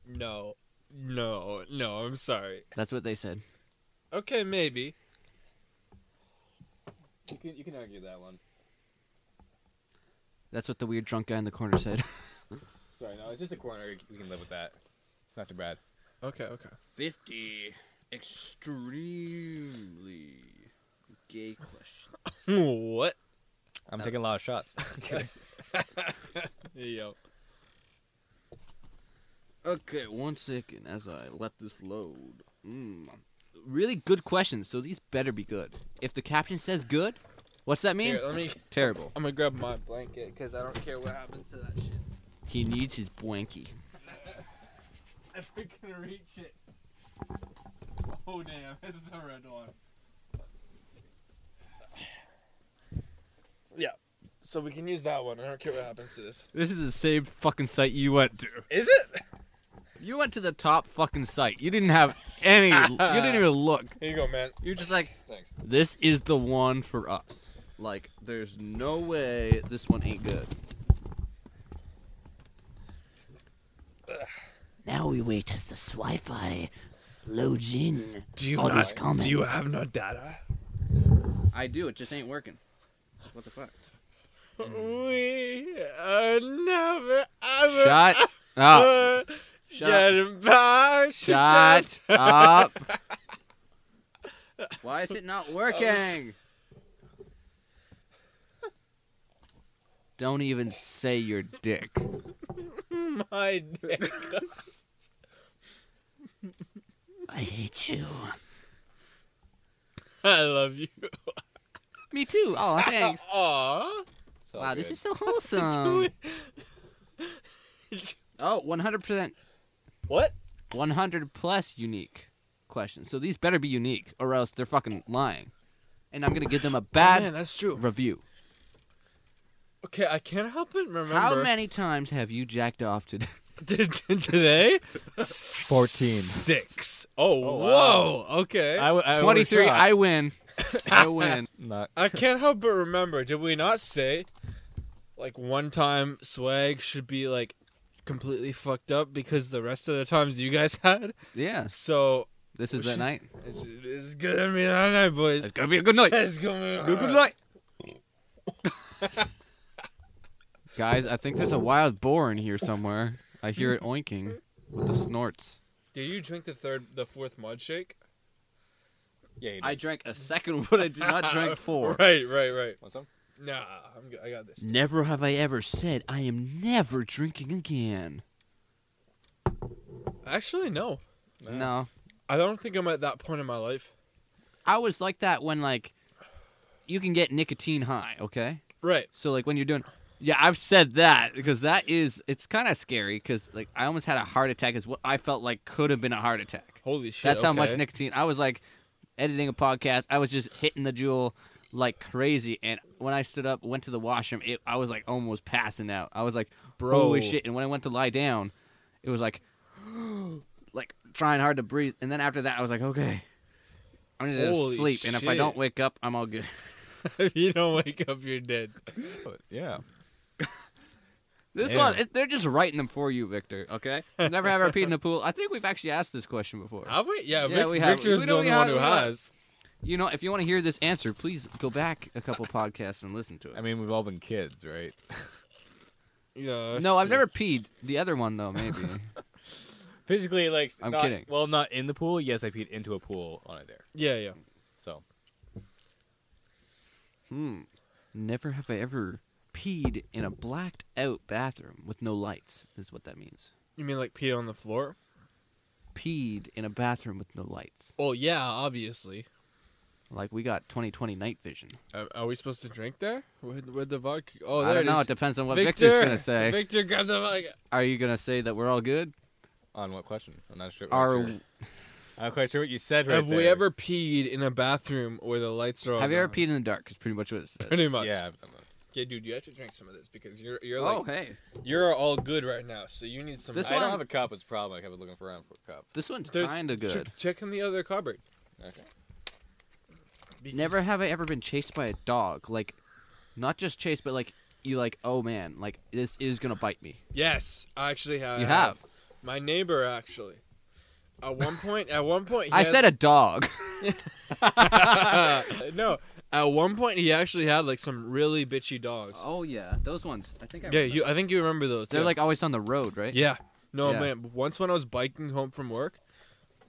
Speaker 2: No, no, no. I'm sorry.
Speaker 1: That's what they said.
Speaker 2: Okay, maybe.
Speaker 3: You can, you can argue that one.
Speaker 1: That's what the weird drunk guy in the corner said.
Speaker 3: Sorry, no, it's just a corner. We can live with that. It's not too bad.
Speaker 2: Okay, okay.
Speaker 1: 50 extremely gay questions.
Speaker 2: what?
Speaker 3: I'm taking a lot of shots.
Speaker 2: Yo.
Speaker 1: Okay, one second as I let this load. Mm. Really good questions, so these better be good. If the caption says good, what's that mean?
Speaker 2: Here, let me.
Speaker 1: Terrible.
Speaker 2: I'm gonna grab my blanket because I don't care what happens to that shit.
Speaker 1: He needs his blankie.
Speaker 2: If we can reach it. Oh damn, it's the red one. Yeah. So we can use that one. I don't care what happens to this.
Speaker 1: This is the same fucking site you went to.
Speaker 2: Is it?
Speaker 1: You went to the top fucking site. You didn't have any. you didn't even look.
Speaker 2: Here you go, man.
Speaker 1: You're just like,
Speaker 3: Thanks.
Speaker 1: this is the one for us. Like, there's no way this one ain't good. Now we wait as the Wi-Fi loads in
Speaker 2: Do you
Speaker 1: all these comments.
Speaker 2: have no data?
Speaker 1: I do. It just ain't working. What the fuck?
Speaker 2: Mm-hmm. We are never ever
Speaker 1: Shut up.
Speaker 2: ever
Speaker 1: Shut-
Speaker 2: getting back
Speaker 1: Shut up. Why is it not working? Don't even say your dick.
Speaker 2: to my dick.
Speaker 1: I hate you.
Speaker 2: I love you.
Speaker 1: Me too. Oh, thanks.
Speaker 2: Aw.
Speaker 3: It's all
Speaker 1: Wow, this
Speaker 3: good.
Speaker 1: is so wholesome. oh, 100%,
Speaker 2: What?
Speaker 1: 100 plus unique questions. So these better be unique, or else they're fucking lying. And I'm gonna give them a bad
Speaker 2: Ah, Man, that's true.
Speaker 1: review.
Speaker 2: Okay, I can't help but remember.
Speaker 1: How many times have you jacked off today?
Speaker 2: Did- did today?
Speaker 3: 14.
Speaker 2: Six. Oh,
Speaker 3: Oh,
Speaker 2: whoa. Okay.
Speaker 3: I
Speaker 2: I,
Speaker 3: w- I was
Speaker 1: 23.
Speaker 3: shocked.
Speaker 1: I win. I win.
Speaker 3: Not.
Speaker 2: can't help but remember. Did we not say, like, one time swag should be, like, completely fucked up because the rest of the times you guys had?
Speaker 1: Yes.
Speaker 2: So,
Speaker 1: This is that
Speaker 2: Well, she-
Speaker 1: night.
Speaker 2: it's, it's gonna be that night, boys.
Speaker 1: Oh, gonna be a good night.
Speaker 2: It's gonna be
Speaker 1: Good, good night. Guys, I think there's a wild boar in here somewhere. I hear it oinking with the snorts.
Speaker 2: Did you drink the third, the fourth mud shake?
Speaker 3: Yeah, you did.
Speaker 1: I drank a second one. I did not drink four.
Speaker 2: Right, right, right.
Speaker 3: Want some?
Speaker 2: Nah, I'm good. I got this.
Speaker 1: Never have I ever said I am never drinking again.
Speaker 2: Actually, no.
Speaker 1: No,
Speaker 2: I don't think I'm at that point in my life.
Speaker 1: I was like that when like you can get nicotine high. Okay,
Speaker 2: Right.
Speaker 1: So like when you're doing, yeah, I've said that because that is it's kind of scary because like I almost had a heart attack is what I felt like could have been a heart attack.
Speaker 2: Holy shit.
Speaker 1: That's how much
Speaker 2: okay.
Speaker 1: nicotine. I was like editing a podcast. I was just hitting the jewel like crazy, and when I stood up, went to the washroom, it, I was like almost passing out. I was like, holy
Speaker 2: Bro.
Speaker 1: shit! And when I went to lie down, it was like, like trying hard to breathe. And then after that, I was like, okay. I'm just gonna
Speaker 2: Holy
Speaker 1: sleep, and if I
Speaker 2: shit.
Speaker 1: don't wake up, I'm all good.
Speaker 2: if you don't wake up, you're dead.
Speaker 3: Yeah.
Speaker 1: This
Speaker 3: Yeah.
Speaker 1: one, it, they're just writing them for you, Victor. Okay, never have our pee in the pool. I think we've actually asked this question before.
Speaker 2: Have we? Yeah,
Speaker 1: Yeah,
Speaker 2: Vic-
Speaker 1: we have.
Speaker 2: Victor's
Speaker 1: We
Speaker 2: the
Speaker 1: don't- we
Speaker 2: only one
Speaker 1: have-
Speaker 2: who
Speaker 1: we have.
Speaker 2: has.
Speaker 1: You know, if you want to hear this answer, please go back a couple podcasts and listen to it.
Speaker 3: I mean, we've all been kids, right?
Speaker 2: Yeah.
Speaker 1: no, I've never peed. The other one though, maybe.
Speaker 3: Physically, like.
Speaker 1: I'm
Speaker 3: not-
Speaker 1: kidding.
Speaker 3: Well, not in the pool. Yes, I peed into a pool on a dare.
Speaker 2: Yeah, yeah.
Speaker 3: So.
Speaker 1: hmm. Never have I ever peed in a blacked out bathroom with no lights. Is what that means.
Speaker 2: You mean like pee on the floor?
Speaker 1: Peed in a bathroom with no lights.
Speaker 2: Oh yeah, obviously.
Speaker 1: Like we got 2020 night vision.
Speaker 2: Are, are we supposed to drink there? With, with the vodka? Oh,
Speaker 1: I
Speaker 2: there
Speaker 1: don't know.
Speaker 2: it
Speaker 1: It
Speaker 2: is.
Speaker 1: depends on what
Speaker 2: Victor,
Speaker 1: Victor's gonna say.
Speaker 2: Victor, grab the vodka.
Speaker 1: Are you gonna say that we're all good?
Speaker 3: On what question? I'm not
Speaker 2: Oh,
Speaker 3: sure.
Speaker 1: Are
Speaker 3: sure. I'm quite sure what you said right
Speaker 2: Have
Speaker 3: there.
Speaker 2: we ever peed in a bathroom where the lights are on?
Speaker 1: have you ever
Speaker 2: now?
Speaker 1: peed in the dark? Is pretty much what it says.
Speaker 2: Oh, Pretty much.
Speaker 3: Yeah. I've done that.
Speaker 2: yeah, dude, you have to drink some of this because you're you're
Speaker 1: oh
Speaker 2: like
Speaker 1: hey,
Speaker 2: you're all good right now, so you need some.
Speaker 1: This
Speaker 3: I
Speaker 2: I-
Speaker 3: don't have a cup. Was a problem. I kept looking for around for a cup.
Speaker 1: this one's
Speaker 2: there's-
Speaker 1: kind of
Speaker 2: check-
Speaker 1: good.
Speaker 2: Check in the other cupboard.
Speaker 3: Okay.
Speaker 2: because-
Speaker 1: Never have I ever been chased by a dog. Like, not just chased, but like you like oh man, like this is gonna bite me.
Speaker 2: Yes, I actually have.
Speaker 1: You have.
Speaker 2: My neighbor actually. At one point, at one point, he
Speaker 1: I
Speaker 2: had-
Speaker 1: said a dog.
Speaker 2: no. At one point, he actually had like some really bitchy dogs.
Speaker 1: oh yeah, those ones. I think I
Speaker 2: yeah, you. I think you remember those.
Speaker 1: They're
Speaker 2: too.
Speaker 1: like always on the road, right?
Speaker 2: Yeah. No
Speaker 1: Yeah.
Speaker 2: man. Once when I was biking home from work,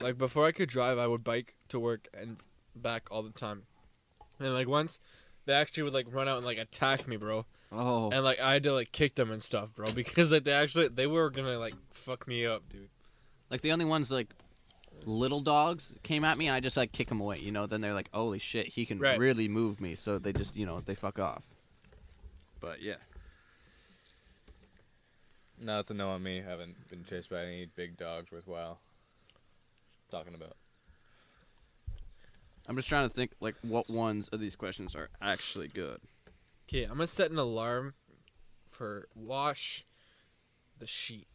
Speaker 2: like before I could drive, I would bike to work and back all the time. And like once, they actually would like run out and like attack me, bro.
Speaker 1: Oh.
Speaker 2: And like I had to like kick them and stuff, bro, because like they actually they were gonna like fuck me up, dude.
Speaker 1: Like the only ones like little dogs came at me, and I just like kick them away. You know, then they're like, "Holy shit, he can
Speaker 2: Right.
Speaker 1: really move me." So they just you know they fuck off. But yeah,
Speaker 3: No, it's a no on me. I haven't been chased by any big dogs worthwhile. Talking about.
Speaker 1: I'm just trying to think like what ones of these questions are actually good.
Speaker 2: Okay, I'm gonna set an alarm for wash the sheet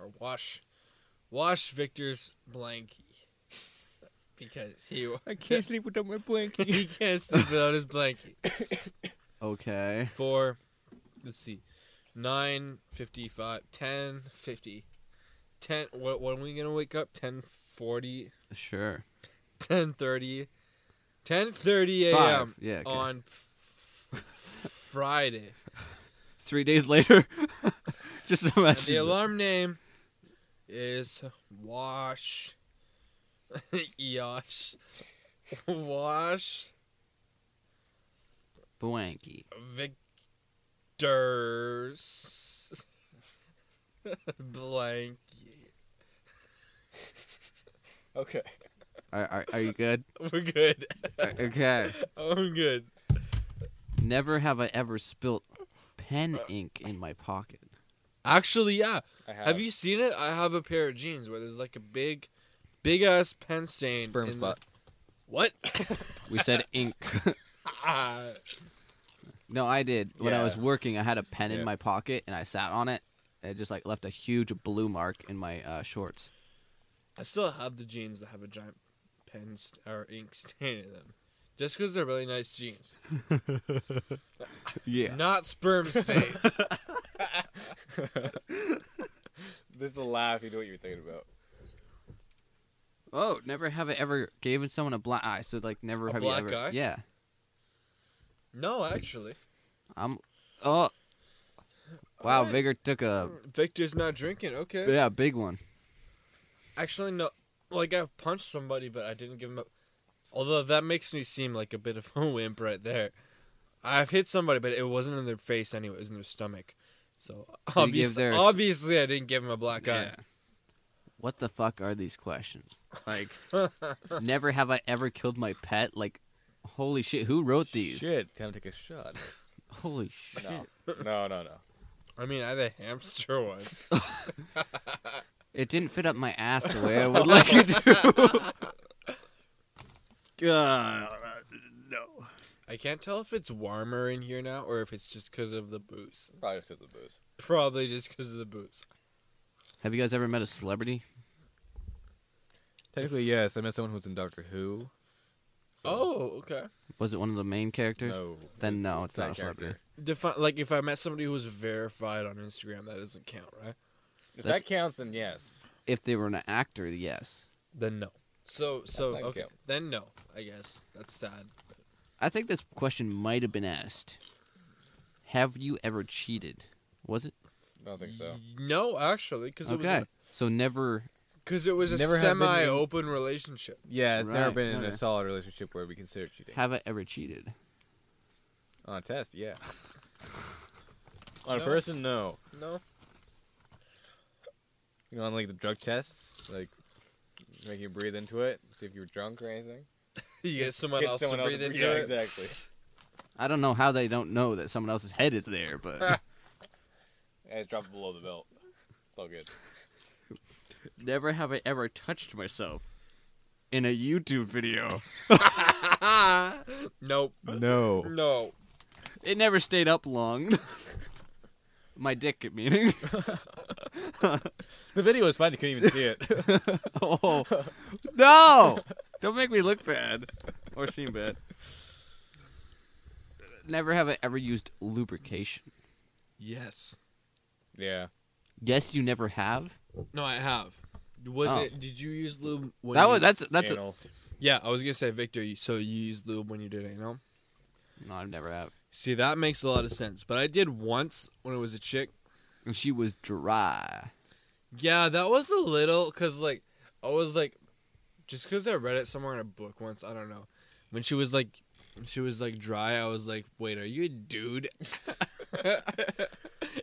Speaker 2: or wash wash Victor's blankie because he
Speaker 3: I can't sleep without my blanket.
Speaker 2: he can't sleep without his blankie.
Speaker 1: Okay.
Speaker 2: Four, let's see, nine fifty-five, ten fifty, ten. What when are we gonna wake up? Ten forty,
Speaker 1: Sure.
Speaker 2: ten thirty, ten thirty
Speaker 1: Five.
Speaker 2: a.m.
Speaker 1: Yeah. okay.
Speaker 2: on f- f- Friday.
Speaker 1: Three days later. just
Speaker 2: And
Speaker 1: imagine.
Speaker 2: the alarm name is Wash. Yosh. Wash
Speaker 1: Blanky.
Speaker 2: Victor's blank.
Speaker 3: Okay.
Speaker 1: Are, are, are you good? Uh,
Speaker 2: We're good.
Speaker 1: okay.
Speaker 2: I'm good.
Speaker 1: Never have I ever spilt pen ink in my pocket.
Speaker 2: Actually, yeah.
Speaker 3: I have.
Speaker 2: Have you seen it? I have a pair of jeans where there's like a big, big ass pen stain.
Speaker 3: Sperm
Speaker 2: in the-
Speaker 3: spot.
Speaker 2: What?
Speaker 1: We said ink.
Speaker 2: Ah.
Speaker 1: No, I did. When I was
Speaker 3: Yeah.
Speaker 1: working, I had a pen in
Speaker 3: Yeah.
Speaker 1: my pocket and I sat on it. and It just like left a huge blue mark in my uh, shorts.
Speaker 2: I still have the jeans that have a giant pen st- or ink stain in them, just because they're really nice jeans.
Speaker 1: Yeah.
Speaker 2: Not sperm stain.
Speaker 3: This is a laugh. You know what you're thinking about.
Speaker 1: Oh, never have I ever given someone a black eye. So like, never
Speaker 2: A
Speaker 1: have
Speaker 2: black
Speaker 1: you ever.
Speaker 2: eye?
Speaker 1: Yeah.
Speaker 2: no, actually,
Speaker 1: I'm. Oh. Wow,
Speaker 2: Alright.
Speaker 1: Vigor took a
Speaker 2: Victor's not drinking. Okay.
Speaker 1: yeah big one.
Speaker 2: Actually, no. Like I've punched somebody, but I didn't give him a. Although that makes me seem like a bit of a wimp right there. I've hit somebody, but it wasn't in their face anyway. It was in their stomach. So
Speaker 1: you give
Speaker 2: obviously,
Speaker 1: theirs-
Speaker 2: obviously, I didn't give him a black eye.
Speaker 1: What the fuck are these questions? Like, never have I ever killed my pet. Like, holy shit, who wrote these?
Speaker 3: Shit. Time to take a shot.
Speaker 1: Holy shit.
Speaker 3: No. no, no, no.
Speaker 2: I mean, I had a hamster once.
Speaker 1: It didn't fit up my ass the way I would like it to.
Speaker 2: I can't tell if it's warmer in here now or if it's just because of the booze.
Speaker 3: Probably just 'cause of the booze.
Speaker 2: Probably just because of the booze.
Speaker 1: have you guys ever met a celebrity?
Speaker 3: Technically, yes. I met someone who was in Doctor Who.
Speaker 2: Oh, okay.
Speaker 1: Was it one of the main characters?
Speaker 3: No.
Speaker 1: Then no, it's not a
Speaker 3: character.
Speaker 1: celebrity.
Speaker 2: Defi- like if I met somebody who was verified on Instagram, that doesn't count, right?
Speaker 3: If
Speaker 1: That's-
Speaker 3: that counts, then yes.
Speaker 1: If they were an actor, yes.
Speaker 2: Then no. So so
Speaker 3: not
Speaker 2: okay.
Speaker 3: count.
Speaker 2: Then no. I guess that's sad.
Speaker 1: I think this question might have been asked. Have you ever cheated? Was it?
Speaker 3: I don't think so.
Speaker 2: No, actually, because it
Speaker 1: Okay.
Speaker 2: was
Speaker 1: So never.
Speaker 2: because it was a
Speaker 3: Never have been in-
Speaker 2: semi-open relationship.
Speaker 3: Yeah, it's never
Speaker 1: Right,
Speaker 3: been in
Speaker 1: okay.
Speaker 3: a solid relationship where we consider cheating.
Speaker 1: Have I ever cheated?
Speaker 3: On a test, yeah. on a
Speaker 2: No.
Speaker 3: person, no.
Speaker 2: No.
Speaker 3: You know, on like the drug tests, like make you breathe into it, see if you were drunk or anything.
Speaker 2: You get someone
Speaker 3: Get
Speaker 2: else
Speaker 3: someone
Speaker 2: to
Speaker 3: else
Speaker 2: breathe
Speaker 3: to-
Speaker 2: into
Speaker 3: yeah,
Speaker 2: it.
Speaker 3: exactly.
Speaker 1: I don't know how they don't know that someone else's head is there, but
Speaker 3: And it's dropped below the belt. It's all good.
Speaker 1: never have I ever touched myself in a YouTube video.
Speaker 2: Nope.
Speaker 3: No.
Speaker 2: No.
Speaker 1: It never stayed up long. My dick, meaning.
Speaker 3: The video was fine. You couldn't even see it.
Speaker 1: oh no! Don't make me look bad or seem bad. Never have I ever used lubrication.
Speaker 2: Yes.
Speaker 3: yeah.
Speaker 1: Yes, you never have.
Speaker 2: No, I have. Was
Speaker 1: Oh.
Speaker 2: it? Did you use lube? When
Speaker 1: that
Speaker 2: you-
Speaker 1: was that's that's. A,
Speaker 3: Anal.
Speaker 2: Yeah, I was gonna say Victor. you- So you used lube when you did anal.
Speaker 1: no, I never have.
Speaker 2: See, that makes a lot of sense. But I did once when it was a chick.
Speaker 1: And she was dry.
Speaker 2: Yeah, that was a little because like I was like, just because I read it somewhere in a book once. I don't know. When she was like, she was like dry. I was like, wait, are you a dude?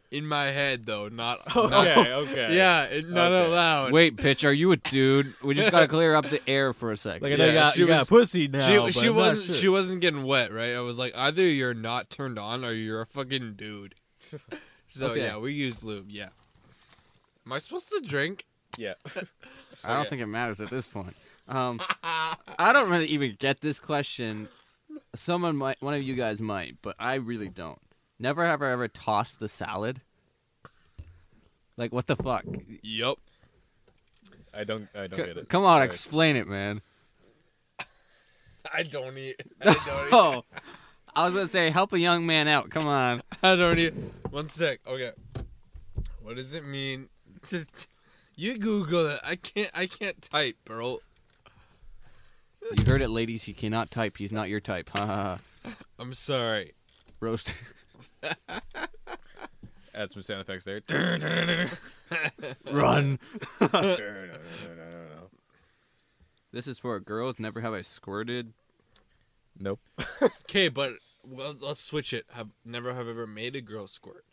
Speaker 2: in my head though, not. not-
Speaker 3: Okay. Okay.
Speaker 2: Yeah, it- not
Speaker 3: Okay.
Speaker 2: allowed.
Speaker 1: Wait, bitch, are you a dude? We just gotta clear up the air for a second.
Speaker 4: Like I
Speaker 2: Yeah,
Speaker 4: know you got
Speaker 2: she
Speaker 4: you
Speaker 2: was-
Speaker 4: got pussy now.
Speaker 2: She,
Speaker 4: but
Speaker 2: she
Speaker 4: I'm not
Speaker 2: wasn't
Speaker 4: sure.
Speaker 2: she wasn't getting wet, right? I was like, either you're not turned on or you're a fucking dude. So
Speaker 1: Okay.
Speaker 2: yeah, we use lube. Yeah. Am I supposed to drink?
Speaker 3: Yeah.
Speaker 1: I don't think it matters at this point. Um, I don't really even get this question. Someone might, one of you guys might, but I really don't. Never have I ever tossed the salad. Like what the fuck?
Speaker 2: Yep.
Speaker 3: I don't. I don't get it.
Speaker 1: Come on,
Speaker 3: Sorry.
Speaker 1: explain it, man.
Speaker 2: I don't eat.
Speaker 1: Oh, I was gonna say help a young man out. Come on.
Speaker 2: I don't eat. One sec. Okay. What does it mean? to- you Google it. I can't. I can't type, bro.
Speaker 1: You heard it, ladies. He cannot type. He's not your type. Ha ha. ha.
Speaker 2: I'm sorry.
Speaker 1: Roast.
Speaker 3: Add some sound effects there.
Speaker 4: run.
Speaker 1: This is for a girl. with Never have I squirted.
Speaker 3: nope.
Speaker 2: Okay, but well, let's switch it. Have never have ever made a girl squirt.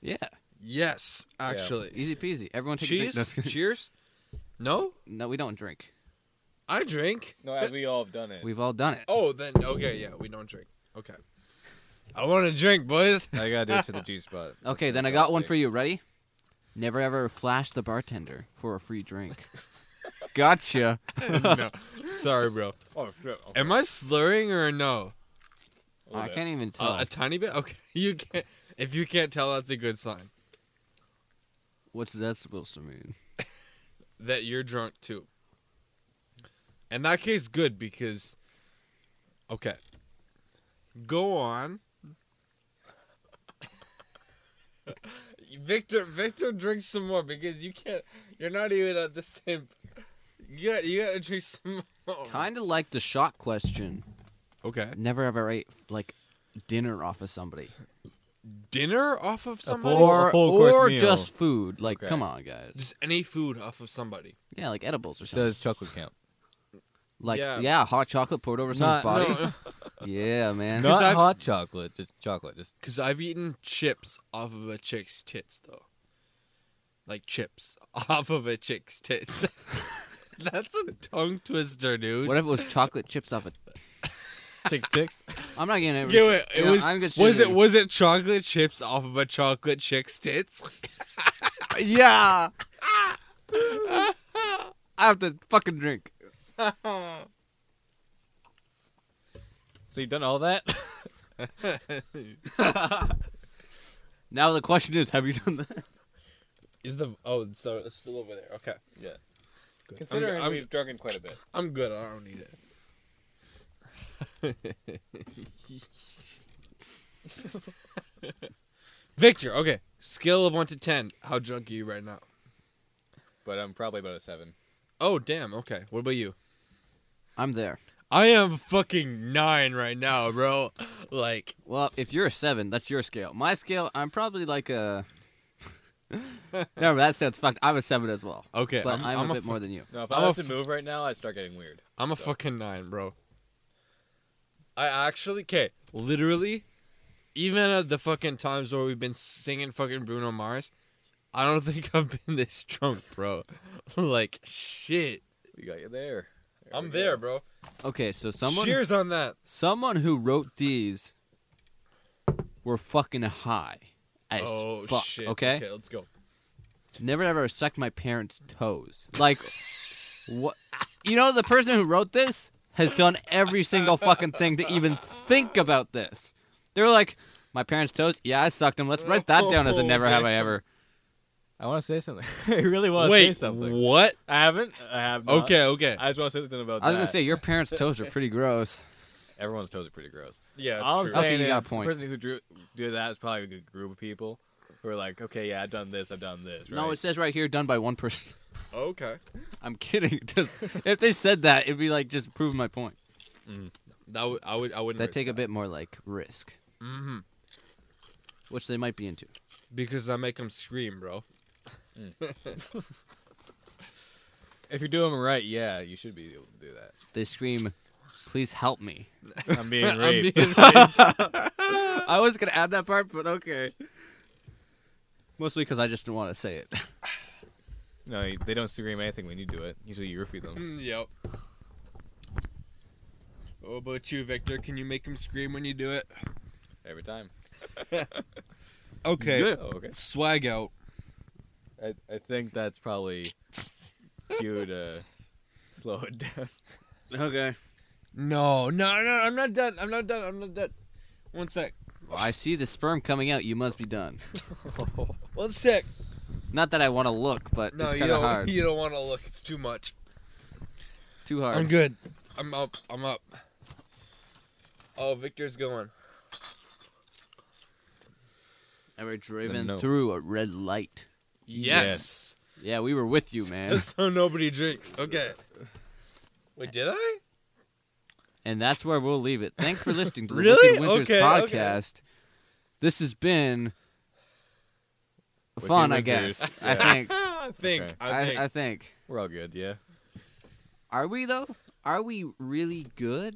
Speaker 1: Yeah,
Speaker 2: Yes, actually.
Speaker 1: easy peasy. Everyone take a
Speaker 2: Cheers.
Speaker 1: drink.
Speaker 2: Cheers. No,
Speaker 1: No, we don't drink.
Speaker 2: I drink.
Speaker 3: No, as we all have done it.
Speaker 1: We've all done it.
Speaker 2: Oh, then okay, yeah, we don't drink. Okay. I want to drink, boys.
Speaker 3: I gotta do this at the G spot.
Speaker 1: Okay, then I got one for you. Ready? Never ever flash the bartender for a free drink. gotcha.
Speaker 2: no, sorry, bro.
Speaker 3: Oh shit. Okay.
Speaker 2: Am I slurring or no?
Speaker 1: I
Speaker 3: A little bit.
Speaker 1: can't even tell.
Speaker 2: Uh, a tiny bit. Okay, you can't. If you can't tell, that's a good sign
Speaker 1: What's that supposed to mean?
Speaker 2: that you're drunk too. And that case, good because. Okay. Go on. Victor, Victor, drink some more because you can't. You're not even at the same. You got, you got to drink some more.
Speaker 1: Kind of like the shot question.
Speaker 2: Okay.
Speaker 1: Never ever ate like dinner off of somebody,
Speaker 2: Dinner off of somebody.
Speaker 3: full-
Speaker 1: or
Speaker 3: full course
Speaker 1: or
Speaker 3: meal.
Speaker 1: just food. Like,
Speaker 3: Okay.
Speaker 1: come on, guys.
Speaker 2: Just any food off of somebody.
Speaker 1: Yeah, like edibles or something.
Speaker 3: Does chocolate count?
Speaker 1: like,
Speaker 2: Yeah.
Speaker 1: yeah. hot chocolate poured over
Speaker 3: Not-
Speaker 1: someone's body.
Speaker 2: No,
Speaker 1: Yeah, man.
Speaker 3: Not
Speaker 2: I've-
Speaker 3: hot chocolate, just chocolate. Just
Speaker 2: Because I've eaten chips off of a chick's tits, though. Like chips off of a chick's tits. That's a tongue twister, dude.
Speaker 1: What if it was chocolate chips off a?
Speaker 3: six ticks.
Speaker 1: I'm not getting it.
Speaker 2: Okay, wait, it
Speaker 1: You know,
Speaker 2: was
Speaker 1: I'm just
Speaker 2: was it
Speaker 1: choosing.
Speaker 2: was it chocolate chips off of a chocolate chick's tits?
Speaker 1: Yeah. I have to fucking drink.
Speaker 3: So you've done all that?
Speaker 1: Now the question is, have you done that?
Speaker 2: Is the oh so it's still over there? Okay,
Speaker 3: Considering
Speaker 2: I'm-
Speaker 3: we've drunken quite a bit.
Speaker 2: I'm good. I don't need it. Victor, okay. Scale of one to ten. How drunk are you right now?
Speaker 3: But I'm probably about a seven.
Speaker 2: Oh damn. Okay. What about you?
Speaker 1: I'm there.
Speaker 2: I am fucking nine right now, bro. Like
Speaker 1: Well, if you're a seven, that's your scale. My scale, I'm probably like a. no, that sounds fucked. I'm a seven as well,
Speaker 2: okay,
Speaker 1: but
Speaker 2: I'm,
Speaker 1: I'm,
Speaker 2: I'm
Speaker 1: a
Speaker 2: a,
Speaker 1: bit more than you.
Speaker 3: No, if
Speaker 2: I'm
Speaker 3: I
Speaker 2: a
Speaker 3: was to
Speaker 2: f-
Speaker 3: move right now, I'd start getting weird.
Speaker 2: I'm a fucking nine, bro. I actually, okay, literally, even at the fucking times where we've been singing fucking Bruno Mars, I don't think I've been this drunk, bro. like shit,
Speaker 3: We got you there.
Speaker 2: I'm
Speaker 3: we
Speaker 2: there,
Speaker 3: go.
Speaker 2: bro.
Speaker 1: Okay, so someone
Speaker 2: Cheers on that.
Speaker 1: someone who wrote these were fucking high as
Speaker 2: oh
Speaker 1: fuck.
Speaker 2: shit.
Speaker 1: Okay?
Speaker 2: Okay, let's go.
Speaker 1: never ever sucked my parents' toes. Like, what? You know, the person who wrote this has done every single fucking thing to even think about this. They're like, My parents' toes? Yeah, I sucked them. Let's write that down as a never have I ever.
Speaker 4: I want to say something. I really want to say
Speaker 3: Wait,
Speaker 4: something.
Speaker 3: what?
Speaker 4: I haven't. I have. Not.
Speaker 3: Okay, okay.
Speaker 4: I just want to say something about
Speaker 1: I was
Speaker 4: that.
Speaker 1: gonna say your parents' toes are pretty gross.
Speaker 4: everyone's toes are pretty gross.
Speaker 2: Yeah,
Speaker 4: All I'm
Speaker 2: it's true.
Speaker 1: Okay,
Speaker 4: saying
Speaker 1: you
Speaker 4: is
Speaker 1: got a point.
Speaker 4: the person who drew did that is probably a good group of people who are like, okay, yeah, I've done this, I've done this. Right?
Speaker 1: No, it says right here done by one person.
Speaker 2: Okay.
Speaker 1: I'm kidding. Just, if they said that, it'd be like just proving my point.
Speaker 3: That would I would I wouldn't.
Speaker 1: That take a bit more like risk,
Speaker 3: Mm-hmm.
Speaker 1: which they might be into.
Speaker 3: Because I make them scream, bro.
Speaker 4: if you do them right, yeah, you should be able to do that.
Speaker 1: They scream, "Please help me!"
Speaker 4: I'm being
Speaker 3: I'm
Speaker 4: raped.
Speaker 3: being raped.
Speaker 1: I was gonna add that part, but okay. Mostly because I just didn't want to say it.
Speaker 4: no, you- they don't scream anything when you do it. Usually, you repeat
Speaker 3: Mm-hmm.
Speaker 4: them.
Speaker 2: Mm, yep. What about you, Victor? Can you make him scream when you do it?
Speaker 4: Every time.
Speaker 2: Okay.
Speaker 4: Oh, okay.
Speaker 2: Swag out.
Speaker 4: I, I think that's probably cue to slow it down.
Speaker 1: Okay.
Speaker 2: No, no, no. I'm not done. I'm not done. I'm not done. One sec.
Speaker 1: I see the sperm coming out. You must be done.
Speaker 2: One sec.
Speaker 1: Not that I want to look, but
Speaker 2: No,
Speaker 1: it's
Speaker 2: you
Speaker 1: kind of
Speaker 2: don't.
Speaker 1: hard.
Speaker 2: You don't want to look. It's too much.
Speaker 1: Too hard.
Speaker 2: I'm good. I'm up. I'm up. Oh, Victor's going.
Speaker 1: Ever driven
Speaker 4: no.
Speaker 1: through a red light?
Speaker 3: Yes.
Speaker 1: Yeah, we were with you, man.
Speaker 2: so nobody drinks. Okay. Wait, did I?
Speaker 1: And that's where we'll leave it. Thanks for listening to the
Speaker 2: Really?
Speaker 1: Wicked Winters
Speaker 2: Okay, okay.
Speaker 1: podcast. This has been
Speaker 4: Wicked
Speaker 1: fun, I
Speaker 4: Winters.
Speaker 1: guess. I think.
Speaker 2: I think.
Speaker 4: Okay.
Speaker 2: I think.
Speaker 1: I, I think.
Speaker 4: We're all good, yeah.
Speaker 1: Are we though? Are we really good?